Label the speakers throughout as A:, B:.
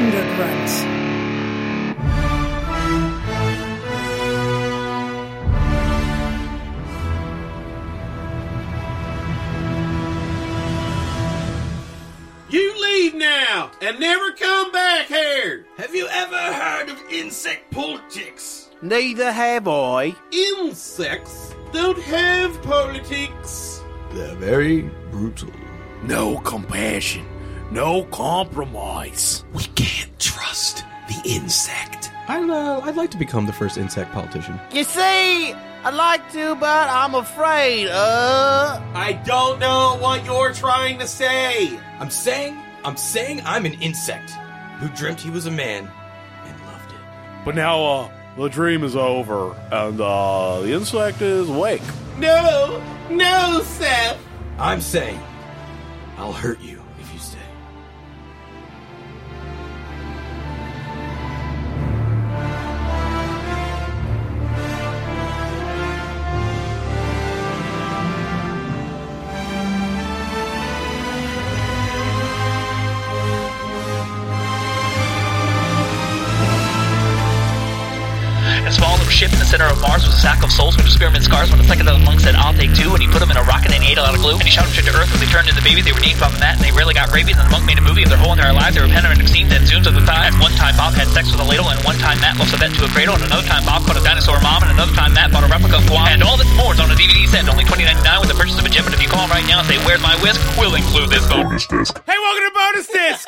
A: runs.
B: You leave now and never come back here.
C: Have you ever heard of insect politics?
D: Neither have I.
B: Insects don't have politics.
E: They're very brutal.
F: No compassion. No compromise.
C: We can't trust the insect.
G: I'd, uh, I'd like to become the first insect politician.
D: You see, I'd like to, but I'm afraid. Uh,
B: I don't know what you're trying to say.
C: I'm saying, I'm saying I'm an insect who dreamt he was a man and loved it.
F: But now, uh, the dream is over, and uh, the insect is awake.
B: No, no, Seth.
C: I'm saying I'll hurt you if you stay.
H: A small little ship in the center of Mars was a sack of souls with experiment scars. When the second of the monk said, I'll take two, and he put them in a rocket and he ate a lot of glue. And he shot them straight to Earth where they turned into babies. They were named Bob and Matt, and they really got rabies. And the monk made a movie of their whole entire lives. They were panoramic scenes and zooms of the time. One time Bob had sex with a ladle, and one time Matt lost a bet to a cradle, and another time Bob caught a dinosaur mom, and another time Matt bought a replica of Guam. And all this and more is on a DVD set, only twenty ninety nine with the purchase of a gem. But if you call right now and say, Where's my whisk? We'll include this bonus.
I: Hey, welcome to Bonus Disc.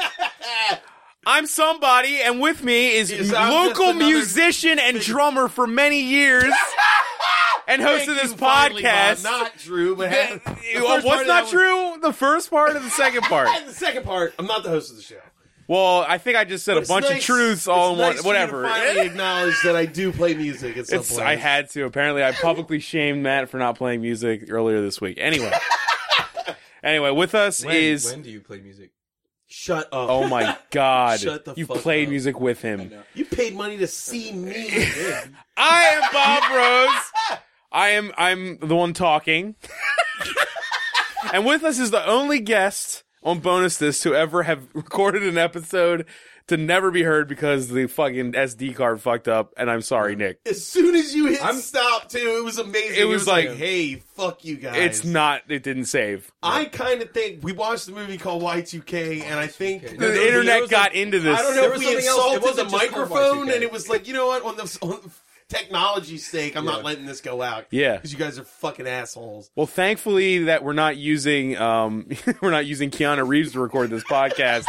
I: I'm somebody, and with me is
B: Yes, I'm
I: local
B: just another-
I: musician and drummer for many years, and host of
B: Thank
I: this
B: you finally, Bob.
I: podcast.
B: Not true, but
I: That-
B: ha- the
I: uh,
B: first part
I: what's
B: of
I: not
B: that
I: true? The first part or the second part?
B: was- And the second part, I'm not the host of the show.
I: well, I think I just said a
B: It's
I: bunch of
B: nice-
I: truths
B: it's
I: all in one.
B: nice for you to
I: whatever.
B: finally acknowledge that I do play music at some
I: It's,
B: point.
I: I had to. Apparently, I publicly shamed Matt for not playing music earlier this week. Anyway, anyway, with us
G: When,
I: is
G: when do you play music?
B: Shut up.
I: oh my god,
B: Shut the
I: you
B: fuck
I: played
B: up.
I: music with him.
B: You paid money to see me. Yeah.
I: I am Bob Rose. I am I'm the one talking. and with us is the only guest on bonus this to ever have recorded an episode to never be heard because the fucking SD card fucked up. And I'm sorry, Nick.
B: as soon as you hit
G: I'm-
B: stop, too, it was amazing.
I: It was like-
B: hey, fuck you guys.
I: It's not. It didn't save.
B: I kind of think we watched the movie called Y2K, and I think
I: The internet got into this.
B: I don't know
G: There
B: if
G: was
B: we
G: something else. It
B: insulted the
G: wasn't just called
B: microphone,
G: Y2K.
B: and it was like, you know what, on the on technology's sake, I'm not letting this go out.
I: Yeah.
B: because you guys are fucking assholes.
I: Well, thankfully that we're not using um we're not using Keanu Reeves to record this podcast,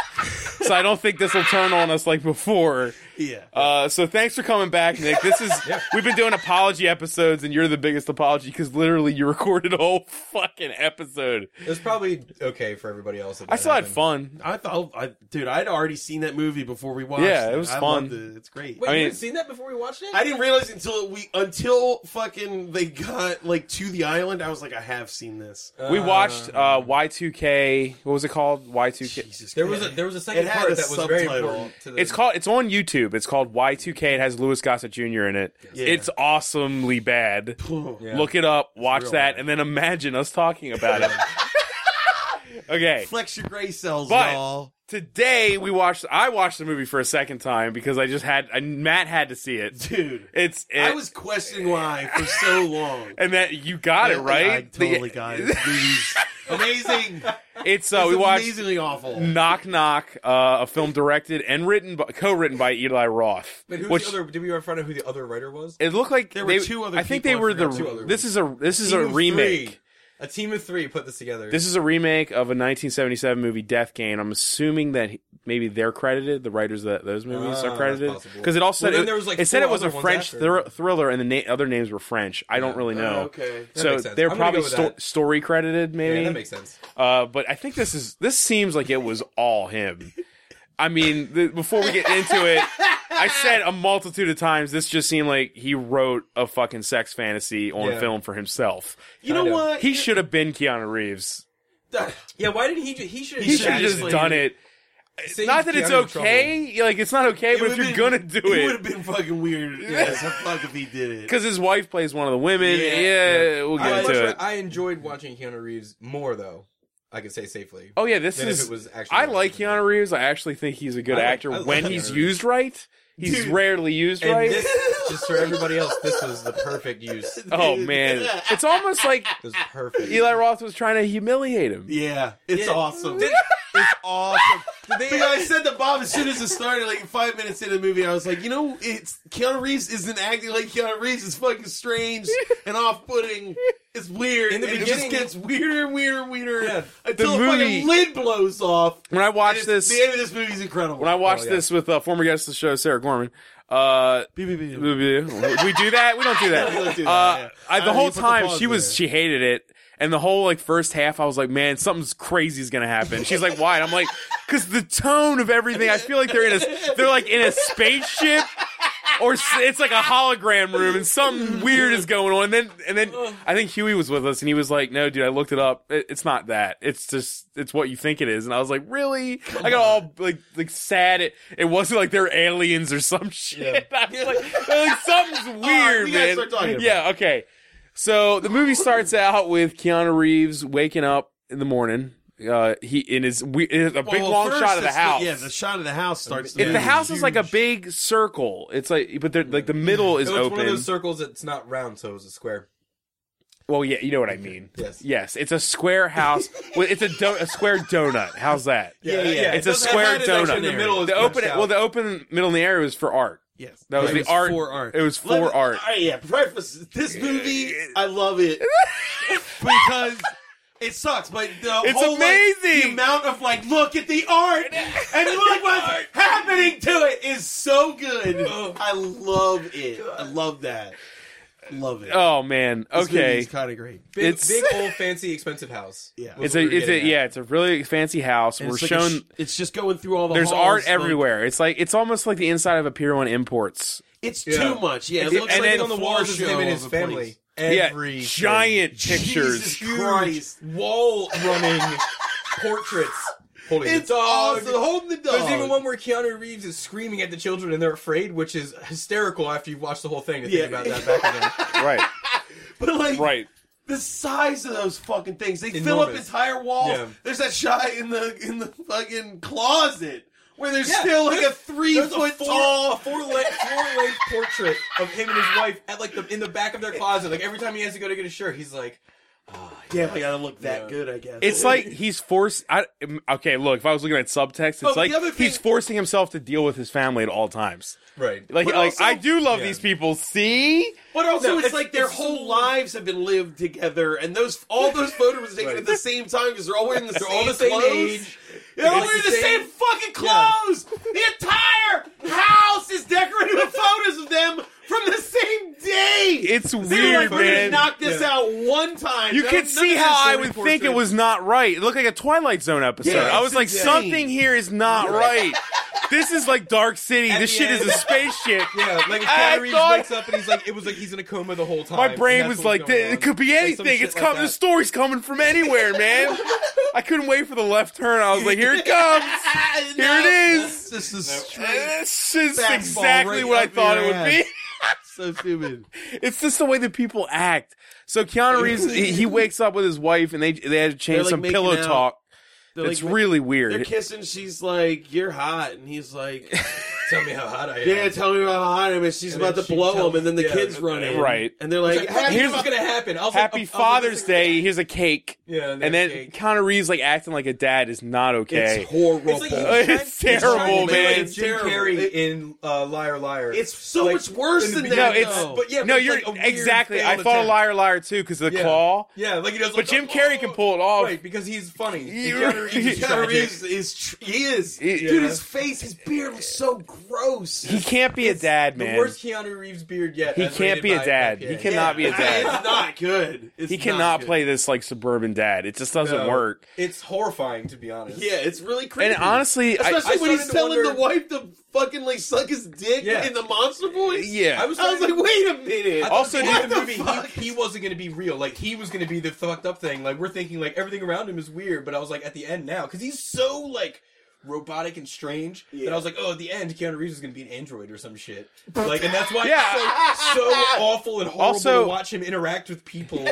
I: so I don't think this will turn on us like before.
B: Yeah.
I: Uh, so thanks for coming back, Nick. This is we've been doing apology episodes, and you're the biggest apology because literally you recorded a whole fucking episode.
G: It was probably okay for everybody else. if
I: I
G: that
I: still had
G: happened.
I: fun.
B: I thought, I, dude, I'd already seen that movie before we watched.
I: Yeah, it was
B: I
I: fun.
B: loved it. It's great.
G: Wait,
I: I
G: you
I: mean-
G: hadn't seen that before we watched it?
B: I didn't realize until we until fucking they got like to the island. I was like, I have seen this.
I: we watched uh, Y2K. What was it called? Y2K.
B: Jesus,
G: There was a there was a second
B: It had
G: part
B: a
G: that was very
B: subtitle.
G: important. To the,
I: It's called. It's on YouTube. It's called Y2K. It has Louis Gossett Jr. in it.
B: Yeah.
I: It's awesomely bad.
B: a
G: Yeah.
I: Look it up. Watch that, and then imagine us talking about it. okay.
B: flex your gray cells,
I: But-
B: y'all.
I: Today we watched. I watched the movie for a second time because I just had. I, Matt had to see it.
B: Dude,
I: It's. It,
B: I was questioning why for so long.
I: and that you got it right.
B: I totally got it. Please. amazing.
I: It's uh,
B: It's
I: we watched
B: amazingly awful.
I: Knock Knock, uh, a film directed and written, by, co-written by Eli Roth.
G: But who's
I: which
G: the other? Did we find out who the other writer was?
I: it looked like
B: There were
I: they,
B: two other
I: I think
B: people,
I: they
B: I
I: were
B: forgot
G: two
I: the.
G: other
I: This is a this is a
G: Team of
I: remake.
G: three. A team of three put this together.
I: This is a remake of a 1977 movie, Death Game. I'm assuming that he- maybe they're credited. The writers of those movies
G: Ah,
I: are
G: that's
I: credited
G: possible.
I: because it also
G: Well,
I: said
G: then
I: it,
G: there was, like,
I: it said
G: four
I: it was a
G: other ones
I: French
G: after. Ah,
I: thr- thriller, and the na- other names were French. I don't really know.
B: okay.
G: That
I: so
G: makes sense.
I: they're
G: I'm gonna
I: probably
G: go with
I: sto-
G: that.
I: story credited, maybe.
G: yeah, that makes sense.
I: Uh, but I think this is this seems like it was all him. I mean, the, before we get into it, I said a multitude of times this just seemed like he wrote a fucking sex fantasy on
G: Yeah.
I: film for himself.
B: You know
G: Kinda.
B: what?
I: He should have been Keanu Reeves.
G: Yeah, why didn't he? Ju- he should.
I: He should have just done it. Not that it's okay, like it's not okay, but if you're gonna do
B: It would
I: it,
B: have been fucking weird as a fuck if he did it.
I: because his wife plays one of the women. Yeah,
G: Yeah.
I: we'll
G: I,
I: get into it.
G: I enjoyed watching Keanu Reeves more though. I can say safely.
I: Oh yeah, this
G: Than if
I: is.
G: it was actually-
I: I like Keanu Reeves. I actually think he's a good
G: I like-
I: actor
G: I like
I: when
G: Keanu
I: he's
G: Reeves.
I: used right. He's
B: Dude.
I: rarely used
G: And
I: right.
G: this, just for everybody else, this was the perfect use. It
I: oh man, it's almost like
G: was perfect.
I: Eli Roth was trying to humiliate him.
B: Yeah, it's
G: Yeah.
B: awesome.
G: Did-
B: it's awesome.
G: Did they- uh,
B: But I said to Bob as soon as it started, like five minutes into the movie, I was like, you know, it's Keanu Reeves isn't acting like Keanu Reeves. It's fucking strange and off-putting. It's weird.
G: In the
B: and it
G: beginning-
B: just gets weirder and weirder and weirder
G: Yeah.
B: until
I: The
B: the
I: movie-
B: fucking lid blows off.
I: When I
B: And
I: watched
B: it's-
I: this,
B: The end of this movie is incredible.
I: when I watched
G: Oh, yeah.
I: this with uh, former guest of the show Sarah Gorman, uh, we do that. We don't do that.
B: We don't do that,
I: Uh,
B: yeah.
I: I,
B: I
I: the
B: know,
I: whole
B: you put the
I: time
B: pause
I: she was
B: there.
I: she hated it, and the whole like first half I was like, man, something's crazy is gonna happen. She's like, why? And I'm like, because the tone of everything. I feel like they're in a they're like in a spaceship. Or s- it's like a hologram room, and something weird is going on. And then, and then I think Huey was with us, and he was like, "No, dude, I looked it up. It, it's not that. It's just it's what you think it is." And I was like, "Really?" I got all like like sad. It it wasn't like they're aliens or some shit. I was like, like, something's weird,
B: we gotta
I: man.
B: start talking about
I: yeah, okay. So the movie starts out with Keanu Reeves waking up in the morning. Uh, he in his we, in a big
B: Well,
I: long
B: first
I: shot of the
B: it's
I: house.
B: yeah, the shot of the house starts.
I: If the
B: to-
I: house is like a big circle, it's like but they're like the middle is
G: It's
I: open.
G: one of those circles that's not round, so it was a square.
I: Well, yeah, you know what I mean.
G: Yes.
I: Yes, it's a square house. Well, it's a, do- a square donut. How's that?
B: Yeah, yeah.
G: yeah.
I: It's
B: it
I: a
B: doesn't-
I: square
B: that is actually
I: donut.
B: in the middle is
I: The open,
G: out.
I: well, the open middle in the area was for art.
B: Yes,
I: That was
B: It
I: the art-
B: For art.
I: it was for
B: Let me-
I: art.
B: all right, yeah, preface this movie. I love it because it sucks, but the
I: It's
B: whole, like, the
I: amazing.
B: amount of like, look at the art and look what's happening to it is so good.
I: Oh.
B: I love it. I love that. Love it.
I: Oh man. Okay.
B: it's kind of great.
G: Big,
I: It's-
G: big old fancy expensive house.
B: Yeah.
I: It's
G: was
I: a
G: what we were
I: it's a
G: getting at.
I: yeah, it's a really fancy house.
B: And
I: We're
B: it's like a
I: shown
B: sh- it's just going through all the.
I: there's
B: halls,
I: art
B: like-
I: everywhere. It's like it's almost like the inside of a Pier One Imports.
B: It's
G: Yeah.
B: too much. Yeah, it
G: It's-
B: looks
I: and
B: like
I: then
B: a
I: on the
B: floor
G: walls is
B: show
G: him and
B: of
G: his
B: a
G: family.
B: place.
I: Yeah,
G: Everything.
I: giant pictures.
B: Jesus Christ.
G: wall running portraits holding
B: It's
G: the dog.
B: awesome. Holding the dog.
G: There's even one where Keanu Reeves is screaming at the children and they're afraid, which is hysterical after you've watched the whole thing to
B: Yeah.
G: think about that back then.
I: Right.
B: But like,
I: Right.
B: the size of those fucking things. They fill up
G: Enormous.
B: entire walls.
G: Yeah.
B: There's that shot in the in the fucking closet where there's
G: Yeah,
B: still like a
G: there's-
B: three
G: There's
B: foot
G: a four, Oh,
B: tall.
G: four length, four length portrait of him and his wife at like the in the back of their closet. Like every time he has to go to get a shirt, he's like,
B: Damn, I gotta look that
G: Yeah.
B: good. I guess
I: It's like he's forced. I, um, okay, look. If I was looking at subtext, it's
B: But the
I: like
B: other thing-
I: he's forcing himself to deal with his family at all times.
G: right,
I: Like,
B: But
I: like
B: also-
I: I do love
G: yeah.
I: these people. See,
B: But also,
G: No,
B: it's,
G: it's-
B: like their
G: it's
B: whole
G: so-
B: lives have been lived together, and those all those photos were taken
G: Right.
B: at the same time because they're all wearing the
G: they're
B: same
G: all the same
B: clothes.
G: age.
B: They're all
G: It's
B: wearing
G: the
B: the same,
G: same-
B: fucking clothes. The entire house is decorated with photos of them from the same day.
I: it's
B: They were
I: weird,
B: like, we're gonna
I: man.
B: knock this
G: Yeah.
B: out one time.
I: you
B: None-
I: could
B: none
I: see
B: of this
I: how
B: is
I: I
B: really
I: would think it
B: portrait.
I: was not right. It looked like a Twilight Zone episode.
B: Yeah,
I: I was
B: it's
I: like,
B: insane.
I: something here is not right. this is like Dark City. this
G: the
I: shit is
G: end-
I: a spaceship.
G: Yeah, like if
I: I
G: Keanu Reeves
I: thought-
G: wakes up and he's like, it was like he's in a coma the whole time.
I: My
G: and
I: brain was
G: that's what
I: like,
G: going
I: it
G: on.
I: could be
G: Like, some
I: anything.
G: shit
I: it's
G: like
I: coming. the
G: that.
I: story's coming from anywhere, man. I couldn't wait for the left turn. I was like, here it comes. Here it is.
B: This is straight.
I: This is
B: Fastball
I: exactly
B: right
I: what I
B: up
I: thought it
B: your
I: would be.
B: so stupid.
I: It's just the way that people act. So Keanu Reeves, he he wakes up with his wife, and they they
B: They're,
I: had to change
B: like,
I: some
B: making
I: pillow
B: out.
I: talk.
B: They're
I: it's
B: like,
I: really
B: They're
I: weird.
B: kissing. She's like, "You're hot," and he's like,
G: Tell me how hot I am.
B: "Yeah, tell me about how hot I am." And she's
G: And
B: about to
G: then she
B: blow
G: tells-
B: him, and then the
G: yeah,
B: kids run in,
I: right.
B: And they're like,
G: Like,
B: "Happy
G: here's what's gonna happen. I was like, I
I: Happy
G: was like,
I: Father's
G: this is-
I: Day. Here's a cake.
G: Yeah,
I: and then Keanu Reeves like acting like a dad is not okay.
B: It's horrible.
G: It's, like he's trying-
I: It's
G: he's trying to
I: terrible,
G: do, like,
I: man.
G: Jim Carrey in uh, Liar Liar.
B: It's so
G: Like,
B: much worse
G: in the
B: than
I: no,
B: that.
G: beginning,
I: it's
B: though.
G: But yeah, but
I: no,
G: it's
I: you're
G: like a weird
I: exactly. I
G: failed
I: thought a
G: attempt.
I: liar, liar too because the
G: Yeah.
I: claw.
G: Yeah, like he does.
I: But
G: like,
I: Jim
G: oh,
I: Carrey can pull it off.
G: right because he's funny. And
I: You-
G: Keanu Reeves
I: Keanu
G: is
B: Keanu
G: tragic.
B: Reeves is tr- he is
I: It-
B: dude.
G: Yeah.
B: His face, his beard looks so gross.
I: He can't be a dad, man.
G: The worst Keanu Reeves beard yet.
I: He
G: as
I: can't
G: rated
I: be a
G: by
I: dad.
G: IPA.
I: He cannot be a dad.
B: It's not good. It's
I: He
B: not
I: cannot
B: good.
I: play this like suburban dad. It just doesn't
G: No.
I: work.
G: It's horrifying to be honest.
B: Yeah, it's really creepy.
I: And honestly, I,
B: Especially
G: I
B: when he's
G: started to
B: telling
G: wonder-
B: the wife to fucking like suck his dick
G: Yeah.
B: in the monster voice.
I: yeah.
G: I was,
B: I was like,
G: starting to-
B: wait a minute.
G: I thought
I: Also,
G: at the
I: what
G: end of the
B: the
G: movie,
B: fuck?
G: he, he wasn't going to be real. Like he was going to be the fucked up thing. Like we're thinking, like everything around him is weird. But I was like, at the end now, because he's so like robotic and strange that I was like, oh, at the end, Keanu Reeves is going to be an android or some shit. Like, and that's why
I: Yeah.
G: it's so, so awful and horrible
I: Also-
G: to watch him interact with people.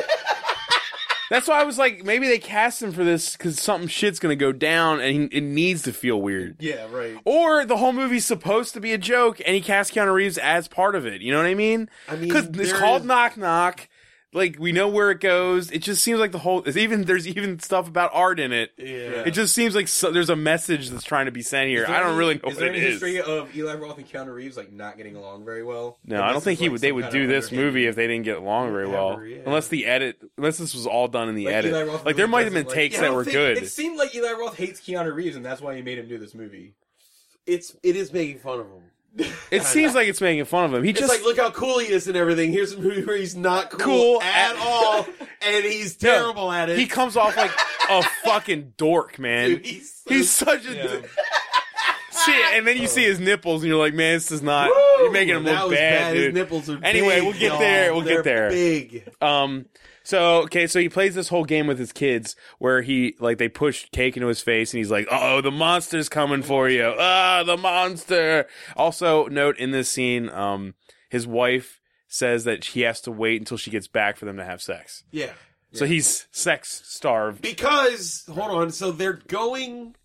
I: That's why I was like, maybe they cast him for this because something shit's gonna go down, and he, it needs to feel weird.
G: Yeah, right.
I: Or the whole movie's supposed to be a joke, and he casts Keanu Reeves as part of it. You know what I mean?
B: I mean,
I: it's
B: there
I: called
B: is-
I: Knock Knock. Like we know where it goes. It just seems like the whole. it's Even there's even stuff about art in it.
G: Yeah.
I: It just seems like so, there's a message that's trying to be sent here.
G: Is there
I: I don't
G: any-
I: really know
G: is
I: what
G: there
I: it
G: any
I: is.
G: history of Eli Roth and Keanu Reeves like not getting along very well?
I: No,
G: And
I: I
G: this
I: don't think
G: is,
I: he
G: like,
I: would. They
G: some
I: would
G: kind
I: do
G: of
I: this
G: underhand-
I: movie if they didn't get along very well,
G: Whatever, yeah.
I: unless the edit, unless this was all done in the
G: Like,
I: edit.
G: Eli Roth
I: like there
G: really
I: might have been
G: doesn't like-
I: takes
G: Yeah, I
I: that
G: don't
I: were
G: think-
I: good.
G: It seemed like Eli Roth hates Keanu Reeves, and that's why he made him do this movie.
B: It's it is making fun of him.
I: It seems like it's making fun of him. He
B: It's
I: just
B: like look how cool he is and everything. Here's a movie where he's not cool,
I: Cool
B: at
I: at-
B: all, and he's
I: no,
B: terrible at it.
I: He comes off like a fucking dork, man.
B: Dude,
I: he's,
B: he's,
I: such a d- see, and then you see his nipples, and you're like, man, this is not. You're making him
B: That
I: look
B: was
I: bad,
B: His
I: dude.
B: nipples are
I: Anyway,
B: big,
I: we'll get
B: y'all.
I: there, we'll
B: They're
I: get there.
B: Big.
I: Um. So okay, so he plays this whole game with his kids, where he like they push cake into his face, and he's like, "Oh, the monster's coming for you! Ah, the monster!" Also, note in this scene, um, his wife says that he has to wait until she gets back for them to have sex.
B: Yeah.
I: So he's sex starved.
B: Because hold on, so they're going.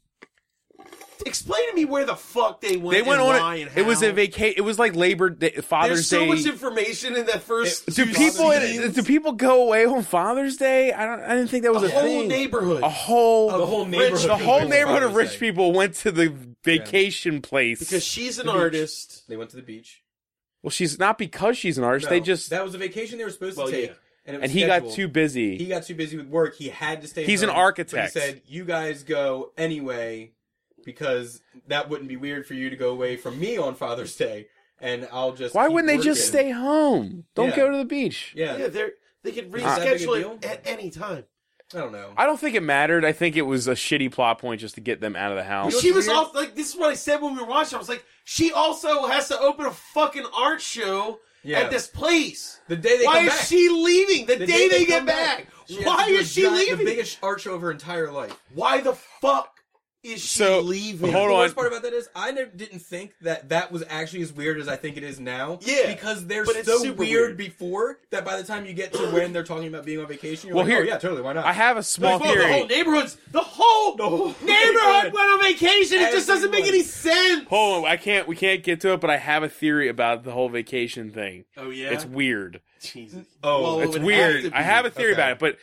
B: Explain to me where the fuck they went.
I: They went
B: and
I: on
B: why
I: it.
B: and
I: It was
B: how.
I: a vacation. It was like Labor Day,
B: There's
I: Father's
B: so
I: Day.
B: much information in that first.
G: It-
I: do
B: two
I: people
B: scenes.
I: do people go away on Father's Day? I don't. I didn't think that was a,
B: a whole
I: thing.
B: neighborhood?
I: a whole
G: The whole
B: Rich-
G: neighborhood.
I: the
G: was
I: whole
G: like,
I: neighborhood of
G: Father's
I: rich
G: Day.
I: people went to the vacation place
B: because she's an
G: beach.
B: artist.
G: They went to the beach.
I: well she's not because she's an artist they
G: No,
I: just
G: that was a vacation they were supposed
B: Well,
G: to take,
B: yeah.
G: and, it was
I: and he
G: scheduled.
I: got too busy
G: He got too busy with work. He had to stay.
I: He's an
G: home, but
I: architect.
G: He said, "You guys go anyway, because that wouldn't be weird for you to go away from me on Father's Day, and I'll just."
I: why
G: keep
I: wouldn't they just
G: working."
I: stay home don't
G: Yeah.
I: go to the beach
G: Yeah,
B: Yeah, they're they could
G: that big a
B: reschedule
G: deal?
B: it at any time.
G: I don't know.
I: i don't think it mattered i think it was a shitty plot point just to get them out of the house
B: she was off like this is what I said when we were watching. I was like, she also has to open a fucking art show
G: Yeah.
B: at this place.
G: the day they
B: Why
G: come
B: is
G: back,
B: she leaving the,
G: the
B: day, they, get
G: come
B: back?
G: she has
B: Why
G: to do a
B: is she
G: giant- The
B: leaving?
G: biggest art show of her entire life.
B: Why the fuck is she
I: So,
B: leaving?
I: hold
G: the
I: on.
G: worst part about that is I never, didn't think that that was actually as weird as I think it is now.
B: Yeah,
G: because they're
B: but it's
G: so weird,
B: super weird.
G: before that by the time you get to when they're talking about being on vacation, you're
I: Well,
G: like,
I: here-
G: oh, yeah, totally, why not?
I: i have a small
B: Well, the whole
I: theory
B: neighborhood's the whole
G: No.
B: neighborhood went on vacation. It just doesn't make any
G: Everyone.
B: sense.
I: Hold on, I can't. We can't get to it, but I have a theory about the whole vacation thing.
B: Oh yeah,
I: It's weird.
B: Jesus.
G: Oh,
B: Well, it
I: It's
B: would
I: weird.
B: have to be.
I: I have a theory
G: Okay.
I: about it, but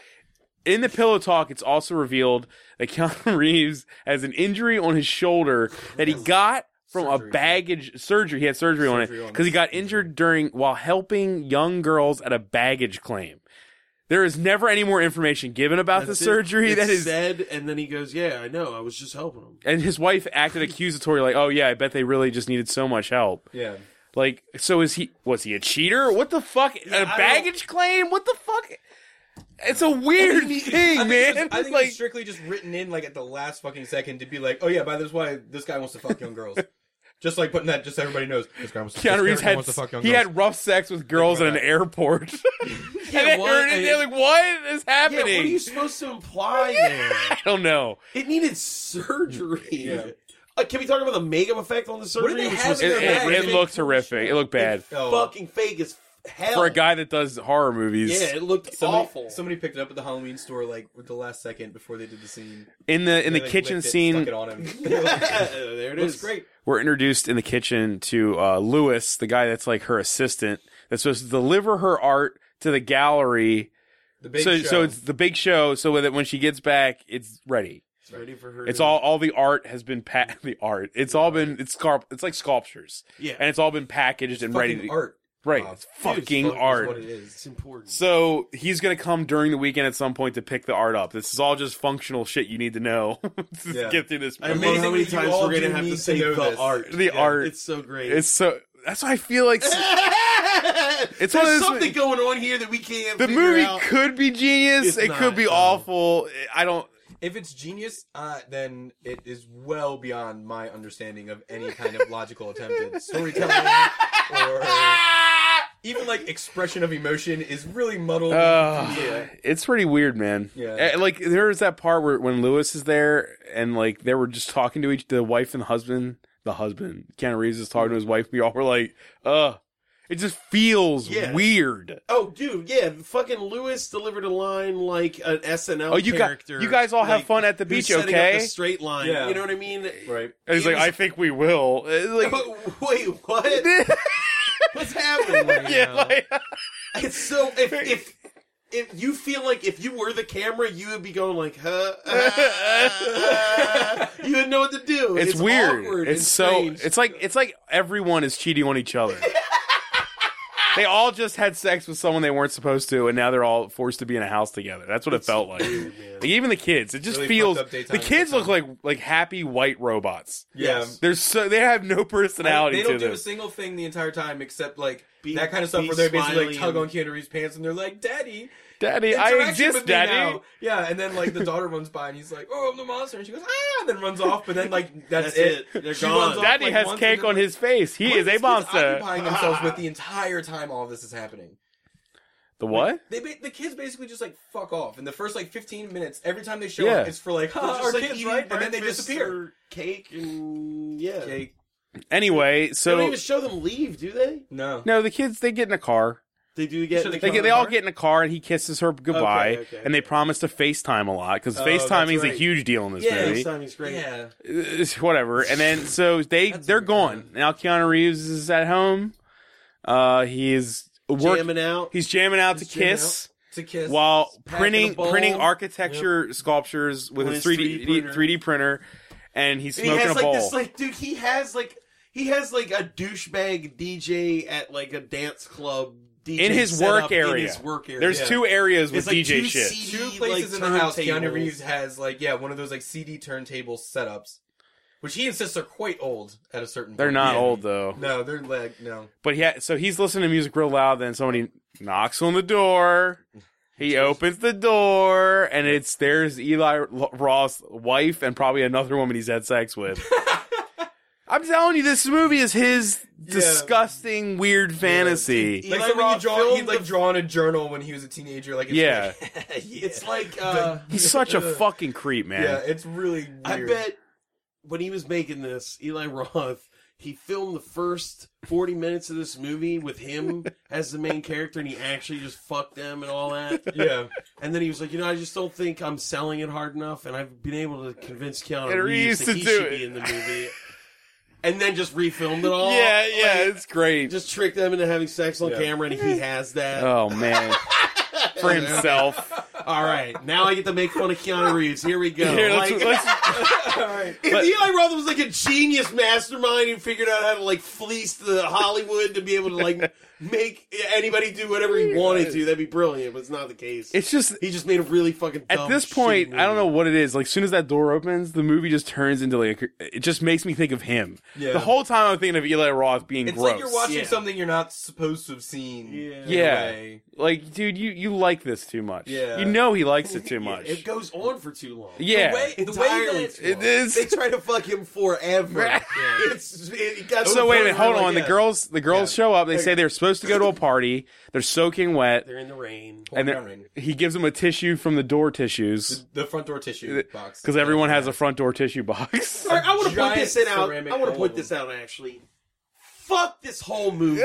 I: in the pillow talk, it's also revealed that Keanu Reeves has an injury on his shoulder that he got from a
G: Surgery.
I: baggage surgery. He had surgery, on
G: Surgery
I: it
G: on
I: because he got injured during while helping young girls at a baggage claim. There is never any more information given about
B: That's
I: the
B: it.
I: surgery.
B: It's
I: that is,
B: said, and then he goes, "Yeah, I know. I was just helping him."
I: and his wife acted accusatory, like, "Oh yeah, I bet they really just needed so much help."
G: yeah.
I: Like, so is he? Was he a cheater? What the fuck? a
B: I
I: baggage claim? What the fuck? It's a weird thing,
G: I think
I: man.
G: it was- I think it
I: like,
G: was strictly just written in like at the last fucking second to be like, oh yeah, by this why this guy wants to fuck young girls. just like putting that, just so everybody knows this guy wants to,
I: Keanu
G: this
I: Reeves
G: character
I: had
G: wants to fuck young
I: he
G: girls.
I: had rough sex with girls at an
G: about that.
I: airport. and they
B: what?
I: heard it, they're like, "What is
B: Yeah, what
I: happening?"
B: are you supposed to imply there?
I: I don't know.
B: It needed surgery.
G: Yeah.
B: Uh, can we talk about the makeup effect on the surgery?
G: they
B: which
G: have
B: was
I: It,
G: in their
I: it, it
G: bags?
B: horrific?
I: looked horrific. It looked bad
G: Oh.
B: fucking fake as hell
I: for a guy that does horror movies.
B: Yeah, it looked
G: Somebody,
B: awful.
G: somebody picked it up at the Halloween store like with the last second before they did the scene.
I: In the in the
G: They, like,
I: kitchen
G: licked it,
I: scene,
G: stuck it on him.
B: there it
G: Looks
B: is.
G: great.
I: we're introduced in the kitchen to uh, Lewis, the guy that's like her assistant, that's supposed to deliver her art to the gallery.
G: The big
I: so
G: show.
I: so it's the big show. So that when she gets back, it's ready.
B: It's ready for her.
I: It's
B: to-
I: all all the art has been pa- the art. It's all been it's sculpt it's like sculptures.
B: Yeah.
I: and it's all been packaged and ready.
G: Fucking
I: To,
G: art.
I: Right,
G: Bob.
I: it's
B: Dude,
I: fucking
B: it's fucking
I: art.
B: what it is. It's important.
I: So he's gonna come during the weekend at some point to pick the art up. This is all just functional shit you need to know to
G: Yeah.
I: get through this.
B: I
I: movie.
B: love how many
G: Amazing that you
B: times
G: all
B: we're gonna
G: do
B: have
G: need
B: to
G: to
B: say
G: know
B: the
G: this.
B: art.
I: the art.
B: It's so great.
I: It's so that's why I feel like s-
B: it's
I: It's one of
B: There's
I: those-
B: something going on here that we can't.
I: the
B: figure
I: movie
B: out.
I: could be
B: It's
I: genius. It
B: not,
I: could be
B: no.
I: awful. I don't.
G: If it's genius, uh, then it is well beyond my understanding of any kind of logical attempt at storytelling or
B: Ah!
G: even like expression of emotion is really muddled.
I: Uh,
G: yeah.
I: It's pretty weird, man.
G: Yeah.
I: Uh, Like there was that part where when Lewis is there and like they were just talking to each the wife and husband, the husband, Keanu Reeves is talking to his wife. We all were like, uh. It just feels
B: Yeah.
I: weird.
B: Oh, dude, yeah, fucking Lewis delivered a line like an SNL
I: Oh, you got
B: character.
I: you guys all have
B: like,
I: fun at the
B: who's
I: beach,
B: setting
I: okay?
B: Up the straight line.
G: Yeah.
B: You know what I mean?
G: Right.
I: and he's
B: it
I: like,
B: was-
I: I think we will. It's like,
B: But wait, what? What's happening? Right
I: yeah,
B: now?
I: like,
B: it's so if if if you feel like if you were the camera, you would be going like, huh? uh, uh, you wouldn't know what to do.
I: it's, weird.
B: awkward
I: It's
B: and
I: so
B: strange.
I: it's like it's like everyone is cheating on each other. they all just had sex with someone they weren't supposed to, and now they're all forced to be in a house together. That's what it felt like. like. Even the kids, it just
G: Really
I: feels
G: fucked up daytime
I: the kids look like like happy white robots. They're so they have no
G: Yeah.
I: personality
G: They don't
I: to
G: do
I: them.
G: a single thing the entire time except like
B: Be-
G: that kind of stuff
B: be
G: where they're basically
B: smiley
G: like tug
B: and-
G: on Keanu Reeves' pants and they're like, "Daddy,
I: Daddy, I
G: interaction
I: exist,
G: with me
I: Daddy.
G: now." Yeah, and then like the daughter runs by and he's like, "Oh, I'm the monster," and she goes, "Ah," and then runs off. But then like that's,
B: That's it. They're
G: She
B: gone.
G: runs off,
I: Daddy
G: like,
I: has
G: once
I: cake
G: and then,
I: on
G: like,
I: his face. He is a
G: kids
I: monster.
G: Occupying themselves with the entire time all this is happening.
I: The what?
G: They ba- the kids basically just like fuck off, and the first like 15 minutes, every time they show
I: Yeah.
G: up, it's for like,
B: They're
G: "Ha,
B: just,
G: our
B: like,
G: kids,"
B: eating
G: right? And then they
B: breakfast
G: disappear.
B: or Cake and yeah.
G: Cake.
I: Anyway,
B: They don't
I: so
B: even show them leave, do they?
G: No.
I: no, the kids they get in a car.
B: They do get.
G: Show
I: They,
G: the Car
I: get,
G: in
I: they
G: the
I: all
G: car?
I: get in a car and he kisses her goodbye,
B: okay, okay.
I: and they promise to FaceTime a lot because
G: Oh,
I: FaceTiming is a
G: that's right.
I: huge deal in this
G: Yeah,
I: movie.
B: FaceTiming's great.
G: Yeah.
I: whatever. And then so they
G: That's
I: they're
G: weird.
I: gone now. Keanu Reeves is at home. Uh, he is work-
B: Jamming out.
I: He's jamming out
G: He's
I: to
G: jamming
I: kiss
G: To kiss.
I: while
G: packing a
I: printing
G: bowl.
I: printing architecture sculptures with
B: On
I: his
B: his
I: 3D
B: 3D printer.
I: 3D printer, and he's
B: And
I: smoking
B: he has
I: a
B: like
I: bowl.
B: this like dude he has like he has like a douchebag DJ at like a dance club DJ
I: in his
B: set
I: work
B: up
I: area.
B: in his work area.
I: There's
B: Yeah.
I: two areas with
B: It's like
I: DJ
B: two
I: shit.
B: CD,
G: two places
B: like,
G: in the house Keanu
B: turntables.
G: Reeves has like yeah one of those like CD turntable setups, which he insists are quite old at a certain.
I: They're
G: point.
I: not
G: Yeah.
I: old though.
G: No, they're like no.
I: But he ha- so he's listening to music real loud. Then somebody knocks on the door. He opens the door, and it's there's Eli L- Ross' wife and probably another woman he's had sex with. I'm telling you, this movie is his disgusting, weird fantasy.
B: Eli
G: Like something
B: Roth
G: he draw,
B: filmed
G: he'd like
B: the-
G: draw in a journal when he was a teenager. Like it's
I: Yeah.
G: like, yeah.
B: It's like uh,
I: He's such a fucking creep, man.
G: yeah, it's really. Weird.
B: I bet when he was making this, Eli Roth, he filmed the first 40 minutes of this movie with him as the main character and he actually just fucked them and all that.
G: Yeah,
B: And then he was like, you know, I just don't think I'm selling it hard enough and I've been able to convince Keanu
I: And
B: Reeves
I: Reeves
B: that
I: to
B: he
I: do
B: should
I: it.
B: be in the movie. And then just refilmed it all.
I: yeah, yeah,
B: Oh, Like,
I: it's great.
B: just trick them into having sex on
G: Yeah.
B: camera and he has that.
I: oh man, for himself.
B: All right, now I get to make fun of Keanu Reeves. Here we go.
I: Here, let's-
B: like,
I: let's-
B: if Eli Roth was like a genius mastermind who figured out how to like fleece the Hollywood to be able to like make anybody do whatever he wanted to, that'd be brilliant. But it's not the case.
I: it's just
B: he just made a really fucking. Dumb,
I: at this
B: shitty
I: point, I don't know
B: movie.
I: what it is. Like, soon as that door opens, the movie just turns into like it just makes me think of him.
G: Yeah.
I: The whole time I'm thinking of Eli Roth being
G: it's
I: gross.
G: like you're watching
B: Yeah.
G: something you're not supposed to have seen.
B: Yeah.
G: in a
I: yeah,
G: way.
I: like dude, you you like this too much.
G: Yeah.
I: you know he likes it too much.
B: It goes on for too long.
I: yeah,
G: The way, the way
B: Entirely
G: that
B: too
I: it
B: long.
I: is.
B: They try to fuck him forever. It's it, it got to
I: so
B: the
I: wait a
B: point
I: minute,
B: where,
I: hold
B: like,
I: on.
B: yeah,
I: The girls, the girls
G: Yeah.
I: show up. They say they're supposed to go to a party. They're soaking wet,
B: they're in the rain.
I: and
G: Pouring
I: they're,
G: down rain.
I: he gives them a tissue from the door tissues
G: the front door tissue box
I: because everyone has a front door tissue box.
B: All right, I want to point
G: giant
B: this in out.
G: ceramic
B: I want to
G: bowl
B: point
G: of
B: this out actually. Fuck this whole movie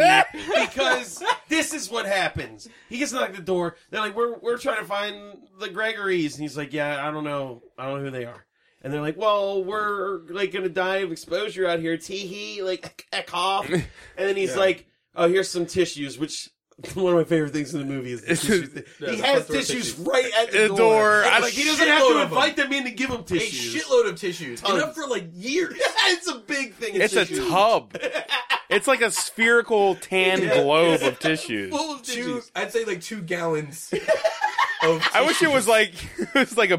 B: because this is what happens. He gets knocked at the door. They're like, "We're we're trying to find the Gregories," and he's like, "Yeah, I don't know, I don't know who they are." And they're like, "Well, we're like gonna die of exposure out here." Tee hee, like eh, cough. And then he's like, "Oh, here's some tissues," which. One of my favorite things in the movie is the tissues. he
G: the
B: has
G: front door
B: tissues
G: tissues.
B: right at the,
I: The
B: door.
I: door.
B: It's
I: I-
B: like he doesn't have to
G: shitload of them.
B: invite them in to give him
G: a
B: tissues.
G: shitload of tissues
B: Tons.
G: enough for like years.
B: it's a big thing.
I: It's a
B: tissue.
I: tub. It's like a spherical tan globe of tissues.
B: full of
G: two,
B: tissues.
G: I'd say like two gallons. of
I: I wish it was like it was like a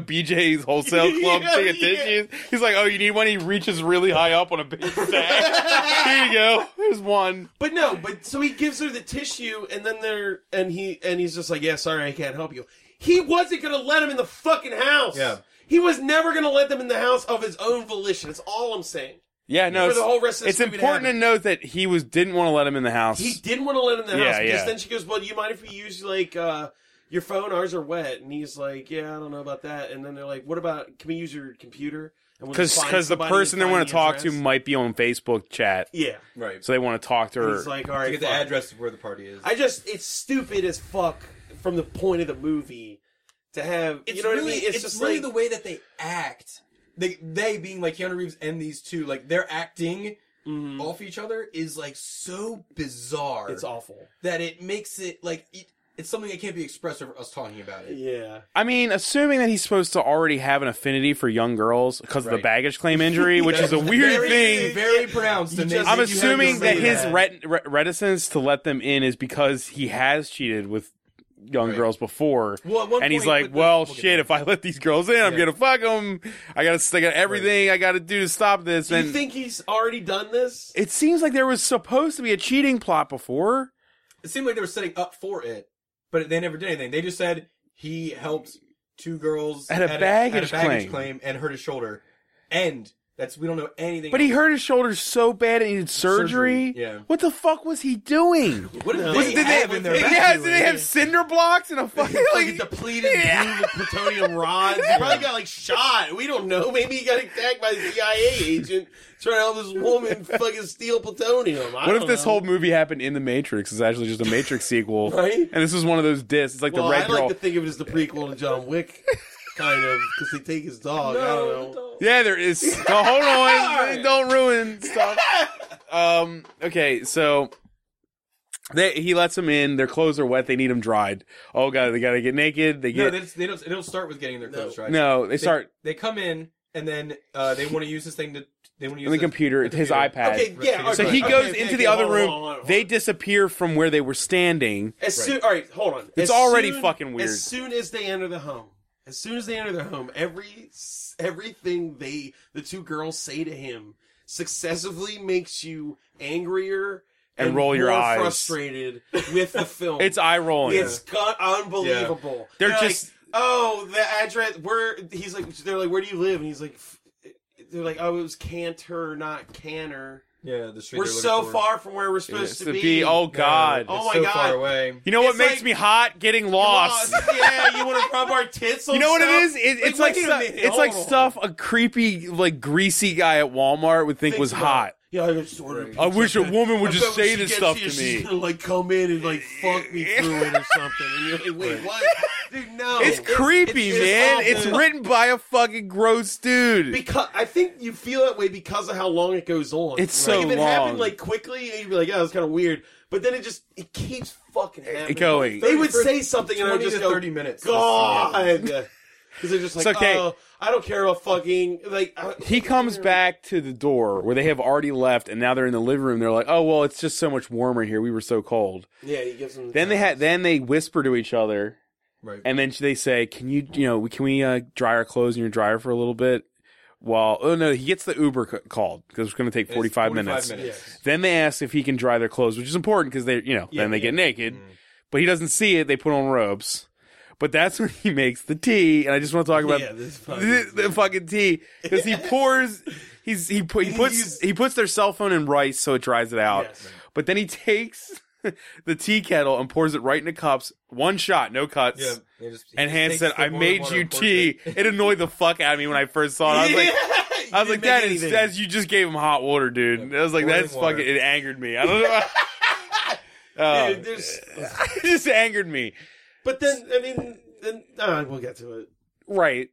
I: BJ's wholesale club
B: Yeah,
I: thing of
B: yeah.
I: tissues. He's like, "Oh, you need one." He reaches really high up on a big stack. Here you go. Here's one.
B: But no, but so he gives her the tissue, and then they're and he and he's just like, "Yeah, sorry, I can't help you." He wasn't gonna let him in the fucking house.
G: Yeah.
B: he was never gonna let them in the house of his own volition. That's all I'm saying.
I: Yeah,
B: For
I: no. it's-
B: the whole rest of
I: it's
B: this movie to
I: important to
B: happen.
I: note that he was didn't want to let him in the house.
B: He didn't want to let him in the
I: Yeah,
B: house because
I: yeah.
B: then she goes, "Well, do you mind if we use like uh, your phone? Ours are wet." And he's like, "Yeah, I don't know about that." And then they're like, "What about? Can we use your computer?" And when you
I: because
B: find
I: because the
B: somebody,
I: person
B: you
I: they
B: find
I: want
B: the
I: to talk to
B: address.
I: might be on Facebook chat,
B: yeah.
G: Right.
I: so they want to talk to her.
B: He's like, all right,
G: to get the
B: fuck.
G: address of where the party is.
B: I just it's stupid as fuck from the point of the movie to have
G: it's
B: you know
G: really,
B: what I mean?
G: it's,
B: just
G: really
B: like,
G: the way that they act. They they being like Keanu Reeves and these two, like they're acting off each other is like so bizarre
B: it's awful.
G: that it makes it like it, it's something that can't be expressed over us talking about it.
B: Yeah.
I: I mean, assuming that he's supposed to already have an affinity for young girls because of the
G: Right.
I: baggage claim injury, which is a weird
G: very,
I: thing.
G: very pronounced.
B: You
G: and
B: just-
G: they-
I: I'm
B: Did you have
I: assuming
B: to
I: that
B: say
I: his
B: that?
I: ret- re- reticence to let them in is because he has cheated with young
G: Right.
I: girls before.
G: Well, at one
I: and he's
G: point
I: like,
G: with the-
I: "Well,
G: we'll get
I: shit!
G: there.
I: If I let these girls in, I'm
G: Yeah.
I: gonna fuck them. I gotta, I got everything I gotta do to stop this."
B: Do
I: And
B: you think he's already done this?
I: it seems like there was supposed to be a cheating plot before.
G: it seemed like they were setting up for it, but they never did anything. They just said he helped two girls
I: At a baggage claim.
G: and hurt his shoulder. And that's we don't know anything.
I: But he hurt his shoulder so bad and he needed surgery.
G: Surgery, yeah.
I: What the fuck was he doing?
G: What did
I: Was-
G: they
I: did
G: have
I: they,
G: in their
I: yeah,
G: back?
I: did they have cinder blocks and a fucking
B: Fucking
I: like,
B: depleted
I: Yeah.
B: blue with plutonium rods. He probably got like shot. We don't know. Maybe he got attacked by a CIA agent trying to help this woman fucking steal plutonium. I
I: What if
B: don't
I: this
B: know.
I: whole movie happened in the Matrix? It's actually just a Matrix sequel,
B: Right?
I: And this is one of those discs. It's like
B: well,
I: the red
B: I
I: girl.
B: like to think of it as the prequel to John Wick, kind of, because they take his dog. I don't know.
I: yeah, there is. No, hold on, don't ruin stuff. Um. Okay, so they, he lets them in. Their clothes are wet. They need them dried. Oh god, they gotta get naked. They
G: No,
I: get
G: they,
I: no.
G: just, they don't. They don't start with getting their clothes right.
I: they start
G: They, come in and then uh, they want to use this thing to. They want to use
I: on the
G: this-
I: computer. His iPad.
B: Okay, yeah. all right,
I: So he
B: okay,
I: goes
B: okay,
I: into
B: okay,
I: the other
B: hold on,
I: room.
B: hold on, hold on.
I: They disappear from where they were standing.
B: As soon, all right, hold on.
I: It's
B: As
I: already
B: soon-
I: fucking weird.
B: As soon as they enter the home, as soon as they enter their home, every s- everything they the two girls say to him successively makes you angrier
I: And roll your
B: more
I: eyes.
B: frustrated with the film.
I: It's eye rolling.
B: It's got unbelievable.
I: They're
B: like,
I: just-
B: oh, the address where he's like. They're like, where do you live? And he's like, "F- they're like, oh, it was Cantor, not Canner.
G: Yeah, the street.
B: We're
G: they're looking
B: so
G: for.
B: far from where we're supposed
I: It's
B: to,
I: to
B: be.
I: be. Oh
G: Yeah,
I: god.
G: it's
B: Oh my
G: so
B: God.
G: far away.
I: You know what
B: It's
I: makes
B: like-
I: me hot? Getting lost.
B: yeah, you want to rub our tits on
I: You know what it
B: stuff?
I: is? It, it's like,
B: wait a
I: stu-
B: minute,
I: it's like
B: hold on.
I: stuff a creepy, like greasy guy at Walmart would think
B: Think
I: was
B: about it.
I: hot.
B: Yeah, I just ordered.
I: I wish a woman would
B: I
I: just
B: bet
I: say
B: when
I: this
B: she
I: stuff
B: gets
I: to
B: here, She's
I: me.
B: gonna like come in and like fuck me through it or something. And you're like, wait, what? Dude, no.
I: It's creepy,
B: it's
I: man.
B: awful.
I: It's written by a fucking gross dude.
B: Because I think you feel that way because of how long it goes on.
I: It's
B: like,
I: so
B: if it
I: long.
B: happened like quickly, you'd be like, "Oh, it's kind of weird," but then it just it keeps fucking happening.
I: going.
B: They would
G: 30
B: say something, and I would
G: 20
B: just
G: to
B: go,
G: 30 minutes.
B: God, because they're just like,
I: It's okay.
B: "Oh, I don't care about fucking like." I-
I: he comes back to the door where they have already left, and now they're in the living room. They're like, "Oh well, it's just so much warmer here. We were so cold."
B: Yeah, he gives them.
I: Then they had, then they whisper to each other,
G: Right.
I: and then they say, "Can you, you know, can we uh, dry our clothes in your dryer for a little bit?" While oh no, he gets the Uber c- called because it's going to take
G: It's
I: forty five minutes. Then they ask if he can dry their clothes, which is important because they, you know, then they get naked.
G: Mm-hmm.
I: But he doesn't see it. They put on robes. But that's when he makes the tea, and I just want to talk about
B: Yeah, this fucking-
I: the, the fucking tea because he pours. He's he, pu- he puts he puts their cell phone in rice so it dries it out.
B: Yes.
I: But then he takes the tea kettle and pours it right into cups, one shot, no cuts.
G: Yeah. they just- he
I: And
G: just
I: Hans
G: takes
I: said,
G: the
I: "I
G: boiling
I: made
G: water
I: you
G: and pours
I: tea."
G: it.
I: It. annoyed the fuck out of me when I first saw it. I was like, "I was like, that is that is you just gave him hot water, dude." I was like,
G: Boiling
I: "That's
G: water.
I: fucking." It angered me. I don't know. Uh,
B: Dude, there's-
I: it just angered me.
B: but then I mean, then uh, we'll get to it.
I: Right.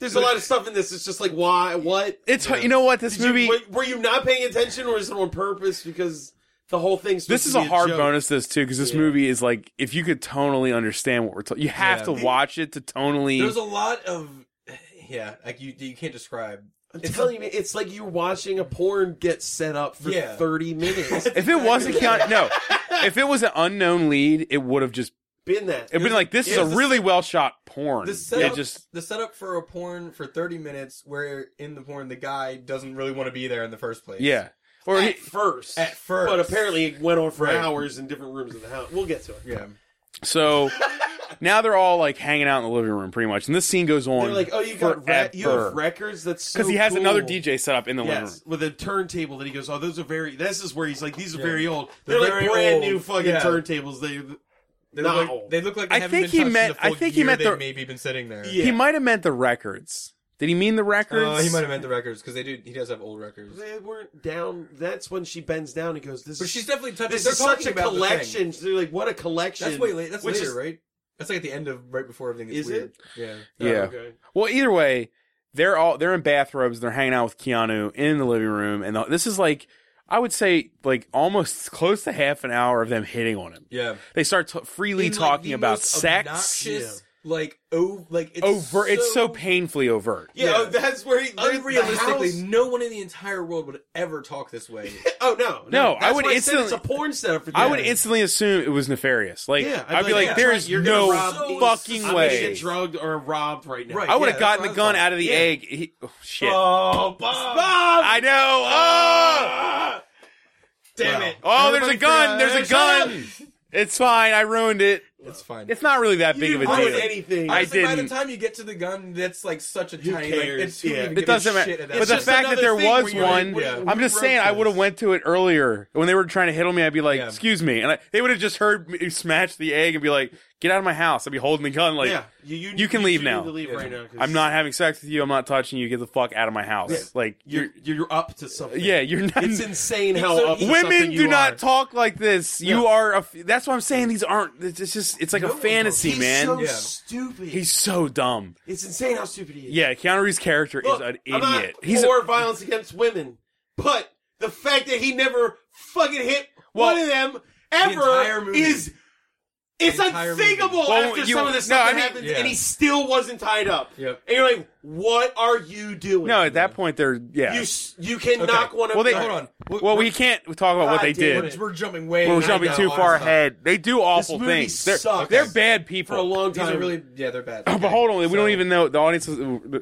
B: There's a lot of stuff in this. It's just like why, what?
I: It's you know what this
B: Did you-
I: movie.
B: were, were you not paying attention, or is it on purpose? Because the whole thing's supposed
I: this
B: to
I: is
B: be
I: a hard
B: joke.
I: bonus to this too because this movie is like if you could tonally understand what we're talking you have
G: Yeah.
I: to watch it to tonally
G: There's a lot of yeah, like you you can't describe.
B: I'm
G: It's-
B: telling you, man, it's like you're watching a porn get set up for
G: Yeah.
B: 30 minutes.
I: if it wasn't Keanu, no if it was an unknown lead it would have just
B: been that.
I: it'd been like this is
G: yeah,
I: a
G: the-
I: really well shot porn
G: The
I: it
G: setup,
I: just
G: the setup for a porn for 30 minutes, where in the porn the guy doesn't really want to be there in the first place.
I: yeah or he,
B: at first.
G: At first.
B: But apparently it went on for
G: Right.
B: hours in different rooms of the house. We'll get to it.
G: yeah.
I: so now they're all like hanging out in the living room pretty much and this scene goes on
B: They're like, oh, you got re- you have records. That's so
I: because he has another
B: cool."
I: DJ set up in the living room
B: Yes, with a turntable that he goes, oh, those are very. This is where he's like, these are very old.
G: They're
B: They're,
G: very
B: like brand
G: old.
B: new fucking
G: Yeah.
B: turntables. They
G: They
B: No.
G: look like, they look like they
I: I
G: haven't
I: think
G: been
I: he
G: touched
I: meant-
G: in the full
I: I think he
G: year
I: meant
G: they've
I: the-
G: maybe been sitting there.
B: Yeah.
I: He might have meant the records Did he mean the records?
G: Uh, he might have meant the records because they do. He does have old records,
B: They weren't down. That's when she bends down and goes, "This
G: but
B: is
G: she's definitely touching.
B: this
G: they're
B: is such
G: talking
B: a
G: about the thing.
B: collection." They're like, "What a collection!"
G: That's way late. That's
B: Which
G: later,
B: is-
G: right? That's like at the end of right before everything
B: Is
G: is, weird.
B: it?
G: Yeah.
B: Oh,
I: Yeah.
B: okay.
I: Well, either way, they're all they're in bathrobes. and They're hanging out with Keanu in the living room, and the, this is like I would say like almost close to half an hour of them hitting on him.
G: Yeah.
I: They start t- freely
G: In, like,
I: talking
G: the
I: about
G: most
I: sex.
G: Obnoxious, Like oh, like it's
I: Overt.
G: So,
I: It's so painfully overt.
B: Yeah,
G: Yeah.
B: oh, that's where he they're- the
G: Unrealistically,
B: house-
G: no one in the entire world would ever talk this way.
B: Oh no,
I: No, I
B: That's
I: would
B: why
I: instantly-
B: said it's a porn setup for.
I: I would
B: them.
I: instantly assume it was nefarious. Like
B: Yeah,
I: I'd, be like,
B: yeah,
I: "There's
B: you're gonna
I: no
B: rob these-
I: fucking
B: I'm gonna
I: way."
B: get drugged or robbed right now.
G: Right.
I: I would
G: Yeah,
I: have
G: that's
I: gotten
G: what
I: the
G: I
I: gun
G: thought.
I: out of the egg. He, oh, shit!
G: Oh, Bob!
I: I know. Oh,
G: Damn
B: Wow.
G: it!
I: oh, there's a
B: Everybody
I: gun. There's a
B: fresh. Shut
I: gun. It's fine. I ruined it.
G: It's fine.
I: It's not really that big of a
B: I
I: deal.
B: would anything.
I: I
G: It's like, By the
I: didn't.
G: time you get to the gun, that's like such a tiny. Like,
B: cares?
G: it's, you don't
B: Yeah.
G: even
I: It
G: give a
I: doesn't matter.
G: shit at that
I: But the
G: point.
B: just
I: fact that
B: another
I: there
B: thing
I: was
B: where you're like,
I: one,
B: what-
G: Yeah.
I: I'm just
B: wrote
I: saying, I
B: this.
I: would have went to it earlier when they were trying to hit on me. I'd be like,
G: Yeah.
I: "Excuse me," and I, they would have just heard me smash the egg and be like, "Get out of my house!" I'd be holding the gun, like,
B: yeah, you, you,
I: you can
B: you
I: leave
B: do
I: now.
B: need to leave right now 'cause
I: "I'm not having sex with you. I'm not touching you. Get the fuck out of my house!" Like,
B: You're
I: you're,
B: you're up to something.
I: yeah, you're not.
B: it's insane how
G: so
B: up to
I: Women
B: something
I: do
B: you
I: not
B: are.
I: talk like this. You
B: Yeah.
I: are. A, f- that's why I'm saying these aren't. It's it's just. It's like a
G: one
I: fantasy,
B: He's
I: man.
B: so
G: Yeah.
B: stupid.
I: He's so dumb.
B: it's insane how stupid he is.
I: Yeah, Keanu Reeves' character
B: Look,
I: is an
B: I'm not
I: idiot. He's a-
B: for violence against women, but the fact that he never fucking hit
I: Well,
B: one of them
G: entire
B: ever
G: movie.
B: is it's
G: The entire movie.
B: unthinkable
I: Well,
B: after
I: you-
B: some of this
I: no,
B: stuff
I: I
B: that
I: mean-
B: happens,
G: Yeah.
B: and he still wasn't tied up.
G: Yep.
B: And you're like, what are you doing?
I: no, at that point they're yeah.
B: you s- you can knock one of
I: Well, they-
B: them.
G: Hold on. We're-
I: Well, we
G: we're-
I: can't talk about what
B: God
I: they
B: damn
I: did.
B: it.
G: We're jumping way.
I: We're
G: behind
I: jumping
G: that
I: too
G: on
I: far
G: stuff.
I: ahead. They do awful
B: movie
I: things. They're,
B: sucks.
I: they're bad
B: for
I: people.
B: a long
G: These
B: time.
G: are really yeah, they're bad.
I: Oh, but hold on, we
G: So-
I: don't even know the audience.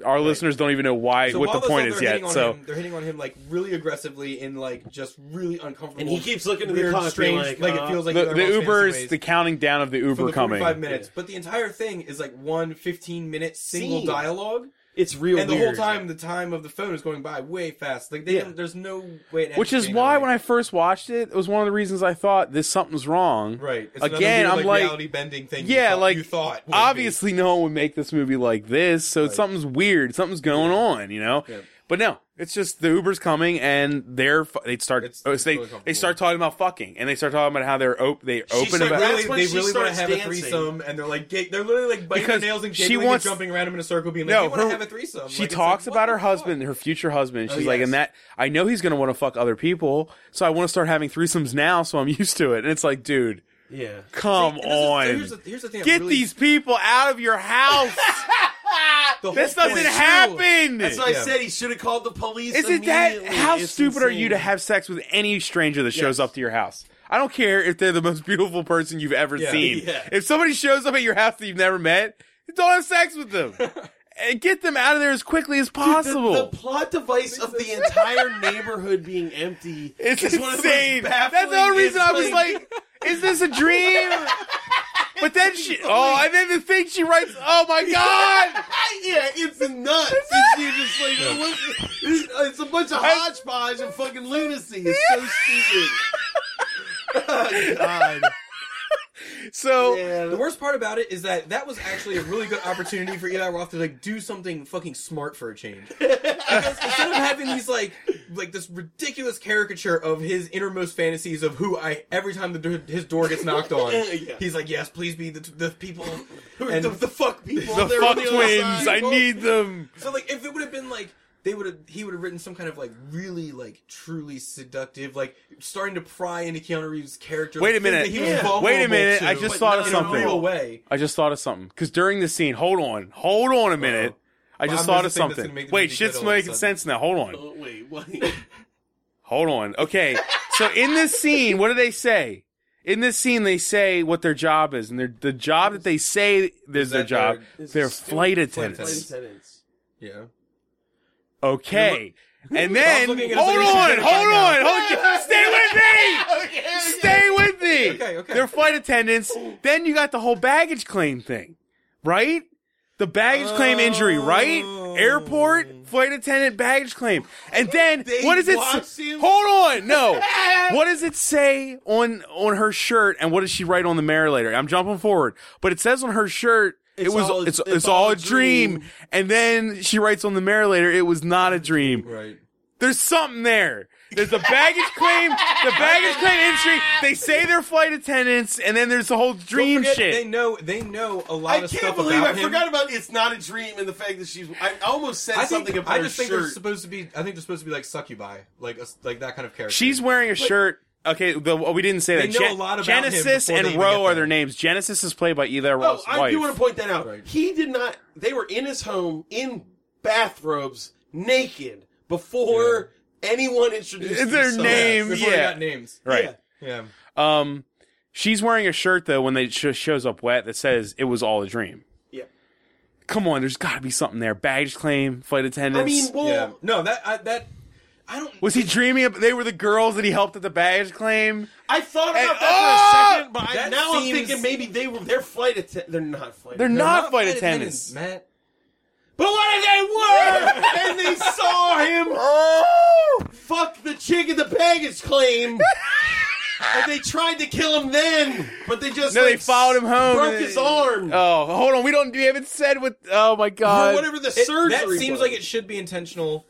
I: Our listeners don't even know why
G: So
I: what the
G: while those
I: point
G: other
I: is
G: are
I: yet.
G: hitting on
I: So
G: him- they're hitting on him like really aggressively and like just really uncomfortable.
B: And he keeps looking at the
G: weird,
B: clock, being like,
G: strange. Like,
B: uh,
G: it feels like
I: the,
G: they're
I: the
G: all fantasy
I: Uber is
G: ways
I: the counting down of the
G: for
I: Uber
G: the
I: coming.
G: Five minutes, but the entire thing is like one 15 minute single
B: Scene.
G: dialogue,
B: it's real.
G: and the whole
B: weird.
G: time the time of the phone is going by way fast. Like they,
B: Yeah.
G: don't- there's no way. it
I: Which
G: actually
I: is
G: being
I: why
G: like-
I: when I first watched it, it was one of the reasons I thought this something's wrong.
G: right it's another
I: Again,
G: weird,
I: I'm like-
G: reality bending thing. you
I: Yeah,
G: thought-
I: like
G: you thought would be.
I: obviously no one would make this movie like this, so
G: Right.
I: something's weird, something's going on, you know. But no, it's just the Uber's coming and they're fu- they start
G: It's-
I: oh,
G: it's
I: so they
G: really
I: they
G: comfortable.
I: start talking about fucking and they start talking about how they're op- they open
B: said
I: about
B: that's
G: Really,
B: when
G: they
B: she
G: really want to
B: starts
G: have
B: dancing.
G: a threesome, and they're like, ga- they're literally like biting
I: Because
G: their nails and
I: she
G: giggling
I: wants-
G: and jumping around him in a circle, being like,
I: no,
G: "You want
I: her-
G: to have a threesome?"
I: She
G: Like, it's
I: talkes
G: like, what
I: about her
G: the
I: husband,
G: fuck?
I: her future husband. She's
B: Oh,
I: like,
B: yes.
I: and that I know he's gonna want to fuck other people, so I want to start having threesomes now, so I'm used to it. And it's like, dude,
B: yeah.
I: come
G: And this is- so
I: on,
G: here's the- here's the thing that
I: get
G: really-
I: these people out of your house.
G: The
I: this
G: whole
I: doesn't
G: point-
I: happen.
B: That's why I
G: Yeah.
B: said he should have called the police.
I: Isn't that
B: immediately.
I: how
B: It's
I: stupid are you
B: insane.
I: to have sex with any stranger that shows
B: Yes.
I: up to your house? I don't care if they're the most beautiful person you've ever
G: Yeah.
I: seen.
B: Yeah.
I: If somebody shows up at your house that you've never met, don't have sex with them. and get them out of there as quickly as
B: Dude, the-
I: possible.
B: The, plot device of the entire neighborhood being empty
I: it's
B: is one of the most
I: insane. That's
B: baffling-
I: the only reason
B: it's
I: I was like, is this a dream? but then she, oh, and then the thing she writes, oh my God.
B: yeah, it's nuts. It's, you just like, what- it's, it's a bunch of hodgepodge and fucking lunacy. It's so stupid. Oh, God.
I: So,
B: Yeah.
G: The worst part about it is that that was actually a really good opportunity for Eli Roth to like do something fucking smart for a change. Because instead of having these like like this ridiculous caricature of his innermost fantasies of who I every time the door, his door gets knocked on,
B: Yeah.
G: he's like, "Yes, please be the, the people."
B: And the, the fuck people.
I: the
B: they're on
I: fuck
B: other
I: twins,
B: side.
I: I need them.
G: So like, if it would have been like they would have, he would have written some kind of like really like truly seductive, like starting to pry into Keanu Reeves' character.
I: Wait a
G: like, things
I: minute.
G: that he was
B: Yeah.
G: vulnerable
I: Wait a minute,
G: to,
I: I just
G: but
I: thought
G: not
I: of
G: in a
I: something.
G: real way.
I: I just thought of something. Because during the scene, hold on, hold on a minute. I just
G: Uh, I'm
I: thought
G: just
I: of
G: the thing that's
I: something.
G: gonna make the
I: Wait,
G: movie good
I: shit's
G: all of a
I: making
G: sudden.
I: sense now. Hold on,
B: Oh, wait, what?
I: hold on. Okay, so in this scene, what do they say? In this scene, they say what their job is, and their the job that they say is their
G: that their-
I: job. They're flight
B: Flight
I: attendants.
B: attendants.
G: Yeah.
I: Okay, and then
G: Bob's
I: hold
G: looking
I: on,
G: at us
I: hold
G: like we should
I: on,
G: get it by
I: hold on.
G: now.
I: Stay with me. Stay with me.
G: Okay, okay.
I: They're flight attendants. Then you got the whole baggage claim thing, right? The baggage claim injury, right? Airport, flight attendant, baggage claim. And then
B: They
I: what does it
B: watched
I: say?
B: him?
I: Hold on, no. what does it say on on her shirt and what does she write on the mirror later? I'm jumping forward. But it says on her shirt it was
B: all-
I: it's, it's all a dream. And then she writes on the mirror later, it was not a dream.
G: Right.
I: There's something there. There's the baggage claim, the baggage claim industry. They say they're flight attendants, and then there's the whole dream
G: Don't forget,
I: shit.
G: They know. They know a lot
B: I
G: of
B: can't
G: stuff
B: believe
G: about
B: I
G: him.
B: forgot about it's not a dream and the fact that she's. I almost said
G: I think,
B: something about
G: I
B: her
G: just think they're
B: shirt.
G: supposed to be. I think they're supposed to be like succubi, like a, like that kind of character.
I: She's wearing a shirt. Okay, the, well, we didn't say
G: They
I: that.
G: know a lot about him
I: Genesis
G: before they
I: and
G: even
I: Roe
G: get
I: are
G: there.
I: their names. Genesis is played by either
B: Oh,
I: Roe's
B: I
I: wife.
B: do want to point that out.
G: Right.
B: He did not. They were in his home in bathrobes, naked, before anyone introduced
I: It's their
B: themselves.
I: name.
G: before
I: yeah.
G: they got names.
I: right.
G: Yeah.
I: Um, she's wearing a shirt though when they sh- shows up wet that says it was all a dream.
B: Yeah.
I: Come on, there's got to be something there. Baggage claim, flight
B: I
I: attendants.
B: mean, well,
G: Yeah. No, that I, that I don't.
I: was he dreaming? Of, they were the girls that he helped at the baggage claim.
B: I thought about
I: And-
B: that for a
I: Oh!
B: second, but I,
G: That
B: now I'm
G: seems-
B: thinking maybe they were their flight attendants. They're not flight.
I: They're
B: attendants.
I: not,
G: Not
I: flight attendants.
G: Matt.
B: But what if they were? and they saw him
G: Oh.
B: fuck the chick in the baggage claim. and they tried to kill him then, but they just
I: No, they
B: like,
I: followed him home
B: broke
I: and-
B: his arm
I: Oh, hold on. We don't. We haven't said what. Oh my
B: or
I: god.
B: whatever the
G: It-
B: surgery.
G: that seems
B: was.
G: like it should be intentional.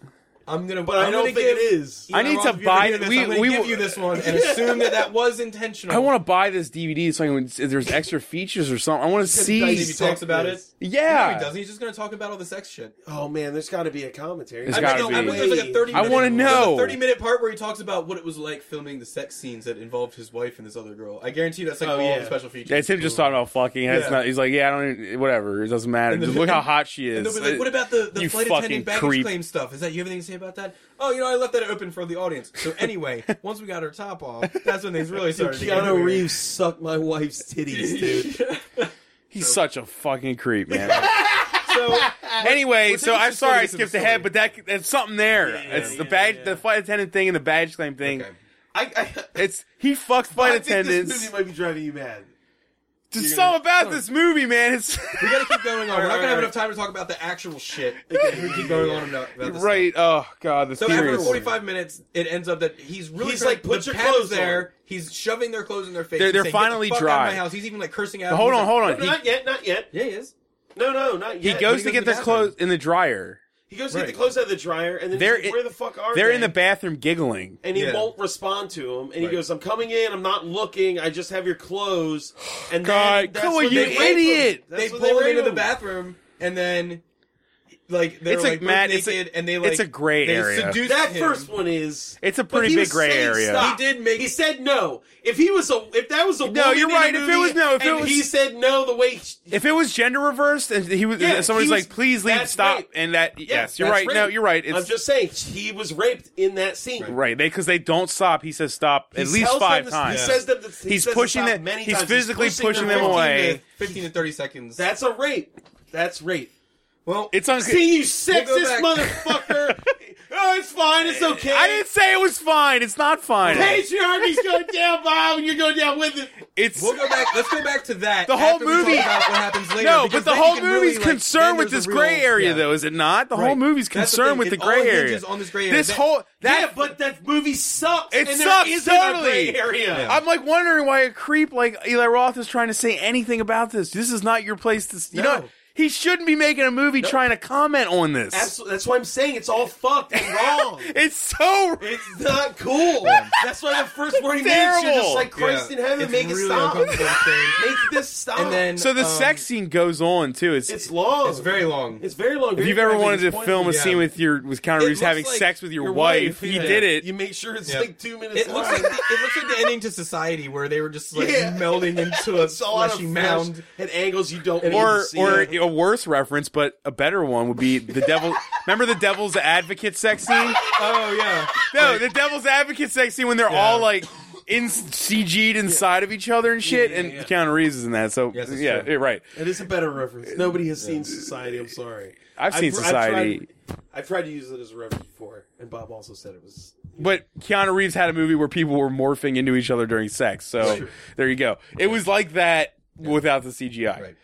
G: I'm gonna,
B: but I
G: I'm
B: don't
G: gonna
B: think
G: give,
B: it is.
I: I need
G: Rob,
I: to
G: if you're
I: buy-
G: gonna do this,
I: we-
G: I'm gonna
I: we
G: give
I: will-
G: you this one and assume that that was intentional.
I: I want to buy this DVD so I can, if there's extra features or something. I want to
G: Maybe he
I: see.
B: dissect
G: talks about it.
B: this.
G: No, he
I: Yeah.
G: doesn't. He's just gonna talk about all the sex shit.
B: Oh man, there's got to be a commentary.
I: There's
B: I
I: gotta
B: think
I: be.
B: I
G: I
B: think
G: bet there's like a 30
I: I
G: minute,
I: wanna know.
G: There's a 30 minute part where he talks about what it was like filming the sex scenes that involved his wife and this other girl. I guarantee you that's like
B: Oh,
G: all
B: yeah.
G: the special features.
I: Yeah, it's him just talking about fucking. and It's
G: Yeah.
I: not, he's like, yeah, I don't. Even, whatever. It doesn't matter.
G: And the-
I: Just look how hot she
G: And
I: is.
G: they'll be like, what about the, the
I: You
G: flight
I: fucking
G: attendant baggage
I: creep.
G: claim stuff? Is that you have anything to say about that? Oh, you know, I left that open for the audience. So anyway, once we got our top off, that's when things really started. to get
B: Keanu
G: weird.
B: Reeves sucked my wife's titties, dude.
I: He's such a fucking creep, man.
G: So
I: anyway,
G: we're
I: so
G: taking
I: I'm
G: some
I: sorry I
G: stories to the
I: skipped ahead,
G: story.
I: but that that's something there. it's the badge, the flight attendant thing, and the badge claim thing.
G: Okay.
B: I, I,
I: It's he fucked flight
B: I think this
I: attendants.
B: movie might be driving you mad.
I: Just
B: you're
I: something about this movie, man. It's
G: we gotta keep going on. We're not gonna
B: Alright,
G: have enough time to talk about the actual shit. We keep going on about about this
I: right. Oh god, the
G: So after
I: theories.
G: 45 minutes, it ends up that he's really
B: He's
G: trying-
B: like, "Put
G: the
B: your
G: pad's
B: clothes
G: there.
B: on."
G: He's shoving their clothes in their face.
I: They're-
G: He's
I: they're
G: saying, "Get the
I: finally
G: fuck Out
I: dry."
G: of my house. He's even like cursing out.
I: Hold
G: He's
I: on,
G: like,
I: hold on. He,
B: Not yet, not yet.
G: Yeah, he is.
B: No, no, not
I: he
B: yet.
I: goes to
G: he goes
I: get
G: to
I: their
G: the
I: clothes in the dryer.
B: He goes to
G: Right.
B: get the clothes out of the dryer, and then
I: They're
B: he's like,
I: in-
B: where the fuck are
I: They're
B: they?
I: in the bathroom giggling.
B: and he
G: Yeah.
B: won't respond to him. And he
G: Right.
B: goes, "I'm coming in. I'm not looking. I just have your clothes." And
I: God,
B: then that's
I: come on,
B: when
I: you
B: they rape him.
I: idiot.
B: That's
G: they
B: when
G: pull him
B: rape
G: into the bathroom, and then like they're
I: It's like,
G: like, both
I: Matt, it's
G: naked,
I: a-
G: and they like
I: it's a gray
G: they
I: area.
G: Seduce
B: That
G: him.
B: first one is.
I: It's a
B: but
I: pretty
B: he
I: big
B: was
I: gray
B: saying
I: area.
B: stop.
G: He did make-
B: He said no. If he was a, if that was a
I: No,
B: woman
I: you're
B: in a
I: right. If it
B: movie
I: was- no, if it
B: and
I: was-
B: he said no the way he-
I: If it was gender reversed, and he was
B: Yeah, he
I: somebody's
B: was-
I: like, please leave,
B: that's
I: stop,
B: rape.
I: and that yes, you're
B: that's
I: right. No,
B: rape.
I: you're right. It's
B: I'm just saying he was raped in that scene.
I: Right, they because they don't stop. He says stop at
B: He
I: least
B: tells
I: five
B: them to-
I: times.
B: He says that the, he
I: He's
B: says
I: pushing
B: stop
I: the-
B: many
I: he's
B: times.
I: physically pushing them
B: 15
I: away.
G: Fifteen to- Fifteen to thirty seconds.
B: That's a rape. That's rape.
G: well,
I: it's on.
B: See you,
G: go
B: sexist
G: back.
B: motherfucker. oh, it's fine. It's okay.
I: I didn't say it was fine. It's not fine.
B: Patriarchy's going down, Bob, and you're going down with it.
I: it's
G: We'll go back. Let's go back to that.
I: The whole
G: after we talk
I: movie-
G: about what happens later.
I: no,
G: because
I: but the
G: then you
I: whole
G: can really,
I: movie's
G: like, then
I: concerned with
G: there's
I: this
G: a
I: gray
G: real-
I: area,
G: yeah.
I: though, is it not? The whole
G: Right.
I: movie's
G: That's the
I: concerned
G: thing.
I: with the
G: It all
I: gray area.
G: hinges on this gray area.
I: This
G: That-
I: whole that.
B: yeah, but that movie sucks.
I: It
B: and
I: sucks
B: there isn't a
I: totally.
B: gray area.
I: I'm like wondering why a creep like Eli Roth is trying to say anything about this. This is not your place to. You
G: No.
I: know, he shouldn't be making a movie trying to comment on this.
B: Absolutely. That's why I'm saying it's all fucked and wrong.
I: It's so.
B: It's not cool. That's why the first warning minutes
I: Terrible.
B: you're just like Christ
G: Yeah.
B: in heaven,
G: It's
B: make
G: really
B: it stop.
G: uncomfortable and strange.
B: make this stop.
G: And then
I: So the
G: um,
I: sex scene goes on too. It's
B: it's long.
G: It's very long.
B: It's very long.
I: If you've ever wanted to film a
G: yeah.
I: scene with your with Keanu
G: It
I: Reeves
G: looks
I: having
G: like
I: sex with your,
B: your wife,
I: wife, he
G: yeah.
I: did it.
B: you make sure it's
G: Yeah.
B: like two minutes.
G: It looks like the, it looks like the ending to Society, where they were just like
B: Yeah.
G: melding into a
B: it's all out of
G: fleshy
B: mound
G: mound.
B: at angles you don't want
I: or
B: to see.
I: or a worse reference, but a better one would be the devil. remember the Devil's Advocate sex scene?
G: Oh yeah,
I: No, the Devil's Advocate sex scene when they're all like in CG'd inside of each other and shit. and Keanu Reeves is in that, so
G: Yes, that's
I: yeah,
G: true.
I: yeah, right.
B: It is a better reference. Nobody has seen Society. I'm sorry.
I: I've seen
B: tr-
I: Society.
B: tried, I've tried to use it as a reference before, and Bob also said it was.
I: But Keanu Reeves had a movie where people were morphing into each other during sex, so there you go. It was like that without the CGI.
G: right.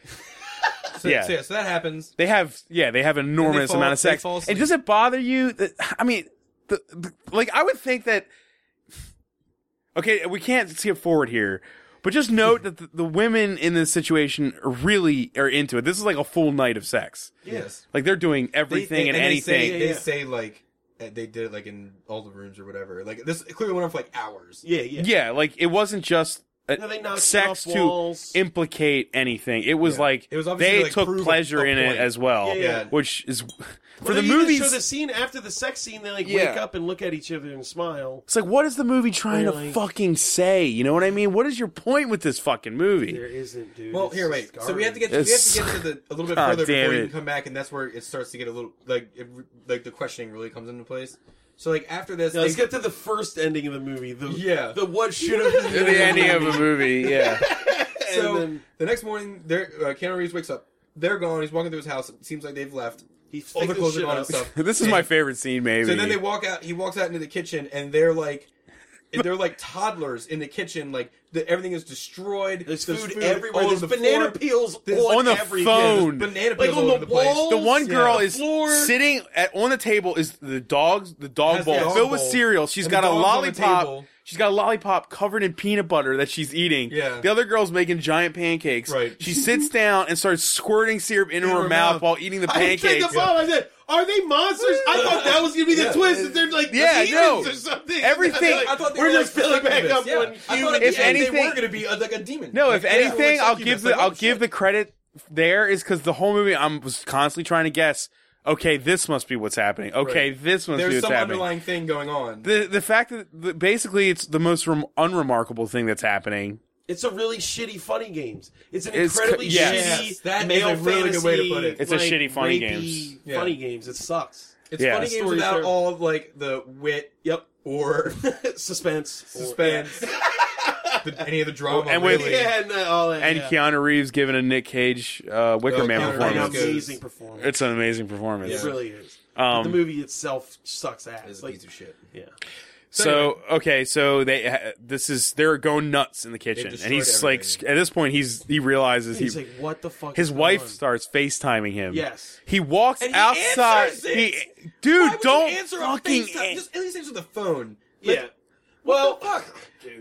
G: So
I: Yeah.
G: yeah. so yeah, so that happens.
I: They have, yeah, they have enormous
G: fall-
I: amount of
G: they
I: sex.
G: fall
I: and
G: asleep.
I: does it bother you? That, I mean, the, the, like I would think that. Okay, we can't skip forward here, But just note that the, the women in this situation are really are into it. This is like a full night of sex.
G: Yes.
I: Like they're doing everything and, anything.
G: They say, they
B: Yeah, yeah.
G: say like uh, they did it like in all the rooms or whatever. Like this it clearly went on for like hours.
B: Yeah, yeah.
I: yeah, like it wasn't just a,
B: No, they knocked
I: sex
B: off
I: to
B: walls.
I: implicate anything. It was
G: Yeah.
I: like
G: It was obviously
I: they
G: to, like,
I: took
G: prove a-
I: pleasure
G: a
I: in it
G: point.
I: as well.
B: Yeah, yeah.
I: Which is for
B: Well,
I: the
B: they even
I: movies.
B: show the scene after the sex scene. They like
I: Yeah.
B: wake up and look at each other and smile.
I: It's like, what is the movie trying
B: Really?
I: to fucking say? You know what I mean? What is your point with this fucking
B: There
I: movie?
B: isn't, dude.
G: Well,
B: It's
G: here, wait.
B: just
G: So we have to get we have
I: It's-
G: to get to the a little bit
I: God
G: further
I: damn
G: before you
I: it.
G: can come back, and that's where it starts to get a little like it, re- like the questioning really comes into place. So like after this,
B: Yeah,
G: they-
B: let's get to the first ending of the movie. The,
G: Yeah.
B: The what should have been
I: the ending of a movie, yeah.
G: so
B: then-
G: the next morning, there uh, Keanu Reeves wakes up. They're gone. He's walking through his house. It seems like they've left.
B: He's
G: All the
B: picking
G: clothes are
B: shit
G: gone and
B: up.
G: stuff.
I: this is my favorite scene, maybe.
G: So then they walk out. He walks out into the kitchen, and they're like, they're like toddlers in the kitchen. Like the, everything is destroyed.
B: There's food, everywhere. There's banana peels
G: There's-
B: on,
I: On the
B: everything.
I: phone.
G: Banana
B: Like
G: peels
B: on
G: all
B: the
G: over the place.
B: walls?
I: the one
B: Yeah.
I: girl
B: The
I: is
B: floor.
I: sitting at, on the table is the dog's the dog
G: Has the
I: bowl
G: dog
I: filled with
G: bowl.
I: cereal. She's
G: And
I: got
G: the
I: a
G: dog's on the
I: lollipop.
G: table.
I: She's got a lollipop covered in peanut butter that she's eating.
G: Yeah.
I: The other girl's making giant pancakes.
G: Right.
I: She sits down and starts squirting syrup into her,
G: her
I: mouth,
G: mouth.
I: while eating the
B: I
I: pancakes.
B: checked the phone. I said, "Are they monsters?" I thought that was gonna be the
G: Yeah.
B: twist. That they're like
I: Yeah,
B: demons
I: no.
B: or something.
I: Everything-
B: Like,
G: I thought they
B: we're
G: were
B: just
G: like
B: filling back
G: succubus,
B: up
G: yeah.
B: on
G: I
B: human.
G: thought at the
I: If
G: end they
I: anything-
G: were going to be uh, like a demon.
I: No,
G: Like,
I: if
G: they were
I: anything,
G: like
I: I'll
G: succubus.
I: give the
G: Like,
I: I'll
G: oh,
I: give
G: shit.
I: the credit there is because the whole movie I was constantly trying to guess. Okay, this must be what's happening. Okay,
G: Right.
I: this must be
G: There's
I: what's
G: some
I: happening.
G: underlying thing going on.
I: The the fact that the, basically it's the most rem- unremarkable thing that's happening.
B: It's a really shitty funny games. It's an
I: It's cr-
B: incredibly
I: yes.
B: shitty
G: Yes, that is
B: male
G: a really good way to put it.
I: It's a
B: fantasy,
I: shitty funny
B: rapey
I: games.
G: Yeah.
B: Funny games. It sucks.
G: it's
I: yeah.
G: funny games
B: Stories
G: without
B: are-
G: all of, like the wit
B: Yep.
G: or
B: Suspense.
G: suspense, the, any of the drama.
I: and with-
G: really.
B: Yeah, and uh, all that.
I: And
B: yeah.
I: Keanu Reeves giving a Nick Cage uh, Wicker
G: Oh,
I: Man
G: Keanu
B: An
I: performance.
G: Reeves.
B: amazing performance.
I: It's an amazing performance.
B: It
G: Yeah.
B: really is.
I: Um,
B: the movie itself sucks ass.
G: It's a
B: like,
G: piece of shit.
B: yeah.
I: So okay, so they uh, this is they're going nuts in the kitchen, and
G: destroyed
I: he's like
G: everything.
I: sc- at this point he's he realizes
B: He's
I: he
B: like, what the fuck?
I: his
B: is
I: wife
B: going on?
I: starts FaceTiming him.
B: Yes.
I: He walks
G: And he
I: outside.
G: answers it.
I: He,
G: Why
I: dude,
G: would you
I: don't
G: answer on
I: fucking
G: FaceTime?
I: an-
G: just at least answer the phone. Like,
B: Yeah. Well,
G: fuck.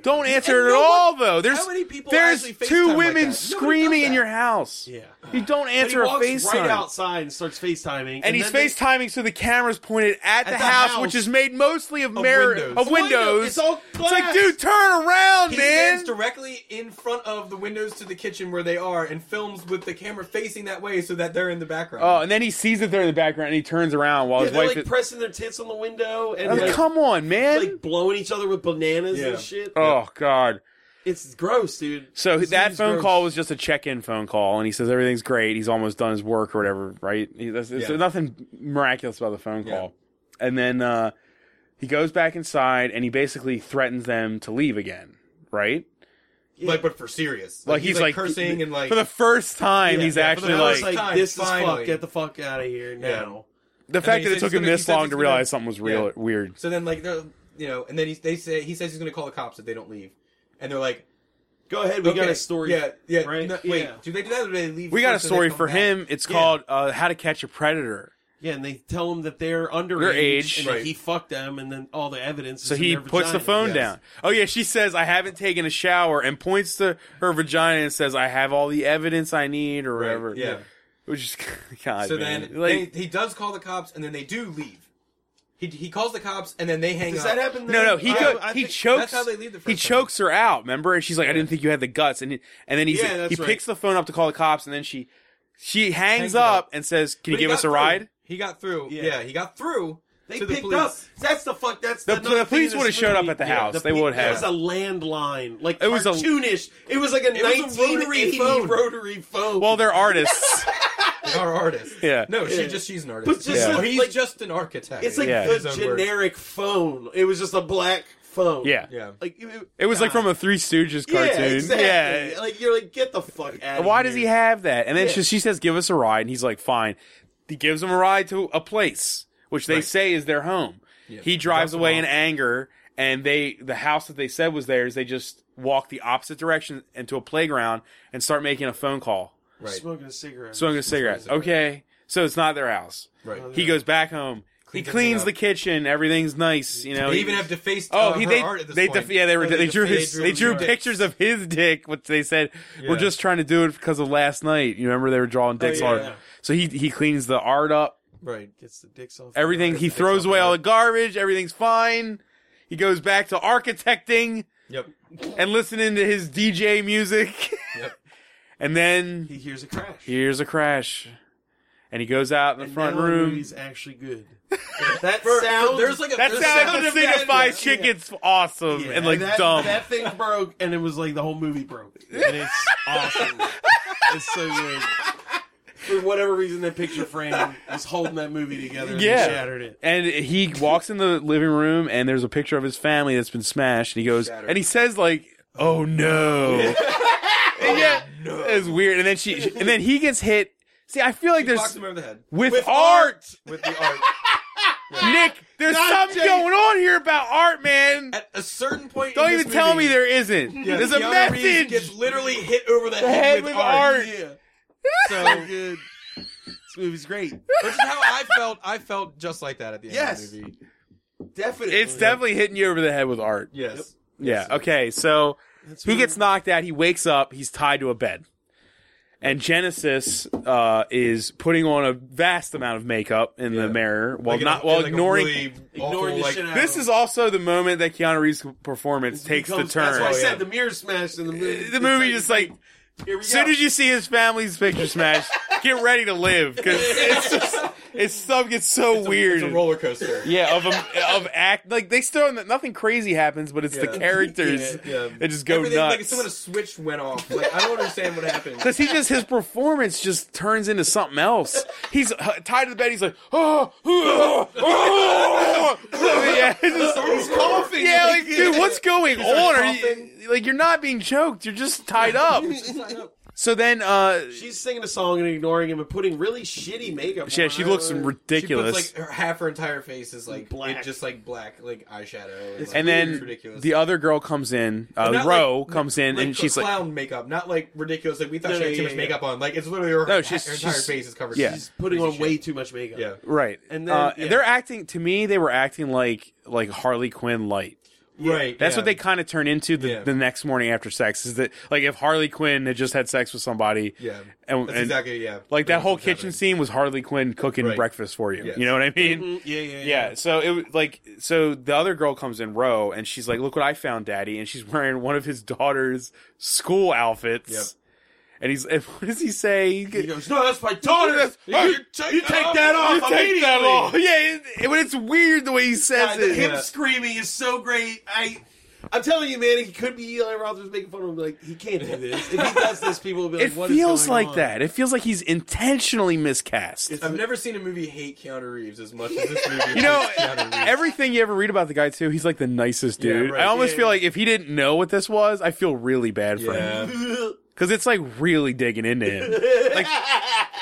I: don't answer it
G: And
I: at
G: no one-
I: all though. There's
G: how many people
I: there's
G: actually
I: two
G: FaceTime like that?
I: women
G: Nobody
I: screaming
G: does
I: in
G: that.
I: your house.
B: Yeah.
I: You don't
B: But he
I: answer
B: walks
I: a FaceTime.
B: right outside and starts FaceTiming,
I: and he's
B: then they-
I: FaceTiming so the camera's pointed at, the,
B: the
I: house,
B: house.
I: which is made mostly of, mirror
G: windows.
I: of
G: Of
I: windows.
B: windows. It's all
I: like,
B: glass.
I: dude, turn around,
G: He
I: man.
G: stands directly in front of the windows to the kitchen where they are and films with the camera facing that way so that they're in the background.
I: Oh, and then he sees that they're in the background, and he turns around while
B: Yeah,
I: his
B: they're
I: wife.
B: like
I: is,
B: pressing their tits on the window and
I: Oh,
B: like,
I: come on, man.
B: like blowing each other with bananas
G: Yeah.
B: and shit.
I: oh God.
B: It's gross, dude.
I: So
B: This
I: that
B: movie's
I: phone
B: gross.
I: call was just a check-in phone call, and he says everything's great. He's almost done his work or whatever, right? He, that's, it's-
G: Yeah.
I: There's nothing miraculous about the phone call. And then uh, he goes back inside, and he basically threatens them to leave again, right?
G: Like, but for serious.
I: Like, he's, like
G: cursing and like
I: for the first time,
G: Yeah,
I: he's
G: yeah, for the
I: actually
B: And I
I: like
B: was like,
G: first time,
B: this is
G: finally.
B: fuck. Get the fuck out of here now.
I: the fact
G: he
I: that it took
G: says he's
I: him
G: gonna- he
I: this
G: says
I: long
G: he's
I: to
G: gonna-
I: realize something was real
G: Yeah.
I: weird.
G: So then like they're you know, and then he they say he says he's gonna call the cops if they don't leave. And they're like,
B: Go ahead, we got
G: okay,
B: a story.
G: Yeah, yeah.
B: right?
G: no, wait,
B: Yeah.
G: do they do that or do they leave?
I: We got a
G: first and they
I: story
G: come
I: for
G: back?
I: him. It's
G: Yeah.
I: called uh, "How to Catch a Predator."
B: Yeah, and they tell him that they're underage,
I: age.
B: and
G: Right.
B: he fucked them, and then all the evidence.
I: So
B: is in
I: he
B: their
I: puts
B: vagina.
I: the phone
G: yes.
I: down. Oh yeah, she says I haven't taken a shower and points to her vagina and says I have all the evidence I need or
G: Right,
I: whatever.
G: yeah.
I: Which is God.
G: So
I: man.
G: then
I: like
G: they, he does call the cops and then they do leave. He, he calls the cops and then they hang
B: Does
G: up.
B: that happen?
I: no, no,
B: then?
I: he
B: I-
I: go,
B: I
I: he
B: think-
I: chokes.
G: that's how they leave the
I: he
G: first time.
I: chokes her out. Remember, and she's like, "I didn't think you had the guts." And he- and then he
B: Yeah, that's
I: he
B: right.
I: picks the phone up to call the cops, and then she she hangs,
G: Hangs it
I: up
G: up.
I: and says, "Can
G: But he
I: you give
G: got
I: us a
G: through.
I: ride?"
G: He got through.
B: Yeah.
G: Yeah, he got through.
B: They
G: to the
B: picked
G: police.
B: up. That's the fuck. That's
I: The-
B: another
I: the
B: thing
I: police
B: in this
I: would've showed up
B: movie.
I: at the
B: Yeah,
I: house. They
B: pe-
I: would
B: It was
I: have.
B: a landline, like
I: It
B: it
I: was
B: was
I: a-
B: cartoonish. It was like a
G: was a rotary
B: 1980
G: phone.
B: rotary phone.
I: Well, they're artists.
G: They are artists.
I: Yeah.
G: No, she
B: Yeah.
G: just she's an artist.
B: But just
G: yeah.
B: like-
G: or he's
B: like-
G: just an architect.
B: it's like
I: Yeah.
B: the
G: His own words.
B: generic phone. It was just a black phone.
I: yeah.
G: Yeah.
B: like it,
I: It was like from a Three Stooges
B: yeah,
I: cartoon.
B: exactly.
I: Yeah.
B: like you're like get the fuck out. of
I: Why
B: here.
I: does he have that? And then
B: Yeah.
I: she, she says, "Give us a ride," and he's like, "Fine." He gives him a ride to a place which they say is their home. He drives
G: Drops him
I: away in
G: off.
I: anger, and they the house that they said was theirs. They just walk the opposite direction into a playground and start making a phone call,
G: right.
B: smoking a cigarette?
I: smoking a cigarette.
G: cigarette.
I: Okay, so it's not their house.
G: Right.
I: He goes back home, He cleans the kitchen. Everything's nice. You know.
G: They
I: he-
G: even have defaced.
I: Oh,
G: uh,
I: he
G: her
I: they
G: art at this
I: they
G: point.
I: def- yeah they were
G: Or
I: they, drew
G: defa-
I: his they drew
G: her dick.
I: pictures of his dick which they said we're
G: Yeah. Oh,
I: just trying to do it because of last night you remember they were drawing dicks
G: yeah,
I: art
G: yeah.
I: so he he cleans the art up
G: Right, gets the dicks off.
I: everything he
G: Gets the dicks
I: throws
G: off
I: away all the
G: her.
I: garbage everything's fine he goes back to architecting
G: Yep.
I: and listening to his DJ music
G: Yep.
I: and then
B: He hears a crash.
I: here's a crash and he goes out in the
B: And
I: front
B: now the
I: room
B: movie's actually good. that
G: For-
B: sound.
G: There's like a
I: that
G: there's
I: sound
G: of
I: that signifies
G: madness.
I: chicken's awesome
B: Yeah,
I: and like
B: that,
I: dumb
B: That thing broke, and it was like the whole movie broke, and it's awesome. it's so good. For whatever reason, that picture frame was holding that movie together. And
I: Yeah.
B: yeah, shattered it.
I: And he walks in the living room, and there's a picture of his family that's been smashed. And he goes, and he says like, "Oh no!" And
G: Oh,
I: yeah, it's weird. And then she, and then he gets hit. See, I feel like
G: Box
I: there's
G: him over the head
I: with,
G: art.
I: art,
G: With the art.
I: Nick. There's something
G: Jay-
I: going on here about art, man.
G: At a certain point,
I: Don't
G: in
I: even
G: this
I: tell me
G: movie,
I: there isn't.
G: yeah,
I: there's a
G: Keanu Reeves
I: message.
G: Gets literally hit over the,
I: head,
G: head
I: with
G: art.
I: art.
B: Yeah, so good. This movie's great.
G: Which is how I felt. I felt just like that at the end
B: Yes.
G: of the movie.
B: Definitely,
I: It's definitely hitting you over the head with art.
G: Yes.
I: Yeah. Okay. So he
B: weird.
I: gets knocked out. He wakes up. He's tied to a bed. And Genesis uh, is putting on a vast amount of makeup in the mirror while
G: Like in a-
I: not while
G: in like a
I: ignoring.
G: really
B: ignoring
G: awful,
B: the
G: like-
B: shit out.
I: this is also the moment that Keanu Reeves' performance takes
B: becomes,
I: the turn.
B: That's why I
G: Oh, yeah.
B: said the mirror smashed in the movie.
I: The movie just like
B: here we
I: as soon
B: go.
I: as you see his family's picture smashed, get ready to live because it's just it's stuff gets so weird.
G: It's a roller coaster.
I: yeah, of a, of act like they still nothing crazy happens, but it's the
G: Yeah.
I: characters
G: Yeah.
I: that just go
G: Everything,
I: nuts.
G: Like some of the switch went off. Like I don't understand what happened.
I: Because he just his performance just turns into something else. He's uh, tied to the bed. He's like, oh, oh, oh, oh." yeah, it's just-
B: he's coughing.
I: yeah, like, dude, what's going on? Are
B: coughing.
I: you, like, you're not being choked. You're just tied up. so then, uh,
B: She's singing a song and ignoring him and putting really shitty makeup.
I: yeah,
B: on.
I: she looks ridiculous.
G: She puts, like her, half her entire face is like
B: Black.
G: It just like black, like eyeshadow. like,
I: and
G: it's
I: then
G: ridiculous.
I: the other girl comes in.
G: But
I: Uh,
G: not
I: Ro
G: like-
I: comes in,
G: like
I: and she's like,
G: clown makeup, not like ridiculous. Like we thought
B: No,
G: she had
B: no,
G: too
B: yeah,
G: much
B: yeah.
G: makeup on. Like it's literally her,
I: No, she's-
G: her entire
I: she's-
G: face is covered.
I: yeah.
G: in
B: She's putting on
G: crazy
B: way
G: shit.
B: too much makeup.
G: Yeah.
I: right,
B: And then,
I: uh,
B: yeah.
I: they're acting to me. They were acting like like Harley Quinn light.
G: Right.
I: That's
G: yeah.
I: what they kind of turn into the,
G: Yeah.
I: the next morning after sex. Is that like if Harley Quinn had just had sex with somebody?
G: Yeah.
I: and,
G: That's
I: and,
G: exactly yeah.
I: Like that
G: That's
I: whole
G: what's
I: kitchen
G: happening.
I: scene was Harley Quinn cooking
G: Right.
I: breakfast for you.
G: Yes.
I: You know what I mean?
B: Mm, Yeah, yeah, yeah.
I: Yeah. So it was like so the other girl comes in row and she's like, "Look what I found, Daddy!" And she's wearing one of his daughter's school outfits.
G: Yep.
I: And he's and what does he say?
B: He goes, no, that's my daughter. You, you take that off
I: You take that
B: immediately."
I: off. Yeah, it, but it's weird the way he says
B: God, the
I: it.
B: him screaming is so great. I, I'm telling you, man, he could be Eli Roth was making fun of him. Like he can't do this. If he does this, people will be like,
I: It
B: "What is
I: feels
B: going
I: like
B: on?"
I: that. It feels like he's intentionally miscast.
G: I've never seen a movie hate Keanu Reeves as much as this movie.
I: You know,
G: hates Keanu Reeves.
I: everything you ever read about the guy too, he's like the nicest dude.
G: right.
I: I almost
B: Yeah,
I: feel
B: yeah.
I: like if he didn't know what this was, I feel really bad for him
G: yeah.
I: because it's like really digging into him. like,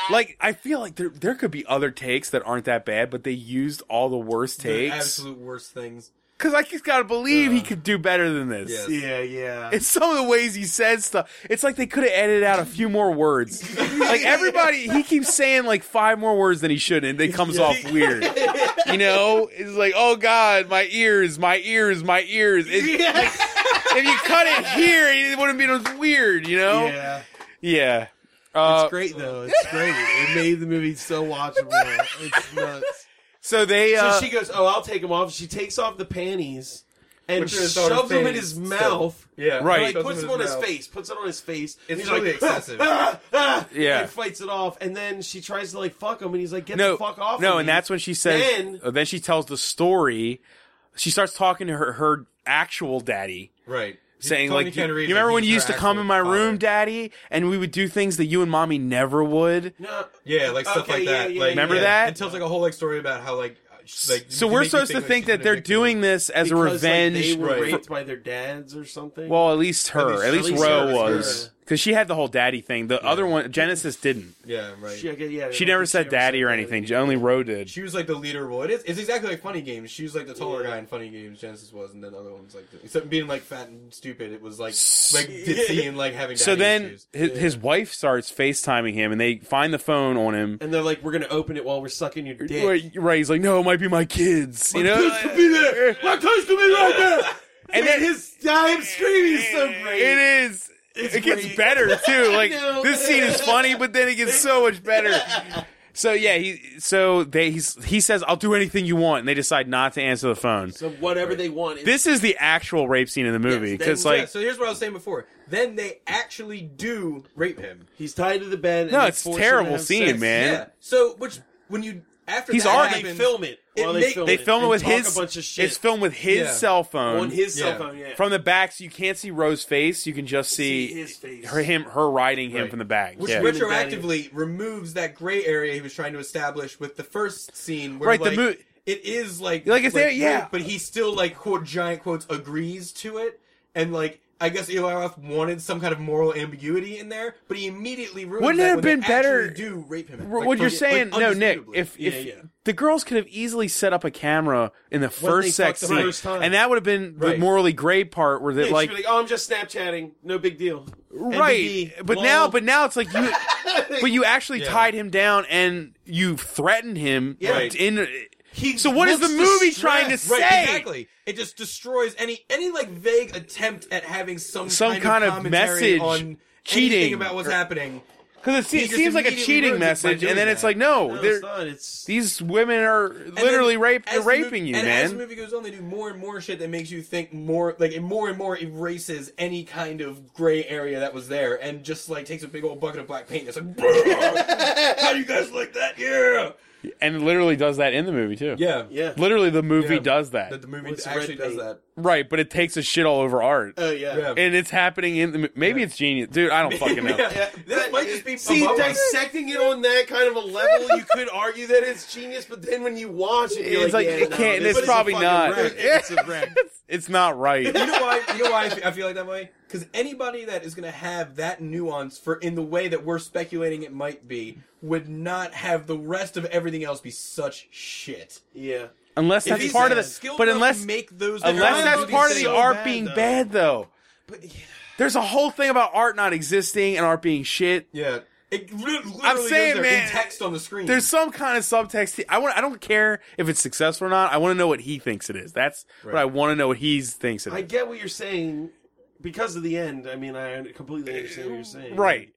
I: like I feel like there there could be other takes that aren't that bad, but they used all the worst
G: the
I: takes
G: absolute worst things.
I: because I just gotta believe he could do better than this.
G: Yes.
B: Yeah, yeah.
I: It's some of the ways he said stuff. It's like they could have edited out a few more words. Like everybody, he keeps saying like five more words than he should, and it comes off weird. You know, it's like, oh god, my ears, my ears, my ears. It- If you cut it here, it wouldn't be as weird. You know?
B: yeah.
I: Yeah. Uh,
B: It's great though. It's great. It made the movie so watchable. It's nuts.
I: so they. Uh,
B: So she goes, "Oh, I'll take them off." She takes off the panties and
G: Which are his daughter's
B: shoves them in
G: panties,
B: his
G: so-
B: mouth.
G: Yeah.
I: Right.
B: Like,
G: Shoves
B: puts
G: him
B: them on his
G: mouth.
B: face. Puts it on his face. and
G: It's
B: he's like,
G: really excessive.
B: "Ah, ah,"
I: Yeah.
B: And fights it off, and then she tries to like fuck him, and he's like, "Get
I: no,
B: the fuck off!"
I: no,
B: of
I: and
B: me."
I: that's when she says. uh,
B: Then-
I: Then, she tells the story. She starts talking to her her actual daddy.
G: Right. He's
I: saying
G: Tony
I: like, you,
G: Keanu Reeves,
I: you remember
G: like,
I: when
G: he's
I: you used to
G: her
I: come
G: actual
I: in my room,
G: father.
I: Daddy, and we would do things that you and Mommy never would.
B: no.
G: Yeah, like stuff
B: Okay,
G: like
B: yeah,
G: that.
B: yeah,
G: like,
I: Remember
G: yeah.
I: that?
G: It tells like a whole like story about how like, uh, sh- like
I: So
G: to
I: we're
G: make you
I: supposed to
G: like,
I: think
G: she's
I: that
G: been
I: they're
G: addicted to
I: doing
G: it.
I: this as
B: Because,
I: a revenge.
B: Like, they were
G: right.
B: raped by their dads or something.
I: well, at least her,
G: least-
I: at least,
G: at least
I: Ro
G: her,
I: was.
B: her.
I: because she had the whole daddy thing. The other one, Genesis didn't.
G: Yeah, right.
B: She, I guess- yeah,
I: She never said daddy or anything. Only Ro did.
G: She was like the leader role. It is, it's exactly like Funny Games. She was like the taller guy in Funny Games. Genesis was, and then other ones like except being like fat and stupid. It was like like ditzy and like having.
I: So
G: daddy
I: then
G: issues.
I: his, his wife starts FaceTiming him, and they find the phone on him.
B: And they're like, we're gonna open it while we're sucking your dick.
I: Where Ray's like, "No, it might be my kids," you know.
B: My coach could be right there.
I: And then
B: His damn screaming is so great.
I: It is. it gets
B: great.
I: better too. Like
B: know.
I: this scene is funny, but then it gets so much better. So yeah, he so they he's, he says, "I'll do anything you want," and they decide not to answer the phone.
B: So whatever they want. is-
I: this is the actual rape scene in the movie
B: Yes,
I: because
B: then-
I: like
G: yeah, so here's what I was saying before. Then they actually do rape him.
B: he's tied to the bed. and
I: no,
B: they
I: it's
B: force him to
I: terrible
B: have
I: scene,
B: sex.
I: man.
G: Yeah. So which when you after
I: He's
G: that
I: already
B: They
G: happened-
B: film it. While
G: It
B: they
G: make-
B: film
I: They
B: it
I: film it
B: and
I: with
B: talk
I: his.
B: a bunch of shit.
I: It's filmed with his
G: Yeah.
I: cell phone
B: on his
G: Yeah.
B: cell phone. Yeah,
I: from the back, so you can't see Rose's face. You can just see,
B: See his face.
I: her him her riding him
G: Right.
I: from the back.
G: Which
I: yeah.
G: retroactively removes that gray area he was trying to establish with the first scene, where
I: Right, the
G: like,
I: mo-
G: it is like
I: Like, it's there,
G: rape,
I: yeah.
G: but he still like quote giant quotes agrees to it, and like I guess Eli Roth wanted some kind of moral ambiguity in there, but he immediately ruined
I: Wouldn't
G: that
I: it have
G: when they
I: been better-
G: actually Do rape him?
I: R-
G: Like,
I: what you're
G: like,
I: saying, no, Nick.
G: undisputably.
I: If if
B: Yeah, yeah.
I: the girls could have easily set up a camera in the
B: they
I: first
B: fucked
I: sex
B: the
I: scene,
B: first time.
I: and that would have been the
G: Right.
I: morally gray part, where they
B: Yeah, she'd
I: like,
B: be like, oh, I'm just Snapchatting. No big deal.
I: right.
B: NBD,
I: But
B: lol.
I: now, but now it's like you, but you actually tied him down and you threatened him.
G: Right.
I: In
B: He
I: so, what is the
B: looks
I: movie
B: distressed.
I: trying to
G: Right,
I: say?
G: exactly. It just destroys any any like vague attempt at having some
I: Some kind of
G: commentary
I: message,
G: on
I: cheating,
G: anything about what's
I: or-
G: happening.
I: Because it se-
G: He just
I: seems like a
G: immediately
I: cheating
G: ruins it by
I: message,
G: doing
I: and then it's
G: that.
I: like, no,
B: No,
I: they're-
B: it's not. It's
I: these women are
G: And then
I: literally rape,
G: as
I: they're
G: the
I: raping
G: movie-
I: you,
G: and
I: man.
G: As the movie goes on, they do more and more shit that makes you think more, like it more and more erases any kind of gray area that was there, and just like takes a big old bucket of black paint. And it's like, "Bruh, how you guys like that? Yeah,
I: and it literally does that in the movie too.
G: yeah,
B: yeah.
I: Literally, the movie
G: Yeah.
I: does that.
G: That the movie
B: What's red
G: actually does
B: paint?
G: that.
I: Right, but it takes a shit all over art.
B: Oh yeah.
G: Yeah.
I: and it's happening in the maybe it's genius dude i don't fucking know
G: Yeah. This might just be
B: See,
G: above us.
B: dissecting it on that kind of a level, you could argue that it's genius, but then when you watch it, you're
I: It's
B: like,
I: like,
B: yeah,
I: it
B: no,
I: can't-
B: this
I: it's
B: is a
I: probably
B: fucking
I: not.
B: wreck. It's a wreck.
I: it's not right
G: you know why? You know why I fe- I feel like that way? Because anybody that is going to have that nuance for in the way that we're speculating it might be would not have the rest of everything else be such shit.
B: Yeah.
I: unless
G: If
I: that's
G: he's
I: part of the
G: skilled
I: but
G: enough to
I: unless
G: make those
I: unless
B: Art
I: that's
B: would be
I: part of the
B: so
I: art
B: bad,
I: being
B: though.
I: bad though
B: But yeah.
I: there's a whole thing about art not existing and art being shit
G: yeah. It li- literally
I: I'm
G: goes
I: saying,
G: there
I: man,
G: in text on the screen.
I: there's some kind of subtext he- i want i don't care if it's successful or not i want to know what he thinks it is that's what i want to know what he thinks it
B: I
I: is
B: get what you're saying because of the end. I mean, I completely understand what you're saying.
I: right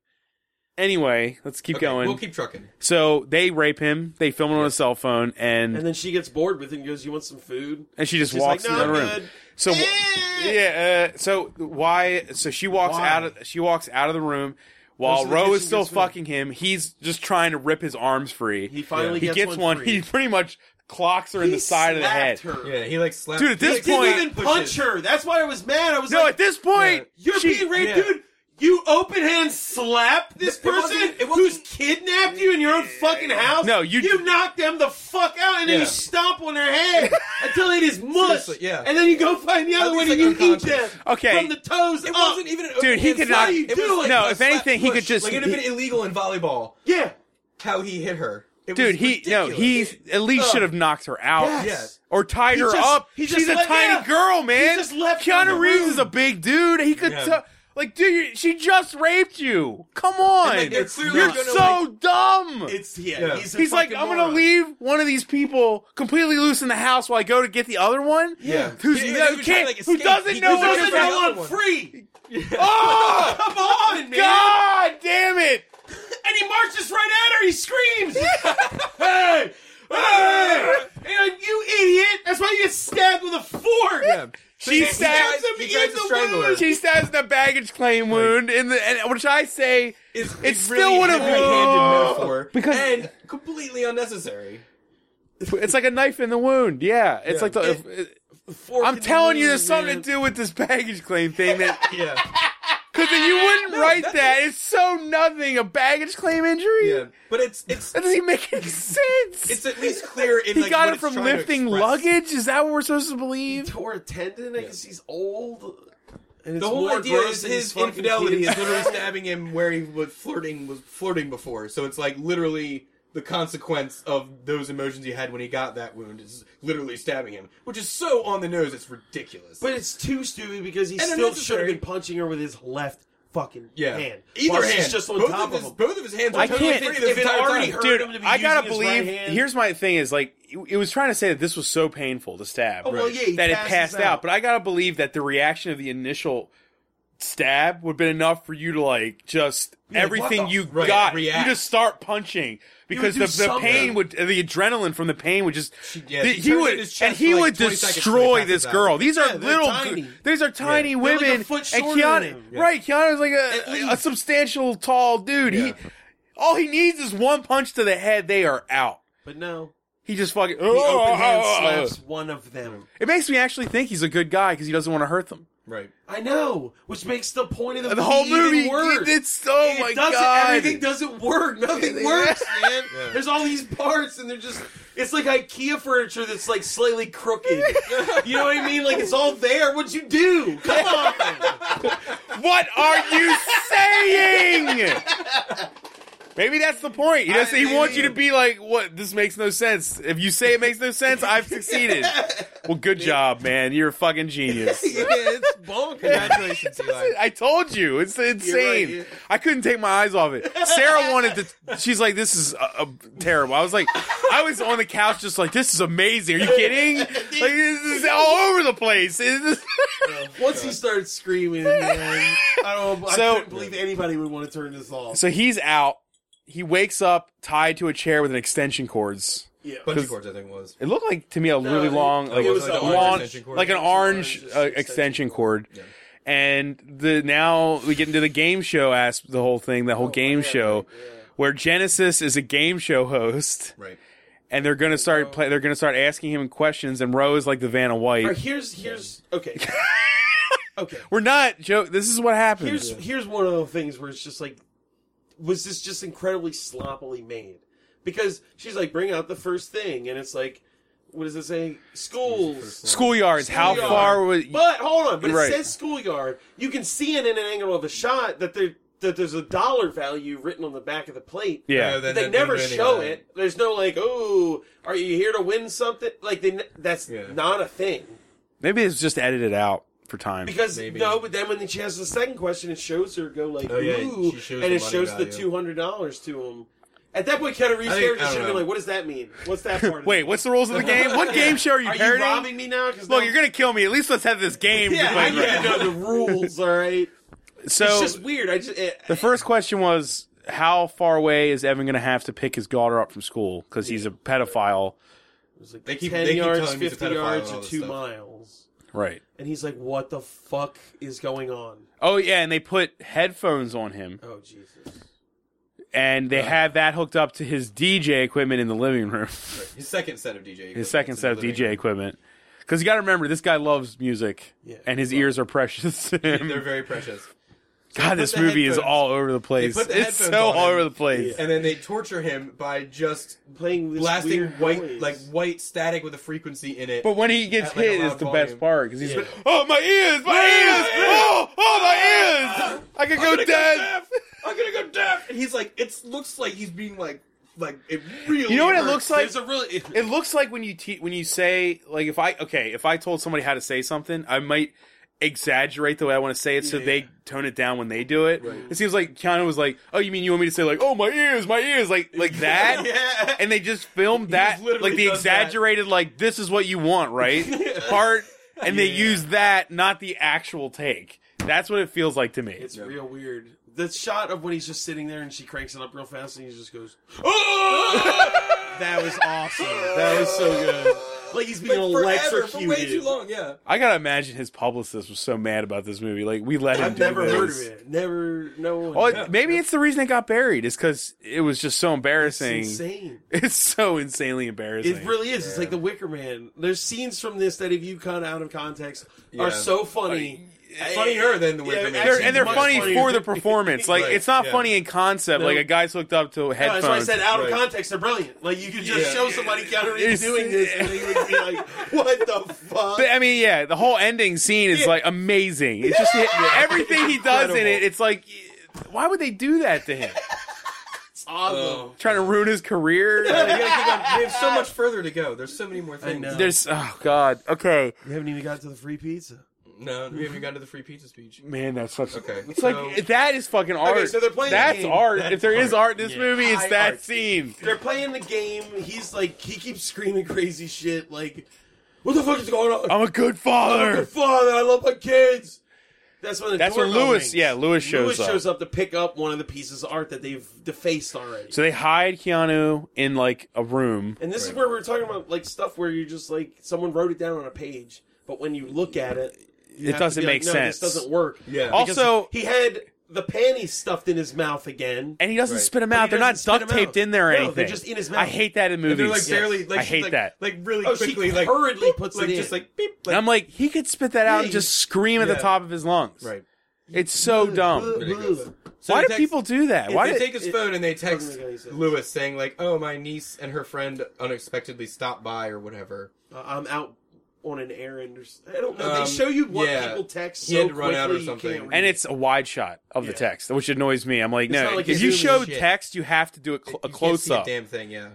I: anyway let's keep
G: Okay,
I: going
G: We'll keep trucking.
I: so they rape him they film it on a cell phone and
B: And then she gets bored with it and goes, "You want some food?"
I: and she just
B: She's
I: walks
B: like,
I: in
B: "No, I'm
I: the room.
B: good."
I: So wh- yeah, uh, so why? So she walks
B: Why?
I: out of she walks out of the room while
B: Goes to the
I: Roe is
B: kitchen,
I: still
B: gets food.
I: fucking him. He's just trying to rip his arms free.
B: He finally
I: he
B: gets,
I: gets
B: one.
I: one.
B: free.
I: He pretty much clocks her in the side of the head.
B: slapped Her.
G: Yeah, he like slapped.
I: Dude, at
G: he,
I: this
G: like,
B: Didn't
I: point-
B: even
G: pushes.
B: punch her. That's why I was mad. I was
I: No,
B: like,
I: at this point,
B: "You're
I: she-
B: being raped,
G: yeah.
B: dude." You open hand slap this
G: It wasn't-
B: person
G: it wasn't-
B: who's kidnapped you in your own fucking house.
I: No, you-
B: you knock them the fuck out, and then
G: Yeah.
B: you stomp on their head until it is mush.
G: Seriously, yeah.
B: and then you go find the other one
G: least,
B: and you
G: like,
B: eat them
G: unconscious.
I: Okay.
B: from the toes
G: It
B: up.
G: wasn't even an
I: Oh, Dude, he
G: open
I: could
G: slap.
I: not-
G: It was
B: Dude,
G: like
I: no,
G: a
I: if
G: slap
I: anything, he
G: push.
I: could just-
G: Like, it'd have been illegal in volleyball
B: yeah.
G: how he hit her. It
I: Dude,
G: was
I: he no,
G: ridiculous.
I: he at least should have knocked her out.
B: Yes.
I: Or tied
B: He
I: her
B: just-
I: up.
B: he
I: She's
B: just
I: a
B: left-
I: tiny
B: yeah.
I: girl, man.
B: just left her in
I: Keanu
B: the
I: Reeves
B: room.
I: is a big dude. He could
G: Yeah.
I: tell- like, dude, you- she just raped you. Come on,
G: And, like, they're clearly
I: you're
G: gonna,
I: so dumb.
B: It's yeah.
G: Yeah.
B: He's, a
I: He's like,
B: fucking
I: I'm gonna
B: moron.
I: leave one of these people completely loose in the house while I go to get the other one.
G: Yeah.
I: who's
G: Yeah,
I: who
G: he was
I: can't-
G: trying to, like,
I: who
G: escape.
I: doesn't
G: He
I: know
G: was
I: what
B: Wasn't
G: trying to
I: the
B: that
G: another
B: one
G: one.
B: free?
I: Oh
B: Come on, man!
I: God, damn it!
B: And he marches right at her. He screams, "Hey, hey!" And like, you idiot! That's why you get stabbed with a fork.
G: Yeah.
I: She
G: He
I: stabs
G: tries-
B: him
G: he
B: in
G: tries
B: the
G: to strangle her.
B: wound.
I: She stabs the baggage claim wound in the, and, which I say
G: It's,
I: It
G: it's
I: still
G: really
I: would've-
G: heavy-handed metaphor
I: Because-
G: and completely unnecessary.
I: it's like a knife in the wound. Yeah, it's
G: Yeah.
I: like the.
G: It-
I: it-
B: Fork in
I: I'm
B: the
I: telling you,
B: wound,
I: there's something
B: man.
I: to do with this baggage claim thing that
G: Yeah,
I: because you wouldn't write
G: that's-
I: that. It's so nothing. A baggage claim injury.
G: yeah, but it's it's
I: That doesn't make any sense.
G: it's at least clear. In,
I: he
G: like,
I: got
G: what
I: it
G: it's
I: from
G: trying to
I: lifting
G: express.
I: luggage. Is that what we're supposed to
B: He
I: believe?
B: tore a tendon. I guess he's old. And it's
G: The whole
B: more
G: idea
B: gross
G: is
B: than these
G: his
B: fucking
G: infidelity
B: kids.
G: is literally stabbing him where he was flirting was flirting before. So it's like literally the consequence of those emotions he had when he got that wound is literally stabbing him, which is so on the nose. It's ridiculous.
B: But it's too stupid because he
G: And
B: still should
G: unnecessary.
B: have been punching her with his left fucking
G: yeah,
B: hand.
G: either
B: While
G: hand.
B: She's just on
G: both
B: top
G: of
B: of
G: his,
B: him.
G: both of his hands. Are
I: I
G: totally
I: can't-
G: free
B: if
G: this
B: it
G: entire
B: already
G: time.
B: hurt
I: Dude,
B: him to be
I: I
B: using
I: gotta
B: his
I: believe.
B: right hand.
I: Here's my thing: is like it- it was trying to say that this was so painful to stab
B: Oh, well, yeah, he
I: that it
B: passes
I: passed out.
B: out.
I: But I gotta believe that the reaction of the initial stab would have been enough for you to like just
B: like, what
I: everything
B: the-
I: you
G: Right,
I: got.
G: react.
I: You just start punching because
B: do
I: the, the
B: something.
I: pain would, the adrenaline from the pain would just.
G: yeah,
I: the-
G: she
I: he
G: turns
I: would
G: in his chest
I: and he
G: for, like,
I: would
G: 20 seconds
I: destroy
G: and he
I: this
G: passes out.
I: girl. These are
B: Yeah, they're
I: little.
B: tiny.
I: gr- These are
B: like
I: tiny
B: a
I: women.
B: foot
I: and
B: shorter
I: Keanu,
B: than him. Yeah.
I: right? Keanu's like
B: At
I: a, a
B: least.
I: substantial, tall dude. He. All he needs is one punch to the head. They are out.
B: But no,
I: He just fucking.
B: the open hand slaps one of them.
I: oh, It makes me actually think he's a good guy because he doesn't want to hurt them.
G: Right.
B: I know, which makes the point of the,
I: The whole
B: movie,
I: movie,
B: even worse.
I: it's oh
B: it
I: my
B: doesn't.
I: god!
B: Everything doesn't work. Nothing works, man. There's all these parts, and they're just. It's like IKEA furniture that's like slightly crooked. you know what I mean? Like it's all there. What'd you do? Come on.
I: What are you saying? Maybe that's the point. He, doesn't, he wants you to be like, "What? This makes no sense." If you say it makes no sense, I've succeeded. Well, good job, man. You're a fucking genius.
G: Yeah, it's bonk. Congratulations, Eli.
I: I told you, it's insane.
G: yeah.
I: I couldn't take my eyes off it. Sarah wanted to. She's like, "This is uh, uh, terrible." I was like, I was on the couch, just like, "This is amazing." Are you kidding? Like, this is all over the place. Is this-
B: Once he started screaming, man, I don't. I
I: So-
B: couldn't believe anybody would want to turn this off.
I: so he's out. He wakes up tied to a chair with an extension cords.
B: yeah.
G: Bungee cords, I think it was.
I: It looked like to me a really
B: it-
I: long, like
B: it was
I: a
B: an
G: orange
I: long,
G: extension cord.
I: like an
G: It's
I: orange
B: orange
I: uh,
B: extension
I: extension cord. And the now we get into the game show as the whole thing,
B: Oh,
I: the whole game show, where Genesis is a game show host,
G: Right.
I: and they're gonna start play, they're gonna start asking him questions, and Roe is like the Vanna White.
B: All right, here's here's okay. Okay.
I: We're not joke. This is what happens.
B: Here's here's one of the things where it's just like, was this just incredibly sloppily made? Because she's like, bring out the first thing, and it's like, what does it say? Schools.
I: Schoolyards. How
B: Schoolyard.
I: far was?
B: But hold on, but
I: Right.
B: it says schoolyard. You can see it in an angle of a shot that there that there's a dollar value written on the back of the plate.
I: yeah.
G: No,
B: But
G: that-
B: they
G: Then
B: never
G: they're
B: show
G: winning,
B: it. There's no like, oh, are you here to win something? Like, they, n- that's
G: Yeah.
B: not a thing.
I: Maybe it's just edited out for time.
B: Because
G: Maybe.
B: no, but then when she has the second question, it shows her go like,
G: Oh, yeah,
B: ooh,
G: she shows
B: and
G: the
B: it
G: money
B: shows the
G: value.
B: two hundred dollars to him. At that point, Keanu Reeves'
G: I think-
B: character
G: I
B: should
G: don't
B: have
G: know.
B: been like, "What does that mean? What's that part?" of
I: Wait,
B: it?"
I: what's the rules of the game? What game show are you
B: Are you
I: parroting?
B: robbing me now? Cause now-
I: Look, you're gonna kill me. At least let's have this game. to
B: Yeah,
I: play
B: I need to
I: right.
B: know the rules. All right, it's
I: So
B: just weird. I just it,
I: the first question was, how far away is Evan gonna have to pick his daughter up from school because he's a pedophile?
G: They keep,
B: ten
G: they keep
B: yards,
G: telling me he's a
B: fifty
G: pedophile and
B: yards,
G: all
B: or
G: this
B: two
G: stuff.
B: miles.
I: Right.
B: And he's like, "What the fuck is going on?"
I: Oh yeah, and they put headphones on him,
B: Oh Jesus!
I: and they have that hooked up to his DJ equipment in the living room,
G: His second set of DJ.
I: his second set of DJ equipment. Because you got to remember, this guy loves music,
B: Yeah.
I: and his ears are precious. to him.
G: They're very precious.
I: God, this
G: the
I: movie is
G: headphones-
I: all over the place.
G: put the
I: It's
G: headphones
I: so
G: on
I: all
G: him.
I: over the place.
G: And then they torture him by just
B: Playing this
G: blasting
B: weird
G: white,
B: noise.
G: like white static with a frequency in it.
I: But when he gets
G: At, like, a
I: hit,
G: loud
I: is the
G: volume.
I: best part because he's
B: Yeah.
I: like, "Oh my ears, my ears! Oh, oh my ears! I could go
G: I'm gonna go
I: dead."
G: deaf. I'm gonna go deaf. And he's like, it looks like he's being like, like it really.
I: You know what it
G: hurts.
I: looks like?
B: There's a really
I: It looks like when you te- when you say like if I okay if I told somebody how to say something, I might exaggerate the way I want to say it so they tone it down when they do it. It seems like Keanu was like, "Oh, you mean you want me to say like, oh my ears, my ears, like like that?"
B: Yeah.
I: And they just filmed that
G: literally
I: like the
G: does that.
I: exaggerated like this is what you want, right? part and they use that, not the actual take. That's what it feels like to me.
B: It's real weird. The shot of when he's just sitting there and she cranks it up real fast and he just goes, "Ah!" That was awesome. That was so good. Like he's being
G: forever for
B: electrocuted.
G: way too long. Yeah.
I: I gotta imagine his publicist was so mad about this movie. Like we let him
B: I've
I: do
B: never
I: this.
B: heard of it. Never, no one.
I: Well, Oh, it- maybe it's the reason it got buried is because it was just so
B: It's
I: embarrassing. It's,
B: insane.
I: so insanely embarrassing.
B: It really is. It's like the Wicker Man. There's scenes from this that if you cut out of context
G: Yeah.
B: are so funny.
G: funnier than the Wicker
B: Yeah,
G: Man.
I: They're,
B: Actually,
I: and they're
B: much
I: funny
B: funnier
I: for the
B: than-
I: performance. Like
G: Right,
I: it's not
G: yeah.
I: funny in concept. Like a guy's hooked up to
B: No,
I: headphones.
B: that's why I said out of
G: Right.
B: context, they're brilliant. Like you could just
G: Yeah.
B: show somebody Keanu
I: It's-
B: Reeves doing this, and he would be like, "What the fuck?"
I: But, I mean, yeah, the whole ending scene is like amazing. It's just everything he does in it. It's like, why would they do that to him?
G: Oh.
I: Trying to ruin his career.
G: We
I: Like,
G: gotta keep on- we have so much further to go. There's so many more things.
B: know.
I: there's oh god. Okay,
B: We haven't even got to the free pizza.
G: No, we haven't gotten to the free pizza speech.
I: man, that's such.
G: Okay,
I: It's like
G: so-
I: that is fucking art.
B: so they're playing the
I: that's
B: game.
I: art.
B: That's
I: if there is art in this movie, it's
B: High
I: that
B: art.
I: scene.
B: They're playing the game. He's like, he keeps screaming crazy shit. Like, what the fuck is going on?
I: I'm a good
B: I'm a
I: father.
B: father. I love my kids. That's when the
I: That's when
B: doorbell
I: Lewis-
B: rings.
I: yeah, Lewis shows
B: Lewis
I: up.
B: shows up to pick up one of the pieces of art that they've defaced already.
I: So they hide Keanu in like a room.
B: and this is where we're talking about like stuff where you're just like someone wrote it down on a page, but when you look at it, you
I: It
B: have to
I: doesn't
B: be like,
I: make
B: "No,
I: sense."
B: This doesn't work.
G: Yeah.
B: Because
I: Also-
B: he had the panties stuffed in his mouth again.
I: And he doesn't
G: Right.
I: spit them
B: But he
I: out. They're not
B: doesn't spit
I: duct
B: 'em out.
I: taped in there or
B: No,
I: anything.
B: they're just in his
I: I
B: mouth.
I: hate that in movies.
G: They're like barely. Like,
I: I
G: she's
I: hate
G: like,
I: that.
G: Like really
B: Oh, she
G: quickly. like
B: hurriedly
G: boop,
B: puts it
G: like,
B: in.
G: Just like beep.
I: And
G: Like,
I: I'm like, he could spit that out and
B: Yeah,
I: just scream at the
G: yeah.
I: top of his lungs.
G: right.
I: It's so dumb.
G: So
I: Why
G: he
I: do
G: texts-
I: people do that? Why
G: they
I: do
G: take his
B: it-
G: phone and they
B: doesn't
G: text
B: make any sense.
G: Lewis saying like, "Oh, my niece and her friend unexpectedly stopped by or whatever."
B: Uh, I'm out on an errand. Or, s- I don't know.
G: Um,
B: they show you what
G: yeah.
B: people text. So
G: He had to run out
B: quickly
G: or
B: you
G: something.
B: can't read
I: and
B: it.
I: it's a wide shot of the
B: Yeah.
I: text, which annoys me. I'm like,
B: It's
I: no,
B: not like
I: if
B: it's
I: you
B: doing
I: show
G: shit.
I: text, you have to do a, cl- a
G: You can't
I: close
G: see a
I: up.
G: damn thing. Yeah.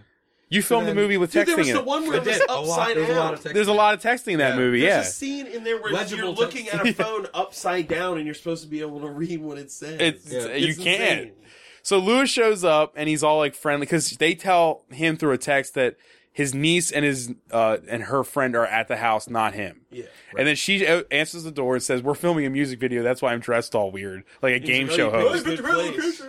I: You film the
G: then-
I: movie with
B: Dude, there
I: texting
B: was
I: in
B: the
I: it.
B: one where
G: I
B: it was
G: did. A lot-
B: upside
G: there was a lot
B: down.
G: of text.
I: There's a lot of texting in that
G: Yeah.
I: movie,
B: There's
I: yeah.
B: a scene in there where
G: Legible
B: you're looking
G: text.
B: at a phone upside down and you're supposed to be able to read what it says.
I: It's-
G: Yeah.
I: You
B: It's
I: can't.
B: insane.
I: So Lewis shows up and he's all like friendly because they tell him through a text that his niece and his uh, and her friend are at the house, not him.
B: Yeah.
I: And then she uh, answers the door and says, "We're filming a music video. That's why I'm dressed all weird, like a game
B: like,
I: show
B: "Oh, you
I: host."
B: good place.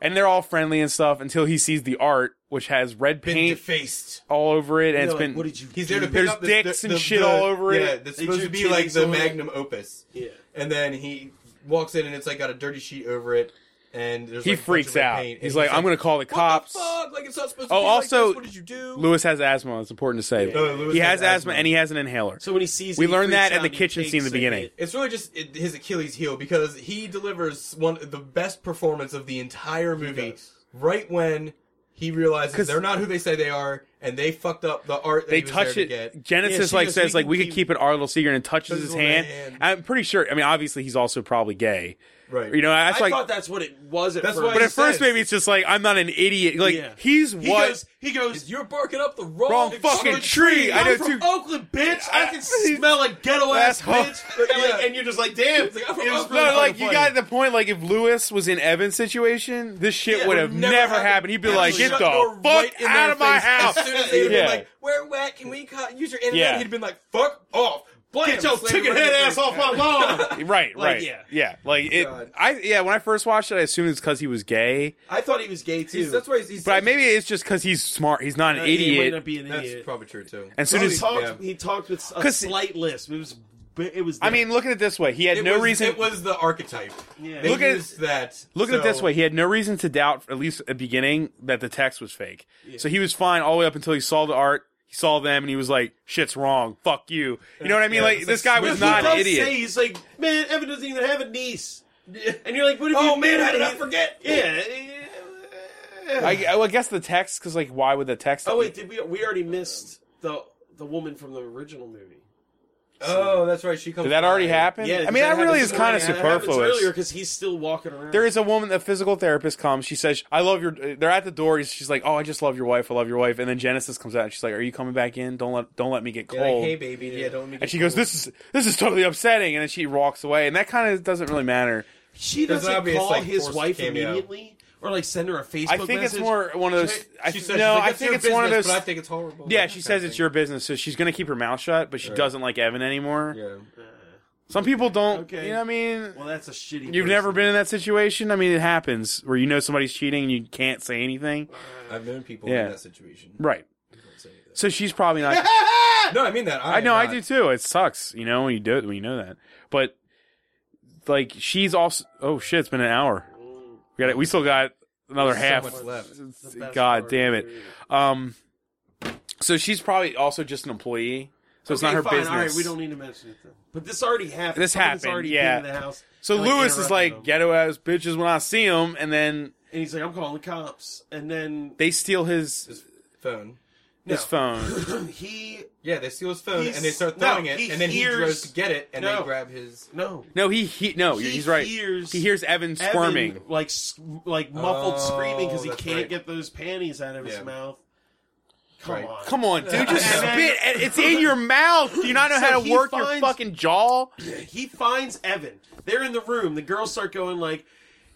I: And they're all friendly and stuff until he sees the art, which has red
G: Been
I: paint
G: defaced.
I: all over it, and
B: They're
I: it's
B: like,
I: been
B: what did you?
G: He's there to pick
I: There's
G: up the,
I: dicks
G: the-
I: and
G: the-
I: shit
G: the-
I: all over it.
G: Yeah, that's
B: They
G: supposed
B: drew
G: to be like
B: titties
G: the
B: on it.
G: magnum opus.
B: Yeah.
G: And then he walks in and it's like got a dirty sheet over it. And there's
I: he
G: like, a bunch of
I: freaks
G: red
I: out.
G: paint,
I: He's,
G: and
I: like, "I'm gonna call the
G: "What the
I: cops."
G: fuck? Like it's not supposed to
I: Oh,
G: be
I: also-
G: like this. What did you do?
I: Lewis has asthma. It's important to say.
G: No, Lewis
I: he has
G: has
I: asthma
G: asthma.
I: and he has an inhaler.
B: So when he sees, it,
I: We
B: he
I: learned that
B: freaks
I: at
B: out
I: the
B: and he
I: kitchen scene in the
B: takes a
I: beginning.
B: hit.
G: It's really just it- his Achilles heel because he delivers one the best performance of the entire movie
B: does.
G: right when he realizes they're not who they say they are and they fucked up the art that
I: they
G: he was
I: touch
G: there
I: it.
G: to get.
B: Yeah,
I: Genesis
B: she
I: like
B: goes,
I: says
B: "We
I: like
B: can
I: we could
B: keep-
I: keep it our little secret and touches his
G: his
I: hand.
G: hand.
I: I'm pretty sure. I mean, obviously he's also probably gay.
G: Right.
I: You know, that's
B: I
I: like.
B: thought that's what it was at
G: That's
B: first.
G: why
I: but
G: he
I: at first,
G: says-
I: maybe it's just like I'm not an idiot. Like
B: Yeah.
I: he's
B: he
I: what
B: goes, he goes.
G: You're barking up the wrong,
I: Wrong fucking tree. I
B: I'm
I: know
B: from
I: too.
B: Oakland, bitch. I can
I: I-
B: smell a ghetto ass
I: That's hot.
B: bitch. And, like,
G: Yeah.
B: and you're just like, damn.
G: It's like, I'm from
B: It was
G: Oakland.
I: No,
B: really
I: like
B: fucking
I: you
B: funny.
I: got the point. Like if Lewis was in Evan's situation, this shit
G: Yeah,
I: would have never, happened. He'd be like, "Get the
G: Shut
I: fuck
G: door right in
I: out
G: their
I: of my
G: face.
I: house!"
G: As soon as they'd
I: Yeah.
G: been like, "We're wet. Can we cut, use your internet?"
I: Yeah.
G: He'd been like, "Fuck off." Blam,
B: Get your
G: slam it
B: chicken
G: right
B: head
G: in
B: ass
G: their
B: off
G: face.
B: my lawn.
I: Right,
B: Like,
I: right, yeah,
B: yeah.
I: yeah. Like it,
G: God.
I: I yeah. When I first watched it, I assumed it's because he was gay,
B: I thought he was gay too.
G: He's- That's why he's. he's
I: but I, maybe it's just because he's smart. He's not an
B: He might
I: idiot.
B: not be an
G: that's
B: idiot.
G: probably true too.
I: As soon
B: Well, he
I: as
B: talked,
G: yeah.
B: he talked with a
I: 'Cause-
B: slight lisp. It was, it was.
I: I
B: there.
I: mean, look at it this way. He had
G: It
I: no
G: was-
I: reason.
G: It was the archetype.
B: Yeah.
G: They
I: Look at-
G: used that.
I: Look at it
G: so-
I: this way: he had no reason to doubt, at least at the beginning, that the text was fake. So he was fine all the way up until he saw the art. He saw them, and he was like, "Shit's wrong. Fuck you." You know what I mean?
G: Yeah,
I: like
G: it's
I: this
G: like
I: guy was
B: He
G: Swift
I: not an
B: does
I: idiot.
B: Say, he's like, man, Evan doesn't even have a niece,
G: Yeah.
B: and you're like, what? If
G: Oh
B: you
G: man, how did I
B: he-
G: forget?
B: Yeah.
I: I, I would guess the text, because like, why would the text?
B: Oh wait, did we? We already missed the the woman from the original movie.
G: Oh, that's right. She comes.
I: did that already
G: by.
I: happen?
B: Yeah,
I: I mean, that really is kind of superfluous.
B: Earlier, because he's still walking around.
I: There is a woman, a physical therapist comes. She says, "I love your." They're at the door. She's like, "Oh, I just love your wife. I love your wife." And then Genesis comes out, and she's like, "Are you coming back in? Don't let don't let me get
G: Yeah,
I: cold."
G: like, hey baby, yeah, don't make
I: And she goes, "This is this is totally upsetting," and then she walks away, and that kind of doesn't really matter.
B: She
G: There's
B: doesn't
G: an obvious,
B: call
G: like,
B: his
G: forced
B: wife
G: cameo.
B: immediately, or like send her a Facebook.
I: I think it's
B: message.
I: more one of those. I,
G: She
I: th-
G: says,
I: no,
G: she's like,
I: I
G: "That's
I: think
G: your
I: it's one of
G: business,
I: those.
G: But I think it's horrible.
I: yeah,
G: That
I: she
G: kind
I: says
G: of
I: it's
G: thing.
I: your business, so she's gonna keep her mouth shut, but she doesn't like Evan anymore.
G: Yeah.
I: Some people don't.
B: Okay.
I: You know what I mean?
B: Well, that's a shitty.
I: You've never been in that situation. I mean, it happens where you know somebody's cheating and you can't say anything.
G: I've known people
I: Yeah.
G: in that situation.
I: Right. So she's probably not.
G: No, I mean that. I,
I: I
G: am
I: know, I
G: not.
I: do too. It sucks, you know, when you do it, when you know that. But like, she's also. Oh shit! It's been an hour. We got it. We still got another half.
G: much left.
I: God damn it. Um, so she's probably also just an employee. So it's not her business.
B: All right, we don't need to mention it then. But this already happened.
I: This
B: Someone's
I: happened,
B: Already
I: yeah.
B: been in the house.
I: so
B: and,
I: Lewis is
B: interrupted
I: like
B: them.
I: ghetto ass bitches when I see him, and then
B: and he's like, I'm calling the cops, and then
I: they steal his
G: phone.
I: his phone.
B: he
G: Yeah, they steal his phone
B: He's-
G: and they start throwing
B: no,
G: it,
B: he
G: and then
B: hears-
G: he goes to get it, and
B: No.
G: they grab his.
B: no
I: No, he he no,
B: He
I: he's right.
B: hears
I: he hears Evan
B: Evan,
I: squirming.
B: like s- like muffled
G: Oh,
B: screaming because he
G: that's
B: can't
G: right.
B: get those panties out of his
G: Yeah.
B: mouth. Come
G: Right.
B: on,
I: Come on, dude, just
B: And then-
I: spit. and It's in your mouth. Do you not know
B: So
I: how to
B: he
I: work your
B: finds-
I: fucking jaw?
B: he finds Evan. They're in the room. The girls start going like,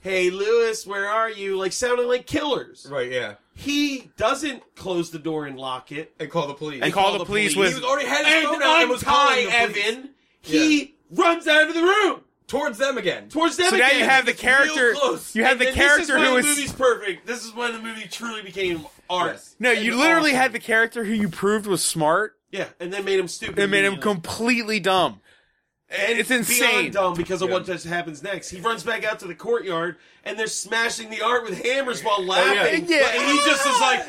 B: "Hey, Lewis, where are you?" Like sounding like killers.
G: Right, yeah,
B: He doesn't close the door and lock it.
G: and call the police.
I: And call, the police,
G: He
I: with
G: was already had his
B: And
G: phone out and was
B: untie
G: calling the police.
B: Evan. He runs out of the room
G: towards them again.
B: towards them.
I: So now you
B: again.
I: have the
G: It's real
I: character.
G: close.
I: You have the
B: And this
I: character
B: is when
I: who
B: the
I: is
B: movie's perfect. This is when the movie truly became art.
G: Yes.
I: no.
B: And oh.
I: You literally
B: awesome.
I: had the character who you proved was smart
B: yeah, and then made him stupid.
I: and made him
B: immediately.
I: completely dumb.
B: And
I: It's insane.
B: Beyond dumb because of what just happens next. He runs back out to the courtyard and they're smashing the art with hammers
G: Oh,
B: while laughing.
I: Yeah.
B: And he just is like,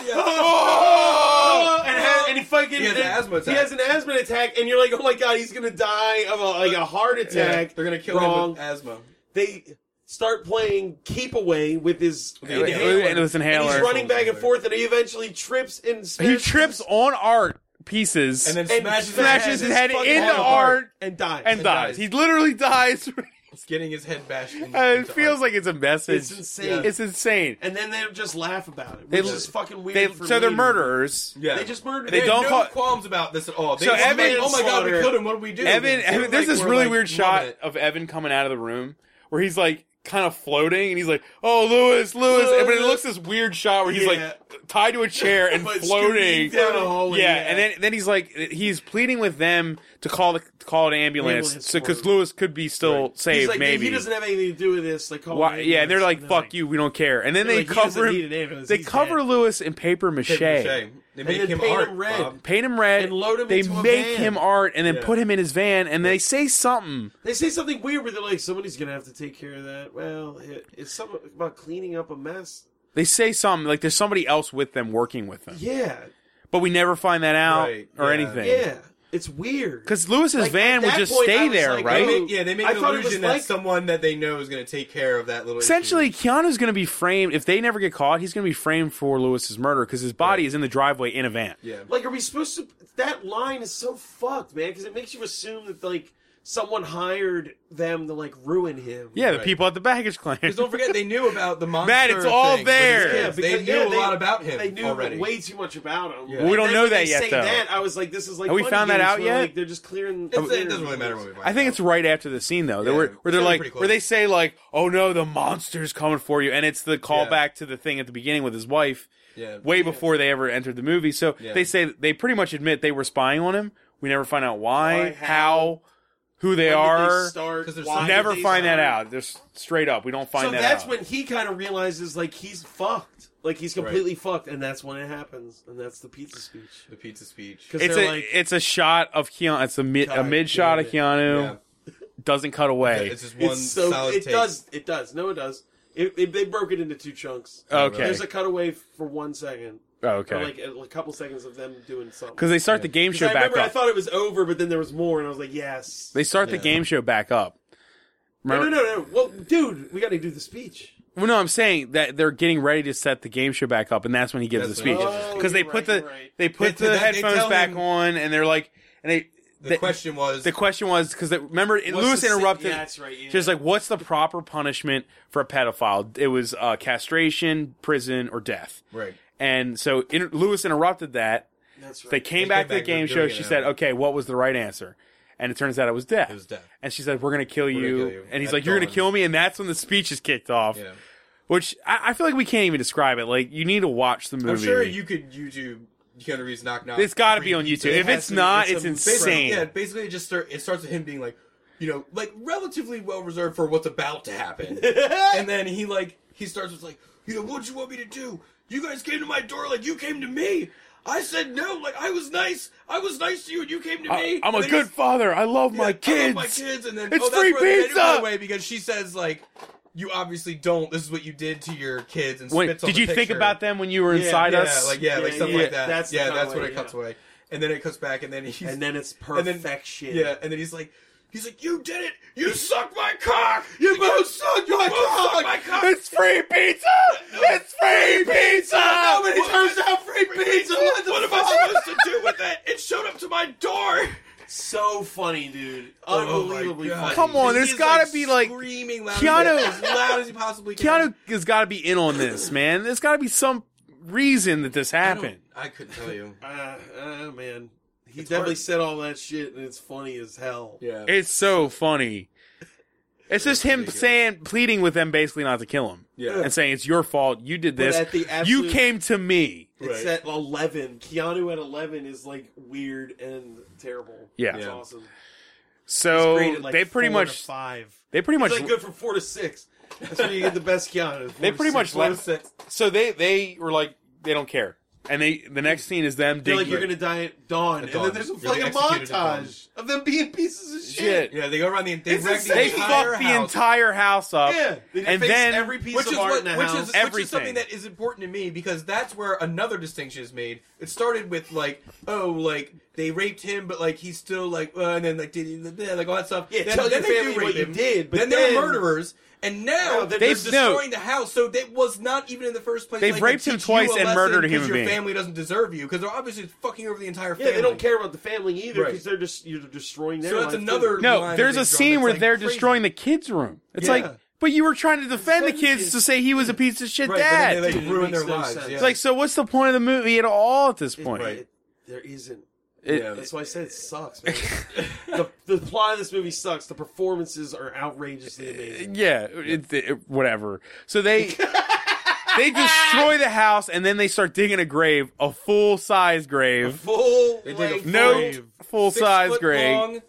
B: oh! and, ha- and he fucking
G: He has an asthma attack.
B: He has an asthma attack, and you're like, oh my god, he's gonna die of a, like a heart attack.
G: They're gonna kill
B: Wrong.
G: him with asthma.
B: They start playing keep away with his
I: it-
B: inhaler.
I: it was
B: And
I: inhaler.
B: he's running back and forth, and he eventually trips and
I: He
B: smashes-
I: trips on art pieces
G: And then
B: and
G: smashes,
I: smashes his head
B: fucking
I: into art
B: and dies.
I: and dies.
G: dies.
I: He literally dies.
G: It's getting his head bashed. In,
I: it
G: into
I: feels
G: art.
I: like it's a message.
B: It's insane.
I: It's insane.
B: and then they just laugh about it.
I: They-
B: Which is fucking weird.
I: They,
B: for
I: so
B: me
I: they're
B: to-
I: murderers.
G: Yeah.
B: They just murdered.
I: They
B: him.
I: don't
G: no
I: call-
G: qualms about this at all. They
I: So
G: just
I: Evan-
G: like, oh my god, we
B: Slaughter-
G: killed him. What do we do?
I: Evan,
G: They were
I: Evan there's
G: like,
I: this
G: we're,
I: really
G: like,
I: weird shot
G: loving it.
I: of Evan coming out of the room where he's like kind of floating and he's like, "Oh, Lewis, Lewis,"
B: Lewis.
I: but it looks this weird shot where he's
B: Yeah.
I: like tied to a chair and
B: But
I: floating.
B: scooting down a hallway, yeah.
I: yeah, and then then he's like he's pleading with them to call the to call an ambulance
B: Ambulance
I: because
B: for-
I: Lewis could be still saved
B: He's like,
I: maybe.
B: he doesn't have anything to do with this. Like, call
I: Why,
B: him
I: yeah, and they're like,
B: ambulance.
I: "Fuck you, we don't care." And then
B: They're
I: they
B: like, he doesn't
I: cover
B: need
I: him.
B: an ambulance,
I: They
B: he's
I: cover
B: dead.
I: Lewis in paper mache.
G: Shame. They make
B: then
G: him
B: paint
G: art.
B: him red.
G: Bob.
I: Paint him red.
B: And load him
I: they
B: into a
I: make
B: van.
I: him art, and then
G: Yeah.
I: put him in his van. And they say something.
B: They say something weird where they're like, somebody's gonna have to take care of that. Well, it, it's something about cleaning up a mess.
I: They say something like there's somebody else with them working with them,
B: Yeah,
I: but we never find that out
G: Right,
I: or
G: yeah.
I: anything.
B: yeah, it's weird.
I: Because Lewis's
B: Like,
I: van
B: at
I: would
B: that
I: just
B: point, I
I: stay
B: was
I: there,
B: like,
I: right?
B: oh,
G: They make- yeah, they make
B: I
G: an
B: thought it was
G: illusion that
B: like-
G: someone that they know is going to take care of that little. issue.
I: Essentially, Keanu's going to be framed. If they never get caught, he's going to be framed for Lewis's murder because his body is in the driveway in a van.
G: yeah.
B: Like, are we supposed to? That line is so fucked, man. Because it makes you assume that like someone hired them to like ruin him.
I: Yeah, the
G: Right.
I: people at the baggage claim.
G: Because don't forget, they knew about the monster.
I: Matt, it's all
G: thing with his
I: there.
G: kids.
B: Yeah, because,
G: they knew
B: yeah,
G: a lot about him
B: They knew
G: already.
B: way too much about him.
G: Yeah.
I: Well, we
B: And
I: don't
B: then
I: know
B: when
I: that
B: they
I: yet,
B: say
I: though.
B: That, I was like, this is like.
I: Have we
B: funny
I: found that
B: games
I: out
B: where,
I: yet?
B: Like, they're just clearing.
G: It's- it
B: clearing
G: doesn't really matter when we
B: things.
G: find
I: I think it's right after the scene though. They
G: Yeah.
I: were where they're
G: It's
I: like
G: pretty close.
I: where they say like, "Oh no, the monster's coming for you," and it's the callback
G: Yeah.
I: to the thing at the beginning with his wife,
G: Yeah.
I: way before they ever entered the movie. So
G: Yeah.
I: they say they pretty much admit they were spying on him. We never find out why,
B: Why,
I: how,
B: how,
I: who they
B: When did
I: are.
B: they start?
G: 'Cause there's
B: Why
G: some-
B: did
I: never
B: they
I: find that
B: start?
I: out. They're s- straight up. We don't find
B: so
I: that
B: that's
I: out.
B: when he kind of realizes like he's fucked, like he's completely fucked, and that's when it happens, and that's the pizza speech.
G: the pizza speech.
B: Because
I: it's
B: they're
I: a
B: like,
I: it's a shot of Keanu. It's a mid a
G: God
I: mid shot
B: damn
I: of
B: it.
I: Keanu. Doesn't cut away.
G: It's just one
B: it's so
G: solid
B: it
G: take.
B: does it does no it does it, it, they broke it into two chunks.
I: Okay.
B: there's a cutaway for one second,
I: okay.
B: or like a, a couple seconds of them doing something.
I: because they start the game
B: 'Cause
I: show
B: I
I: back
B: remember I
I: up.
B: thought it was over, but then there was more, and I was like, yes.
I: They start the
G: Yeah.
I: game show back up.
B: no,
I: Remember,
B: no, no, no. Well, dude, we got to do the speech.
I: Well, no, I'm saying that they're getting ready to set the game show back up, and that's when he gives
G: That's
I: the
G: when
I: speech
G: he gives
B: the
I: because
B: speech.
I: they
B: Oh,
I: put
B: you're right,
I: the
B: you're right.
I: they put
G: They-
I: the
G: they- they
I: headphones
G: tell
I: back
G: him-
I: on, and they're like, and they
G: The
I: they-
G: question was
I: the question was because remember it-
B: What's
I: Lewis
B: the si-
I: interrupted.
B: yeah, that's right, yeah.
I: She was like, "What's the proper punishment for a pedophile? It was uh, castration, prison, or death."
G: right.
I: And so inter- Lewis interrupted that.
B: That's right.
I: They came back to the
G: back, they were
I: game
G: doing
I: show.
G: it
I: She
G: now.
I: said, "Okay, what was the right answer?" And it turns out it was death. It
G: was death.
I: And she said, "We're gonna kill, you.
G: gonna kill you.
I: And he's
G: At
I: like, "You're gonna
G: dawn."
I: kill me." And that's when the speech is kicked off
G: Yeah.
I: which I, I feel like we can't even describe it. Like you need to watch the movie.
G: I'm sure you could YouTube Keanu Reeves knock knock.
I: It's gotta be on YouTube. If it's not, it's
G: Basically,
I: insane.
G: yeah, basically it just start, it starts with him being like, you know, like relatively well reserved for what's about to happen, and then he like he starts with like, you know, what you want me to do? You guys came to my door like you came to me. I said no, like I was nice. I was nice to you, and you came to
I: I,
G: me.
I: am a
G: And then
I: good
G: he's-
I: father. I love
G: Yeah,
I: my kids.
G: I love my kids, and then
I: it's
G: oh, that's
I: free
G: where they did it, by
I: pizza.
G: the way, because she says like, you obviously don't. This is what you did to your kids. And
I: Wait,
G: spits on
I: did
G: the
I: you think
G: picture.
I: about them when you were
B: Yeah,
I: inside
G: Yeah,
I: us?
G: like yeah, like
B: Yeah,
G: stuff
B: yeah,
G: like that.
B: that's the
G: yeah,
B: cutaway,
G: that's what it
B: yeah.
G: cuts away. and then it cuts back, and then he's
B: and then it's
G: and then-
B: perfection.
G: yeah, and then he's like, he's like, you did it, you sucked my cock, you both sucked my cock, my cock.
I: It's free pizza! It's free pizza!
G: How many times have free pizza? What, am I supposed to do with it? It showed up to my door.
B: So funny, dude.
G: Oh my
B: Unbelievably
G: God.
B: funny.
I: Come on,
G: And
I: there's
G: he's,
I: gotta be, like,
G: screaming loud
I: Keanu-
G: as, as loud as he possibly can.
I: Keanu has got to be in on this, man. There's got to be some reason that this
G: I don't-
I: happened.
G: I couldn't tell you.
B: Uh, uh, man. He definitely
G: hard.
B: said all that shit, and it's funny as hell.
G: Yeah.
I: It's so funny. It's just him saying, pleading with them basically not to kill him,
G: Yeah.
I: and saying it's your fault. You did this.
B: at the
I: you
B: absolute-
I: came to me.
B: It's
G: Right.
B: at eleven. Keanu at eleven is like weird and terrible.
I: Yeah.
B: it's
G: Yeah.
B: awesome.
I: So
B: Rated, like,
I: they pretty
B: four to
I: much,
B: five.
I: they pretty much,
B: It's like good from four to six. That's when you get the best Keanu.
I: they pretty much
G: Four to
I: left.
G: six.
I: So they they were like they don't care, and they the next scene is them
B: They're
I: digging.
B: like you're gonna die at dawn, and
G: dawn.
B: then there's a
G: You're
B: fucking
G: executed at
B: montage of them being pieces of shit.
I: shit.
G: Yeah, they go around the they
B: It's
G: wreck the
B: insane.
I: They
G: entire
I: fucked the
G: house.
I: entire house up,
B: Yeah, they
I: and
B: fixed
I: then
B: every piece
G: which
B: of
G: is
B: art
G: what,
B: in the
G: which
B: house.
G: is which is something
I: Everything.
G: that is important to me because that's where another distinction is made. It started with like, oh, like they raped him, but like he's still like, uh, and then like, did he, like all that stuff.
B: Yeah,
G: then,
B: tell
G: then
B: your
G: they
B: family
G: do rape
B: what you
G: him.
B: did, but
G: then, they
B: then- Oh,
G: were murderers, and now
B: No,
G: they're,
B: they-
I: no.
G: destroying the house. So that was not even in the first place.
I: They've
G: like,
I: raped
G: to
I: him
G: teach
I: twice
G: you a
I: and
G: lesson
I: murdered him
G: 'cause
I: again.
G: Your family doesn't deserve you because they're obviously fucking over the entire
B: Yeah,
G: family.
B: they don't care about the family either
G: Right.
B: because they're just you're destroying their.
G: So that's
B: life, too.
G: another. line
I: No,
G: that
I: there's
G: they
I: a
G: draw
I: scene
G: that's,
I: where
G: like,
I: they're
G: crazy.
I: destroying the kids' room. It's
G: Yeah.
I: like, but you were trying to defend the
B: Defend the
I: kids
B: kids.
I: to say he was a piece of shit
G: Right,
I: dad.
G: but then they like
B: Dude, it
G: ruin
B: makes
G: their
B: no
G: lives.
B: sense.
G: Yeah.
I: it's like, so what's the point of the movie at all at this point?
B: It- there isn't.
I: It-
G: Yeah.
B: That's why I said it sucks. Man. the, the plot of this movie sucks. The performances are outrageously amazing.
I: yeah, it, it- whatever. So they they destroy the house and then they start digging a grave, a full size grave,
B: Full
G: dig a
B: length
I: no
B: grave.
I: full
G: Six
I: size
G: foot
I: grave.
G: long,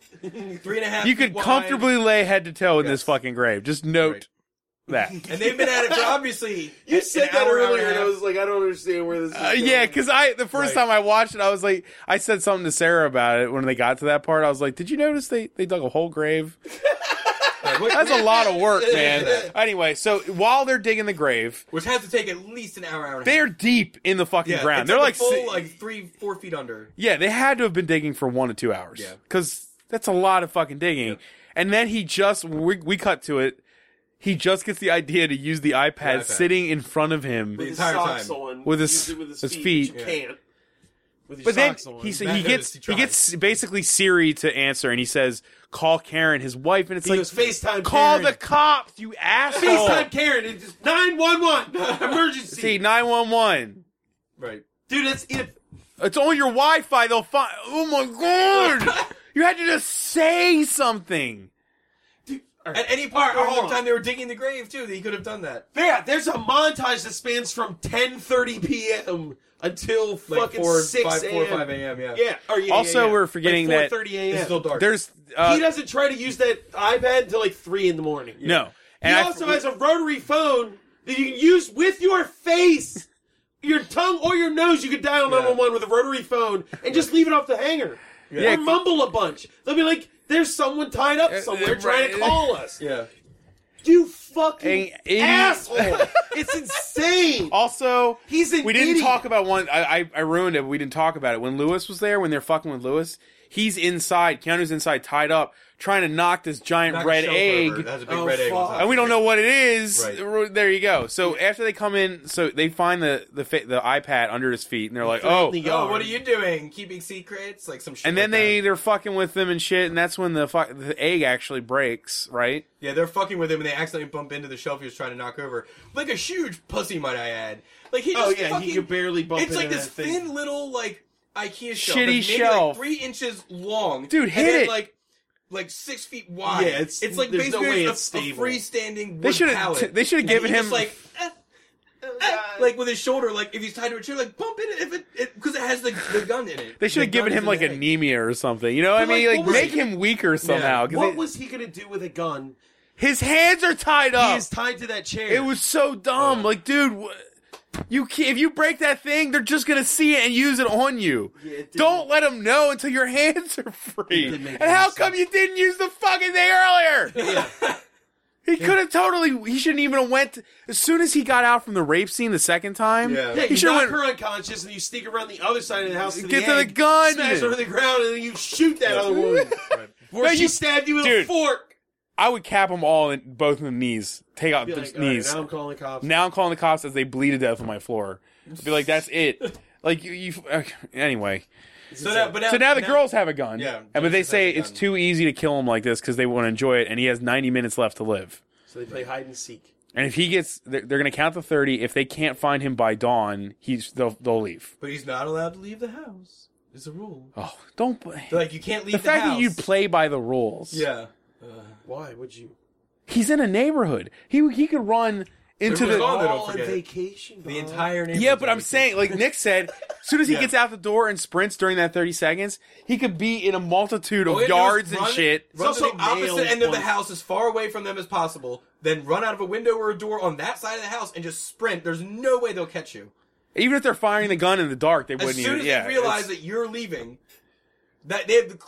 G: three and a half
I: you could
G: feet wide.
I: comfortably lay head to toe in this
G: Yes.
I: fucking grave. Just note that.
G: And they've been at it for obviously.
B: You
G: an
B: said that
G: hour, hour
B: earlier,
G: and
B: and
G: a
B: I
G: half.
B: was like, I don't understand where this is.
I: Uh,
B: going.
I: yeah, because I the first time I watched it, I was like, I said something to Sarah about it when they got to that part. I was like, Did you notice they they dug a whole grave?
G: Like, what-
I: That's a lot of work, man. anyway, so while they're digging the grave,
G: Which has to take at least an hour, hour and a half.
I: they're deep in the fucking
G: yeah,
I: ground.
G: it's
I: They're
G: a
I: like,
G: full,
I: si-
G: like three, four feet under.
I: yeah, they had to have been digging for one to two hours.
G: Yeah.
I: because that's a lot of fucking digging. And then he just we, we cut to it. He just gets the idea to use the iPad,
G: iPad.
I: sitting in front of him.
B: with his
G: entire
B: socks
G: time.
B: on,
I: With
B: you
I: his-
B: do it with his,
I: his
B: feet, but
G: feet.
B: you
G: Yeah.
B: can't. With your
I: But then
B: socks on.
I: he
G: Matt
I: he
G: noticed,
I: gets
G: he
I: he
G: tried.
I: gets basically Siri to answer, and he says, "Call Karen, his wife," and it's
B: He
I: like
B: goes, "FaceTime
I: Call
B: Karen."
I: the cops, you asshole.
B: FaceTime Karen and just nine one one emergency.
I: "Oh." See nine one one.
G: Right.
B: Dude, that's if
I: It's on your Wi-Fi. They'll find. Oh my god! you had to just say something.
G: At any part during
B: hold
G: the
B: on.
G: time they were digging the grave, too, that he could have done that.
B: yeah, there's a montage that spans from ten thirty p.m. until
G: Like
B: fucking
G: 4,
B: six
G: 5, 4 5
B: a.m.
G: a.m., yeah.
B: Yeah. Or, yeah,
I: Also,
B: yeah, yeah.
I: we're forgetting
B: like
I: that-
B: 4:30 a.m.
G: It's still dark.
I: There's uh,
B: he doesn't try to use that iPad until like three in the morning.
I: no.
B: He
I: And I-
B: also has a rotary phone that you can use with your face, your tongue, or your nose. You could dial 911 with a rotary phone and just leave it off the hanger.
I: Yeah.
B: Or mumble a bunch. They'll be like, there's someone tied up somewhere
I: uh,
B: trying to
I: right.
B: call us.
G: Yeah.
B: You fucking
I: An idiot.
B: asshole. it's insane.
I: also
B: He's an
I: we didn't
B: idiot.
I: talk about one. I, I I ruined it. but We didn't talk about it when Lewis was there. When they're fucking with Lewis, he's inside. Keanu's inside, tied up, trying to knock this giant
G: Knock a
I: red
G: shell
I: egg.
G: over. That's a big
B: Oh,
G: red egg. on
B: fuck.
G: top.
I: and we don't know what it is.
G: Right.
I: R- There you go. So after they come in, so they find the the fa- the iPad under his feet, and they're like,
B: it in
I: "Oh!"
B: the
G: Oh, what are you doing? Keeping secrets? Like some shit.
I: And then
G: like
I: they
G: that.
I: they're fucking with them and shit, and that's when the fu- the egg actually breaks, right?
G: Yeah, they're fucking with him and they accidentally bump into the shelf he was trying to knock over. Like a huge pussy, might I add. Like he just
B: Oh, yeah, he
G: fucking,
B: could barely bump
G: It's like
B: into
G: this
B: that thing.
G: thin little like IKEA shelf,
I: Shitty
G: that's maybe
I: shelf.
G: like three inches long.
I: Dude,
G: and
I: hit
G: then,
I: it.
G: Like like six feet wide.
B: Yeah, it's-
G: it's like
B: there's no
G: basically
B: way
G: a,
B: it's
G: a
B: stable.
G: freestanding.
I: They
G: wood
I: should've-
G: pallet.
I: they should've
G: And
I: given
G: he
I: him-
G: just like. eh, eh, like with his shoulder, like if he's tied to a chair, like bump in it if it because it, has the, the gun in it.
I: They should have given him like
G: a knee.
I: anemia or something, you know? What I
B: But,
I: mean,
B: like, what
I: like,
B: was
I: make
B: he-
I: him weaker somehow. 'cause
B: What
I: it-
B: was he going to do with a gun?
I: his hands are tied
B: He
I: up.
B: is tied to that chair.
I: It was so dumb. Like, dude, wh- you ca if you break that thing, they're just gonna see it and use it on you.
B: it didn't-
I: Don't let them know until your hands are free.
B: didn't make
I: And how
B: any
I: come you didn't use the fucking thing earlier? he could have totally. He shouldn't even have went. As soon as he got out from the rape scene the second time,
G: Yeah.
B: Yeah,
I: he
B: you
I: should
B: knock
I: have
B: her
I: went.
B: unconscious, and you sneak around the other side of the house. To
I: Get
B: the
I: to the
B: egg,
I: gun.
B: smash her to the ground, and then you shoot that other woman. Before
I: No,
B: she
I: you-
B: stabbed you with
I: Dude.
B: a fork.
I: I would cap them all in both of the knees. Take out
B: Be
I: the
B: like, "All right,
I: knees.
B: now I'm calling the cops.
I: Now I'm calling the cops as they bleed to death on my floor. Be like, that's it. Like you, you uh, anyway.
G: So now, but now,
I: So now the girls have a gun.
G: Yeah,
I: And- but they
G: Jesus has
I: say
G: a
I: it's
G: gun.
I: too easy to kill him like this because they want to enjoy it, and he has 90 minutes left to live.
B: So they play hide and seek.
I: And if he gets, they're, they're going to count to 30. If they can't find him by dawn, he's they'll they'll leave.
G: But he's not allowed to leave the house. It's a rule.
I: Oh, don't. pl-
G: They're like you can't leave
I: The
G: the,
I: fact
G: house.
I: that you play by the rules.
G: Yeah.
B: Why would you?
I: He's in a neighborhood. He he could run into
G: They're
I: the.
G: all- Oh, they don't
B: All on
G: forget.
B: vacation.
G: The
B: Bob.
G: entire neighborhood.
I: Yeah, but I'm saying, like Nick said, as soon as he
G: Yeah.
I: gets out the door and sprints during that 30 seconds, he could be in a multitude of
G: All you do Oh, is
I: yards and
G: run-
I: shit.
G: Run
B: It's
G: to
B: also
G: the opposite
B: nails
G: end of the
B: on-
G: house as far away from them as possible. Then run out of a window or a door on that side of the house and just sprint. There's no way they'll catch you.
I: Even if they're firing the gun in the dark, they
G: As
I: wouldn't
G: soon
I: even.
G: as
I: yeah,
G: they realize
I: it's-
G: that you're leaving, that they have to,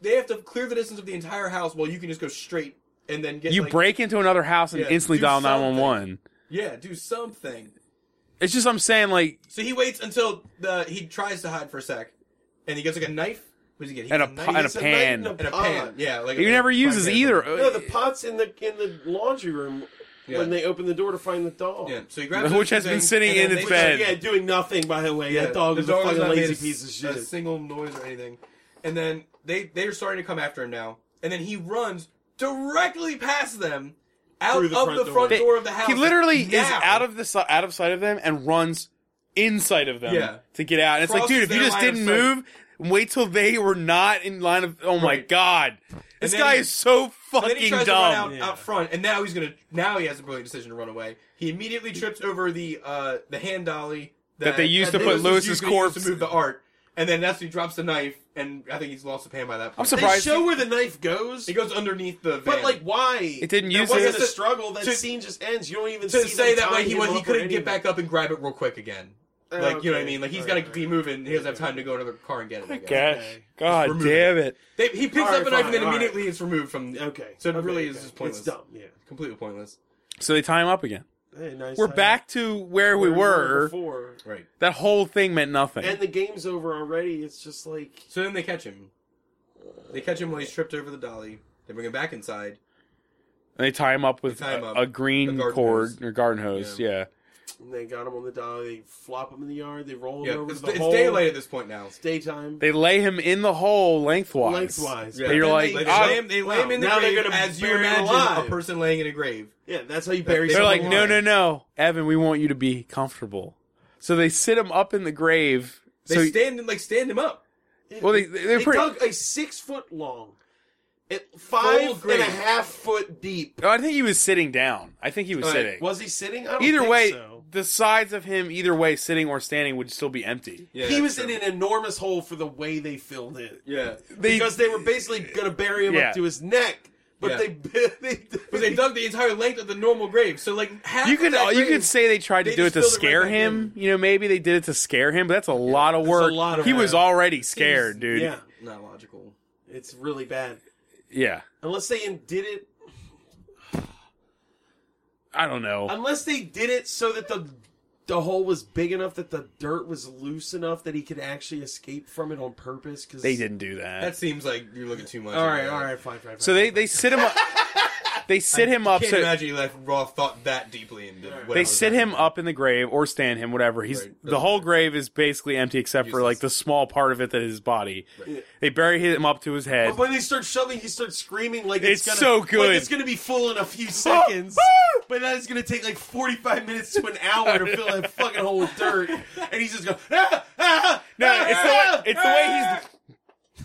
G: they have to clear the distance of the entire house while you can just go straight and then get
I: you
G: like,
I: break into another house and
G: Yeah,
I: instantly
G: do
I: dial
G: something.
I: 911.
G: Yeah, do something.
I: It's just I'm saying like
G: So he waits until the he tries to hide for a sec, and he gets like a knife. What does he get? He
I: And
G: gets
I: a
G: knife
I: pi- and a
B: It's night
I: pan.
B: in
G: and a pan.
B: pod.
G: Yeah, like
I: he
G: a-
I: never
G: like
I: uses
G: pan.
I: either.
B: No, the pot's in the in the laundry room
G: Yeah.
B: when they open the door to find the dog.
G: Yeah, so he grabs
I: Which
G: those two
I: has been
G: things,
I: sitting
G: and then
I: in its
G: they- uh,
I: bed.
B: Yeah, doing nothing. By the way, that dog
G: the
B: was a
G: dog has
B: fucking
G: not made
B: lazy
G: a-
B: piece of
G: A
B: shit.
G: single noise or anything. And then they they're starting to come after him now. And then he runs directly past them out
B: Through
G: of
B: the
G: the
B: front door.
G: front,
I: They-
G: door of the house.
I: He literally
G: now.
I: is out of the si- out of sight of them and runs inside of them
G: Yeah.
I: to get out. And it's like,
G: Crosses
I: dude, if you
G: their
I: just
G: line of
I: didn't
G: sight.
I: move, wait till they were not in line of. Oh my
G: Right.
I: god, this
G: then
I: guy
G: he-
I: is so
G: And then he
I: fucking
G: tries to run
I: dumb.
G: out, out front, and now he's gonna. Now he has a brilliant decision to run away. He immediately trips over the uh, the hand dolly
I: That they used to put
G: Lewis was
I: Lewis's
G: using to
I: corpse-
G: to move the art, and then that's when he drops the knife, and I think he's lost the pan by that point.
I: I'm
B: They
I: surprised.
B: show where the knife goes,
G: He goes underneath the van.
B: but like, why?
I: It didn't
B: That
I: use
B: wasn't
I: it.
B: a struggle. That
G: To-
B: scene just ends. You don't even
G: to
B: see
G: say
B: them
G: that way
B: tying
G: he
B: him
G: was he
B: up or
G: couldn't get
B: anything.
G: back up and grab it real quick again.
B: Oh,
G: Like you know what I
B: okay.
G: mean? Like he's got
B: Alright,
G: to be moving. He doesn't have time to go another car and get it. I guess.
I: Gosh, God
G: Remove
I: damn it!
G: They, he picks
B: Alright,
G: up a knife and then
B: fine,
G: immediately it's removed from.
B: Okay,
G: So it
B: okay,
G: really is
B: okay.
G: just pointless.
B: It's dumb. Yeah,
G: Completely pointless.
I: So they tie him up again.
B: Hey, nice
I: We're
B: time.
I: back to where we
B: Where
I: were.
B: before,
G: Right.
I: That whole thing meant nothing.
B: and the game's over already. It's just like
G: So then they catch him. They catch him while he's tripped over the dolly. They bring him back inside.
I: And they tie him up with
G: They tie him
I: a,
G: up.
I: a green
G: A garden
I: cord
G: hose.
I: or garden hose. Yeah.
G: Yeah.
B: they got him on the dolly. They flop him in the yard. They roll him
G: Yeah,
B: over
G: it's,
B: to the
G: it's
B: hole.
G: daylight at this point now.
B: It's daytime.
I: They lay him in the hole lengthwise.
B: Lengthwise.
G: Yeah.
I: And you're
B: Then
I: like,
G: Like, they,
I: "Ah."
G: lay him, they lay him in the
B: Now they're
G: grave
B: gonna
G: as you
B: bury him
G: imagine
B: alive.
G: a person laying in a grave.
B: yeah, that's how you bury.
G: They're
I: They're
B: someone
I: like,
B: alive.
I: no, no, no, Evan, we want you to be comfortable. So they sit him up in the grave.
G: They
I: so
G: stand him like stand him up.
I: well, they they're
B: They
I: pretty.
B: dug a six foot long, it, five and
G: grave.
B: a half foot deep.
I: No, Oh, I think he was sitting down. I think he was
G: All right,
I: sitting.
B: Was he sitting? I don't
I: either
B: think
I: way,
B: so.
I: the sides of him, either way, sitting or standing, would still be empty.
G: Yeah,
B: he was
G: true.
B: in an enormous hole for the way they filled it.
G: Yeah.
I: They-
B: because they were basically going to bury him
I: Yeah.
B: up to his neck, but
G: Yeah.
B: they they,
G: But they dug the entire length of the normal grave. So like half
I: You
G: of
I: could
G: that
I: you
G: grave-
I: could say they tried to
G: they
I: do it
G: just
I: to
G: filled it right
I: scare
G: back
I: him. You know, maybe they did it to scare him, but that's a lot of
B: a
I: work.
B: lot of
I: he
B: work.
I: was already scared, dude.
B: yeah,
G: not logical.
B: it's really bad.
I: yeah.
B: Unless they did it,
I: I don't know.
B: unless they did it so that the the hole was big enough that the dirt was loose enough that he could actually escape from it on purpose. Because
I: they didn't do that.
G: That seems like you're looking too much.
B: All
G: into
B: right,
G: that.
B: all right, fine, fine.
I: so
B: fine,
I: they
B: fine.
I: they sit him up. They sit him up.
G: Can't
I: so
G: imagine you left raw thought that deeply into. whatever
I: they
G: was
I: sit him
G: happening.
I: up in the grave or stand him, whatever. He's
G: Right.
I: the whole grave is basically empty except for like the small part of it that is his body. They bury him up to his head.
B: But when they start shoving, he starts screaming like it's,
I: It's
B: gonna,
I: so good.
B: Like it's gonna be full in a few seconds, but then it's gonna take like forty-five minutes to an hour to fill that fucking hole with dirt, and he's just going. Ah, ah,
I: No,
B: ah,
I: it's the way, it's the way
B: ah."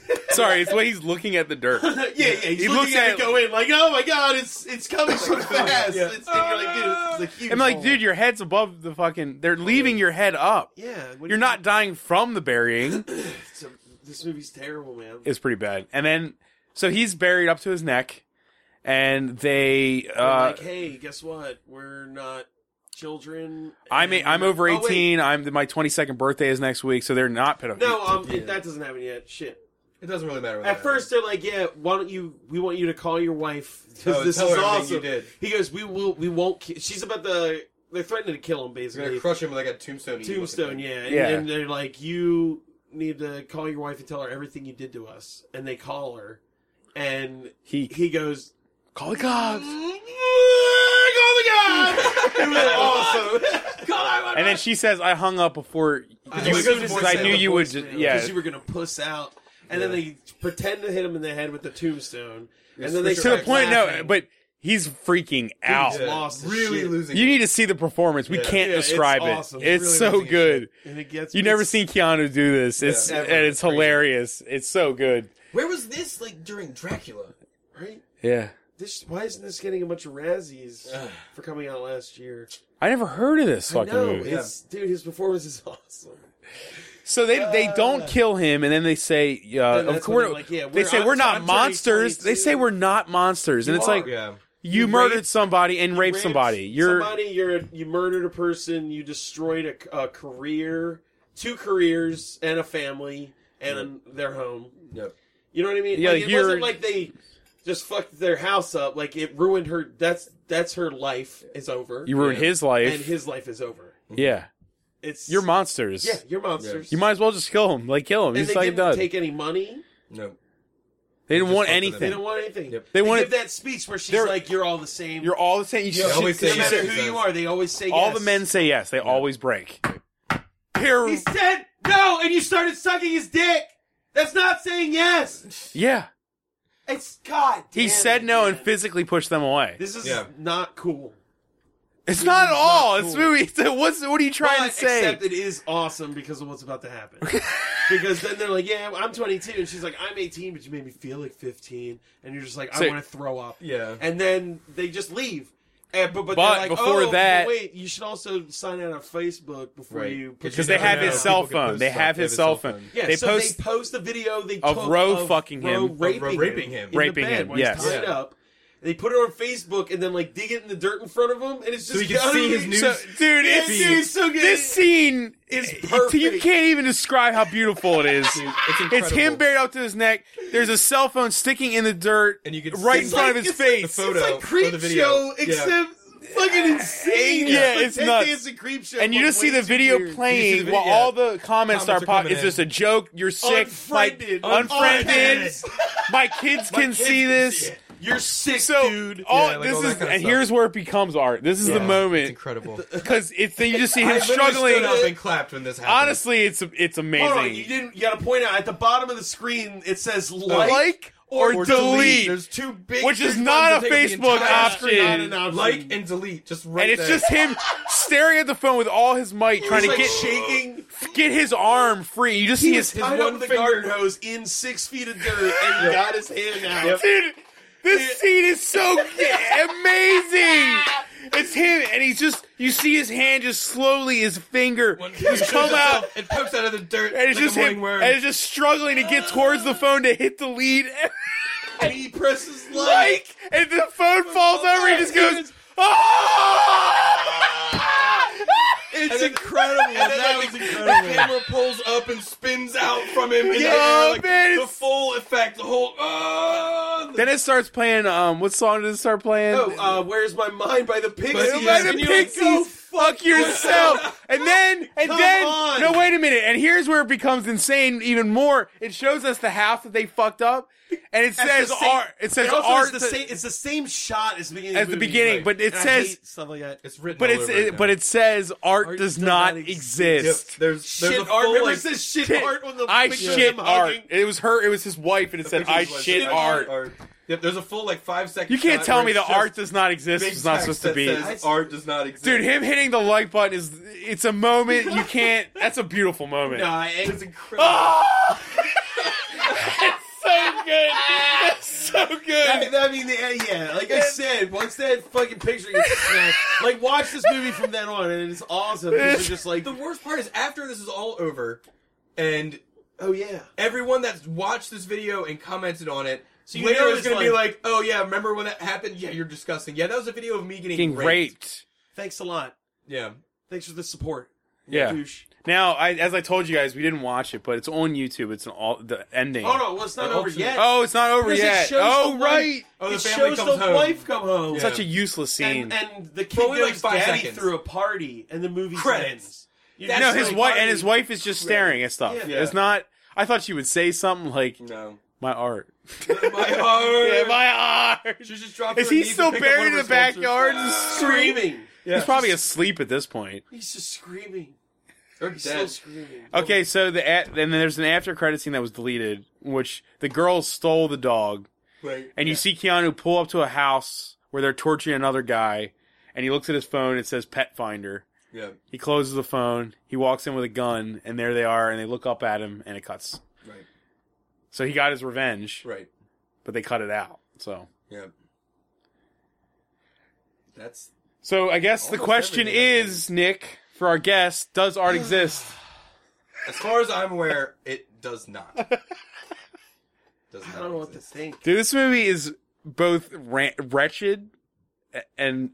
I: he's sorry, it's the way he's looking at the dirt.
B: Yeah, yeah, he's
I: He
B: looking
I: looks
B: at,
I: at
B: it
I: it-
B: go in like, oh my god, it's it's coming so fast.
G: Yeah.
B: It's, and you're like, dude, it's like huge.
I: I'm like,
B: hole.
I: dude, your head's above the fucking. They're leaving your head up.
B: yeah, what do
I: You're
B: you-
I: not dying from the burying.
B: It's a- this movie's terrible, man.
I: It's pretty bad. And then, so he's buried up to his neck, and they.
B: They're
I: Uh,
B: like, hey, guess what? We're not children.
I: I'm a,
B: and-
I: I'm over
B: Oh, wait.
I: 18. I'm my 22nd birthday is next week, so they're not pedophiles.
B: No, um, it- that doesn't happen yet. Shit.
G: It doesn't really matter. what
B: At
G: that
B: first, they're like, "Yeah, why don't you? We want you to call your wife because
G: Oh,
B: this
G: tell
B: is
G: her everything
B: awesome."
G: you did.
B: He goes, "We will. We won't. Ki-. She's about to. They're threatening to kill him,
G: is. They're gonna
B: basically.
G: crush him with like a tombstone.
B: Tombstone, yeah. And,
I: Yeah.
B: and they're like, "You need to call your wife and tell her everything you did to us." And they call her, and
I: He-
B: he goes,
I: Call the cops.
B: "It was awesome."
I: And then she says, "I hung up before
B: I-
I: you,
B: as soon as
I: because
B: I
I: I
B: said
I: knew
B: the
I: you would." Just,
B: voicemail,
I: yeah,
B: because you were gonna puss out. And then they pretend to hit him in the head with the tombstone, and then they
G: for
I: to the
B: start
I: point. No,
B: laughing.
I: but he's freaking out.
B: Yeah. lost his
G: Really
B: shit.
G: losing.
I: You need to see the performance. We can't
B: Yeah, it's
I: describe it.
B: awesome.
I: It's
G: Really
I: so
G: amazing
I: good.
B: and it gets
I: You never
B: it's-
I: seen Keanu do this. It's
G: Never.
I: and it's
G: Crazy.
I: hilarious. It's so good.
G: Where was this like during Dracula?
B: right.
I: Yeah.
B: This why isn't this getting a bunch of Razzies for coming out last year?
I: I never heard of this fucking
B: no,
I: movie.
B: it's dude, his performance is awesome.
I: So they they don't kill him, and then they say, uh,
B: Then
I: "Of
B: that's when they're
I: course,
B: like, yeah,
I: they
B: we're-
I: say
B: I'm-
I: we're not
B: I'm turning
I: monsters." They
B: 22.
I: say we're not monsters, and it's like
G: yeah.
I: you,
B: You
I: murdered
B: raped-
I: somebody and raped,
B: Raped
I: somebody. You're
B: somebody. You're you murdered a person. You destroyed a, a career, two careers, and a family, and their home.
G: Yep.
B: You know what I mean?
I: Yeah,
B: like, it
I: you're-
B: wasn't like they just fucked their house up. Like it ruined her. That's that's her life is over.
I: you ruined his life.
B: and his life is over.
I: yeah,
B: It's
I: you're monsters.
B: Yeah, you're monsters.
I: You might as well just kill him. Like kill him.
B: And
I: He's
B: they
I: like
B: didn't
I: done.
B: take any money.
G: No.
I: they didn't
G: just
I: want
G: fuck with
B: They
I: anything.
B: don't want anything.
G: Yep.
B: They
I: They wanted-
B: give that speech where she's
I: They're-
B: like, "You're all the same.
I: You're all the same. You
G: Yeah,
I: should-
G: always
I: you
G: say
B: no
G: yes.
I: should-
B: matter who you are." They always say
I: all
B: yes.
I: the men say yes. They always break. Here,
B: He said no, and you started sucking his dick. That's not saying yes.
I: yeah,
B: It's God.
I: he
B: damn
I: said
B: it,
I: no
B: man.
I: and physically pushed them away.
B: This is
G: Yeah.
B: not cool.
I: It's not at all.
B: cool.
I: It's movie. It's, what's what are you trying
B: But
I: to say?
B: Except it is awesome because of what's about to happen. because then they're like, "Yeah, I'm 22," and she's like, "I'm 18, but you made me feel like 15," and you're just like, "I
I: So-
B: want to throw up."
G: Yeah.
B: And then they just leave. And, but but,
I: But
B: they're like,
I: before
B: oh,
I: that-
B: wait, you should also sign out on Facebook before
G: Right.
B: you put
I: because
B: your
I: they have
B: name
I: his
B: down.
G: People
I: cell
G: can
I: phone.
G: post
I: They
G: stuff.
I: have
G: They
I: his
G: have
I: cell
G: his cell
I: phone.
G: phone.
B: Yeah,
I: they
B: so
I: post.
B: they post the video they
I: Of
B: took
I: Roe
B: of
I: fucking
B: Roe
I: him.
B: raping,
G: Of Roe raping him.
B: in the
I: Raping
B: bed
I: him,
B: while he's
I: yes.
B: tied
G: Yeah.
B: up. They put it on Facebook and then like dig it in the dirt in front of him, and it's just
G: he can see his
B: utterly-
G: news
I: so, dude,
B: Yeah,
I: it's,
B: dude, it's so good.
I: this scene
B: It's
I: it-
B: perfect.
I: You can't even describe how beautiful it is.
G: It's
I: it's
G: incredible.
I: him buried up to his neck. There's a cell phone sticking in the dirt,
G: And you can
I: right in
G: see-
I: front
B: like-
I: of
B: it's
I: his
B: like-
I: face.
G: photo
B: it's
G: or
B: like
G: the
B: creep
G: video.
B: show,
G: Yeah.
B: except fucking insane.
I: Yeah,
B: like
I: it's
B: Ted
I: nuts.
B: Danson creep show,
I: and you
B: but
I: just see
B: way
I: the
B: too
I: video
B: weird.
I: playing
G: You see the
I: while
G: video, yeah.
I: all the comments
G: Comments
I: start
G: are
I: popping.
G: coming
I: It's just
G: in.
I: a joke. You're sick.
B: Unfriended.
I: My, unfriended.
B: Unfriended.
I: My kids can see this.
B: You're sick,
I: So
B: dude.
I: all
G: Yeah, like
I: this
G: all that
I: is,
G: kinda
I: and
G: stuff.
I: here's where it becomes art. This is the
G: It's
I: moment
G: incredible.
I: because it's you just see him
G: Struggling up
I: struggling.
G: and clapped when this happened.
I: Honestly, it's it's amazing.
B: Hold on, you didn't. You got to point out at the bottom of the screen it says like,
I: like or, delete,
G: There's two big,
I: which is
G: big
I: not
G: ones
I: a
G: that take up the
I: Facebook
G: entire
I: option,
G: screen.
B: Not an option.
G: Like and delete, just right
I: and it's
G: there.
I: just him staring at the phone with all his might, trying
B: He's like
I: to get
B: shaking.
I: get his arm free. You just see
B: He
I: his,
B: was
I: his
B: tied
G: one
B: up with a
G: finger.
B: garden hose in six feet of dirt and got his hand out.
I: dude. This scene is so amazing. It's him, and he's just you see his hand just slowly, his finger just come out.
G: It pokes out of the dirt.
I: And it's
G: like
I: just
G: a morning
I: him,
G: worm.
I: and it's just struggling to get towards the phone to hit the lead.
B: And he presses like.
I: like, and the phone falls over. He just goes, "Oh!"
B: It's incredible.
G: And then,
B: that
G: like,
B: was
G: the-
B: incredible.
G: The camera pulls up and spins out from him. And
I: Yeah,
G: yeah, like,
I: "Oh, man,
G: the
I: it's-
G: full effect, the whole. Oh, the-
I: Then it starts playing. Um, what song did it start playing?
B: Oh, uh, where's my mind by the pixies?
G: Pixies.
I: By the
B: And you're like,
I: Pixies,
B: "Go
I: fuck yourself. And then, and
B: Come
I: then,
B: on.
I: no, wait a minute. And here's where it becomes insane even more. It shows us the house that they fucked up, and it
B: That's
I: says
B: the same-
I: art. It says
B: And also,
I: art
B: it's the
I: that-
B: same. It's the same shot as the beginning.
I: as
B: of
I: the
B: the movie.
I: beginning, but it
B: And I
I: says-
B: hate stuff like that.
G: it's written.
I: but
G: all
I: it's
G: over it
I: it,
G: now.
I: but it says art, does, not,
G: Yep,
I: exist.
G: there's there's
B: shit
G: a
B: art.
G: full,
B: Remember,
G: like,
B: it says shit,
I: Shit.
B: art on the
I: I
B: picture of
I: shit
B: him
I: art.
B: hugging.
I: It was her. It was his wife, and it said, "I
G: pictures, like,
I: shit
G: I
I: art."
G: Yep, there's a full like five second.
I: You can't
G: shot
I: tell
G: where
I: me the
G: it's just
I: art does not exist.
G: big
I: It's not
G: text
I: supposed to
G: that
I: be.
G: says art does not exist.
I: Dude, him hitting the like button is it's a moment you can't that's a beautiful moment.
B: Nah, it
G: it's incredible.
I: Ah! So good. That's so good.
B: I mean, yeah, yeah, like I said, once that fucking picture gets smashed, like watch this movie from then on, and it's awesome. Because you're just like,
G: The worst part is after this is all over, and
B: oh yeah,
G: everyone that's watched this video and commented on it
B: you
G: later
B: know
G: is
B: it's
G: going to be
B: like-
G: like, "Oh yeah, remember when that happened? Yeah, you're disgusting. Yeah, that was a video of me getting,
I: Getting raped.
B: thanks a lot,
G: Yeah,
B: thanks for the support.
I: Yeah.
B: Douche.
I: Now, I, as I told you guys, we didn't watch it, but it's on YouTube. It's an all the ending.
B: Oh no, well, it's not
G: The
B: over
G: ultimate-
B: yet.
I: Oh, it's not over
B: Because it
I: yet.
B: shows the
I: Oh,
B: wife-
I: right.
G: Oh, the
B: it
G: family
B: shows
G: comes
B: the
G: home.
B: wife come home.
I: Such a useless scene.
B: and, and the kid
G: But only, like,
B: goes
G: five
B: daddy
G: seconds.
B: through a party, and the movie
G: Credits.
B: ends. You
G: That's
I: no,
B: just
I: his
B: like,
I: wife and
B: party.
I: his wife is just staring at stuff.
B: Yeah.
I: It's not. I thought she would say something like
G: No.
I: "my art."
G: My heart.
I: Yeah, my art.
G: She just dropped
I: Is
G: to her
I: he
G: knees
I: still
G: and picked up
I: buried
G: one
I: in
G: of
I: the
G: her sculptures. Ah,
I: backyard? and screaming.
B: screaming.
I: He's probably asleep at this point.
B: He's just screaming.
G: Or
B: He's
G: dead.
B: still screaming.
I: Okay, so the a- and then there's an after credit scene that was deleted, which the girl stole the dog,
G: Like,
I: and you see Keanu pull up to a house where they're torturing another guy, and he looks at his phone. It says Pet Finder.
G: yeah.
I: He closes the phone. He walks in with a gun, and there they are, and they look up at him, and it cuts.
G: Right.
I: So he got his revenge,
G: Right.
I: but they cut it out. So,
G: Yeah. That's
I: so I guess the
G: Almost
I: question
G: everything, I
I: is, Nick, for our guest, does art exist?
G: as far as I'm aware, it does not. Does not.
B: I don't know what to
G: exist.
B: think.
I: Dude, this movie is both ra- wretched a- and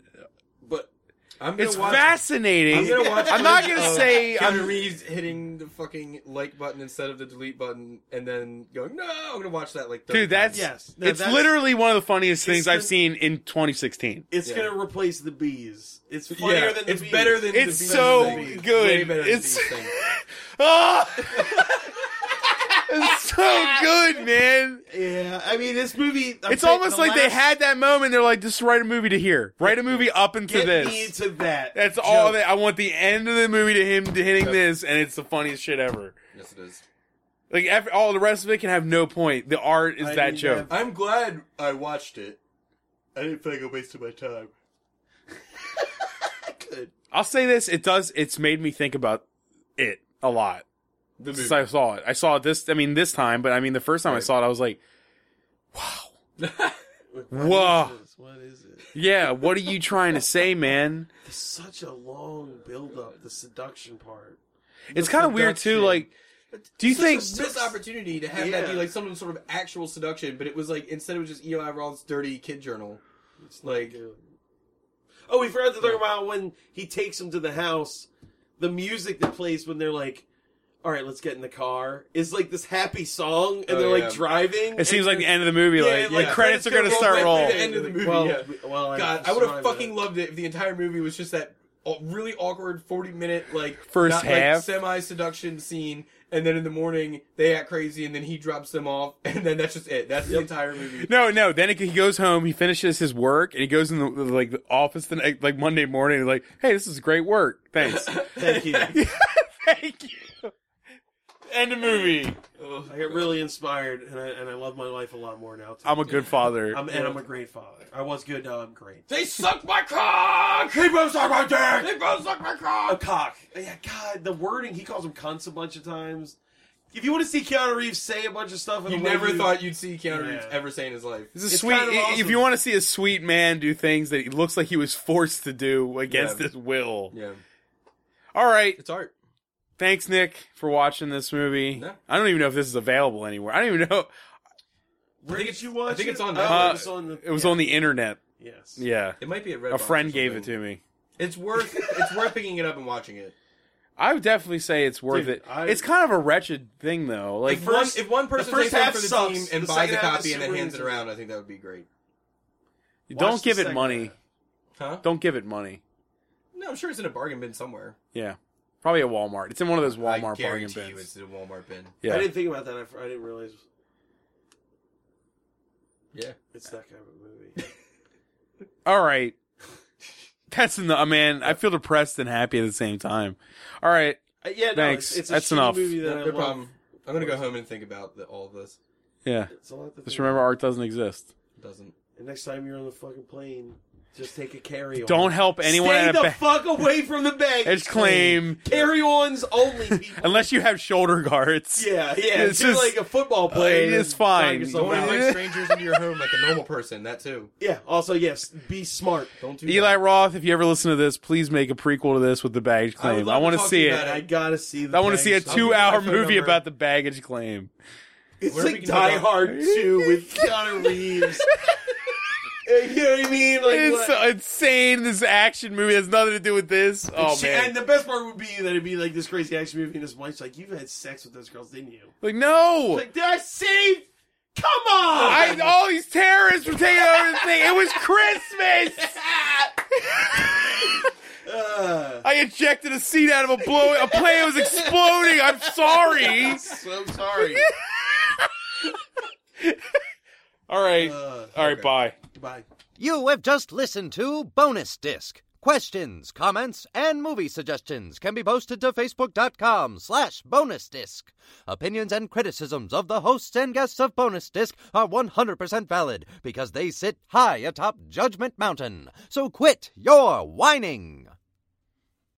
G: But I'm gonna
I: it's
G: watch.
I: fascinating.
G: I'm gonna watch.
I: I'm not
G: footage
I: gonna
G: of
I: say
G: Keanu
I: I'm-
G: Reeves hitting the fucking like button instead of the delete button, and then going, "No, I'm gonna watch that." Like, 30
I: Dude,
G: times.
I: that's
B: Yes. No,
I: it's
B: that's-
I: literally one of the funniest things I've
B: the-
I: seen in 2016.
B: It's
G: Yeah.
B: gonna replace the bees. It's
G: yeah,
B: funnier than the
G: it's
B: bees.
G: better than
I: It's
G: the Beatles
I: so
G: thing.
I: good.
G: Way better than
I: It's-
G: the Beatles thing.
I: Ah! it's so good, man.
B: Yeah, I mean this movie. I'm
I: It's
B: saying
I: almost
B: the
I: like they
B: last-
I: had that moment. They're like, just write a movie to here. Write a movie up into
B: get
I: this.
B: me to that.
I: That's all that I want. The end of the movie to him to hitting this, and it's the funniest shit ever.
G: Yes, it is.
I: Like ev all the rest of it can have no point. The art is
B: I
I: that
B: mean,
I: joke.
G: I'm glad I watched it. I didn't feel like I wasted my time.
I: I'll say this: it does. It's made me think about it a lot
G: The
I: since I saw it. I saw it this. I mean, this time, but I mean, the first time I saw it, I was like, "Wow, whoa,
B: What is it?
I: yeah." What are you trying to say, man?
B: It's such a long build up. The seduction part.
I: It's kind of weird too.
G: production.
I: Like, do you think?
G: It's a missed opportunity to have that be
B: Yeah.
G: like some sort of actual seduction, but it was like instead it was just Eli Roth's dirty kid journal. It's like
B: Oh, we forgot to talk about when he takes him to the house. The music that plays when they're like, "All right, let's get in the car," is like this happy song, and
G: Oh,
B: they're
G: yeah.
B: like driving.
I: It seems like the end of the movie. like, like
G: yeah.
I: credits are gonna start
G: roll
I: rolling.
G: right through the end of the movie,
B: Well,
G: yeah.
B: we- well,
G: God, I would have
B: survived
G: fucking
B: that.
G: loved it if the entire movie was just that aw- really awkward forty minute like
I: First half.
G: semi seduction scene, and then in the morning they act crazy, and then he drops them off, and then that's just it. That's the entire movie.
I: No, no. Then he goes home. He finishes his work, and he goes in the like the office the next, like Monday morning. And like, hey, this is great work. Thanks.
B: Thank you.
I: Thank you. End of movie.
B: I get really inspired, and I and I love my life a lot more now. Too.
I: I'm a good father.
B: I'm- and I'm a great father. I was good. Now I'm great.
G: They sucked my cock. They both sucked my dick. They both sucked my cock.
B: A cock. Yeah, God, the wording. He calls him cunts a bunch of times. If you want to see Keanu Reeves say a bunch of stuff, in
G: You
B: a way
G: never
B: you-
G: thought you'd see Keanu Reeves
B: Yeah.
G: ever say in his life.
I: This is
B: It's
I: sweet.
B: kind of
I: i- If
B: awesome.
I: you want to see a sweet man do things that he looks like he was forced to do against
G: Yeah.
I: his will.
G: Yeah,
I: All right.
G: it's art.
I: Thanks, Nick, for watching this movie.
G: Yeah.
I: I don't even know if this is available anywhere. I don't even know.
B: Where did you watch?
G: I think it's
B: it?
G: on
B: Oh,
G: Netflix.
B: it was on the.
I: It was on the internet.
B: Yes.
I: Yeah.
G: It might be at Redbox.
I: A friend
G: or
I: gave it
G: something.
I: to me.
G: It's worth. it's worth picking it up and watching it.
I: I would definitely say it's worth
B: Dude,
I: it.
B: I-
I: it's kind of a wretched thing, though. Like,
G: If
B: first-
G: one, if one person
B: first
G: takes one
B: half
G: for the
B: sucks.
G: team and
B: The
G: buys a
B: second half
G: copy
B: is
G: and then
B: super
G: hands it
B: entertaining.
G: around, I think that would be great.
I: don't
B: watch
I: give
B: the
I: it
B: second
I: money.
B: half.
G: Huh?
I: Don't give it money.
G: No, I'm sure it's in a bargain bin somewhere.
I: Yeah. Probably at Walmart. It's in one of those
G: I
I: Walmart bargain
G: guarantee you,
I: bins.
G: it's in a Walmart bin.
I: Yeah.
B: I didn't think about that. I, I didn't realize
G: Yeah.
B: it's that kind of a movie.
I: All right. That's enough, man. I feel depressed and happy at the same time. All right.
B: Uh, yeah. No,
I: Thanks.
B: It's, it's a
I: That's
B: shitty
I: enough.
B: Movie that I
G: no
B: love.
G: problem. I'm gonna go home and think about the, all of this.
I: Yeah.
B: It's a lot to
I: Just
B: think
I: remember art doesn't exist.
G: It doesn't.
B: And next time you're on the fucking plane, just take a carry on.
I: Don't help anyone
B: Stay
I: at a
B: the
I: ba-
B: fuck away from the baggage.
I: It's claim.
B: Carry ons only. People.
I: Unless you have shoulder guards.
B: yeah, yeah.
I: It's
B: It's just
I: just-
B: like a football player.
I: Uh, it's
B: and
I: fine.
B: knock yourself
G: Don't
I: Wow.
B: out.
G: invite strangers into your home like a normal person. That too.
B: Yeah. Also, yes. Be smart.
G: Don't do
I: Eli
G: that.
I: Roth, if you ever listen to this, please make a prequel to this with the baggage
G: would
I: claim.
G: love
I: I
G: to
I: want to
G: talk to
I: see
G: you
I: it.
G: about
B: I gotta see. The
I: I want to see a
B: baggage claim.
I: two-hour
G: I'll give you my phone
I: movie
G: number.
I: about the baggage claim.
B: It's
G: Where we
B: like
G: can hook
B: Die
G: up.
B: Hard 2 with Keanu Reeves. You know what I mean? Like,
I: It's
B: what-
I: so insane. This action movie has nothing to do with this. Oh
B: She-
I: man!
B: And the best part would be that it'd be like this crazy action movie, and his wife's like, "You've had sex with those girls, didn't you?"
I: Like no,
B: Like, did I save? Come on!
I: I, all these terrorists were taking over the thing. It was Christmas.
B: Uh,
I: I ejected a seat out of a blow. A plane was exploding. I'm sorry.
B: so sorry.
I: All right,
B: Uh,
I: all right. Bye.
B: goodbye.
A: You have just listened to Bonus Disc. Questions, comments, and movie suggestions can be posted to facebook.com slash bonus disc. Opinions and criticisms of the hosts and guests of Bonus Disc are 100% valid because they sit high atop Judgment Mountain. So quit your whining.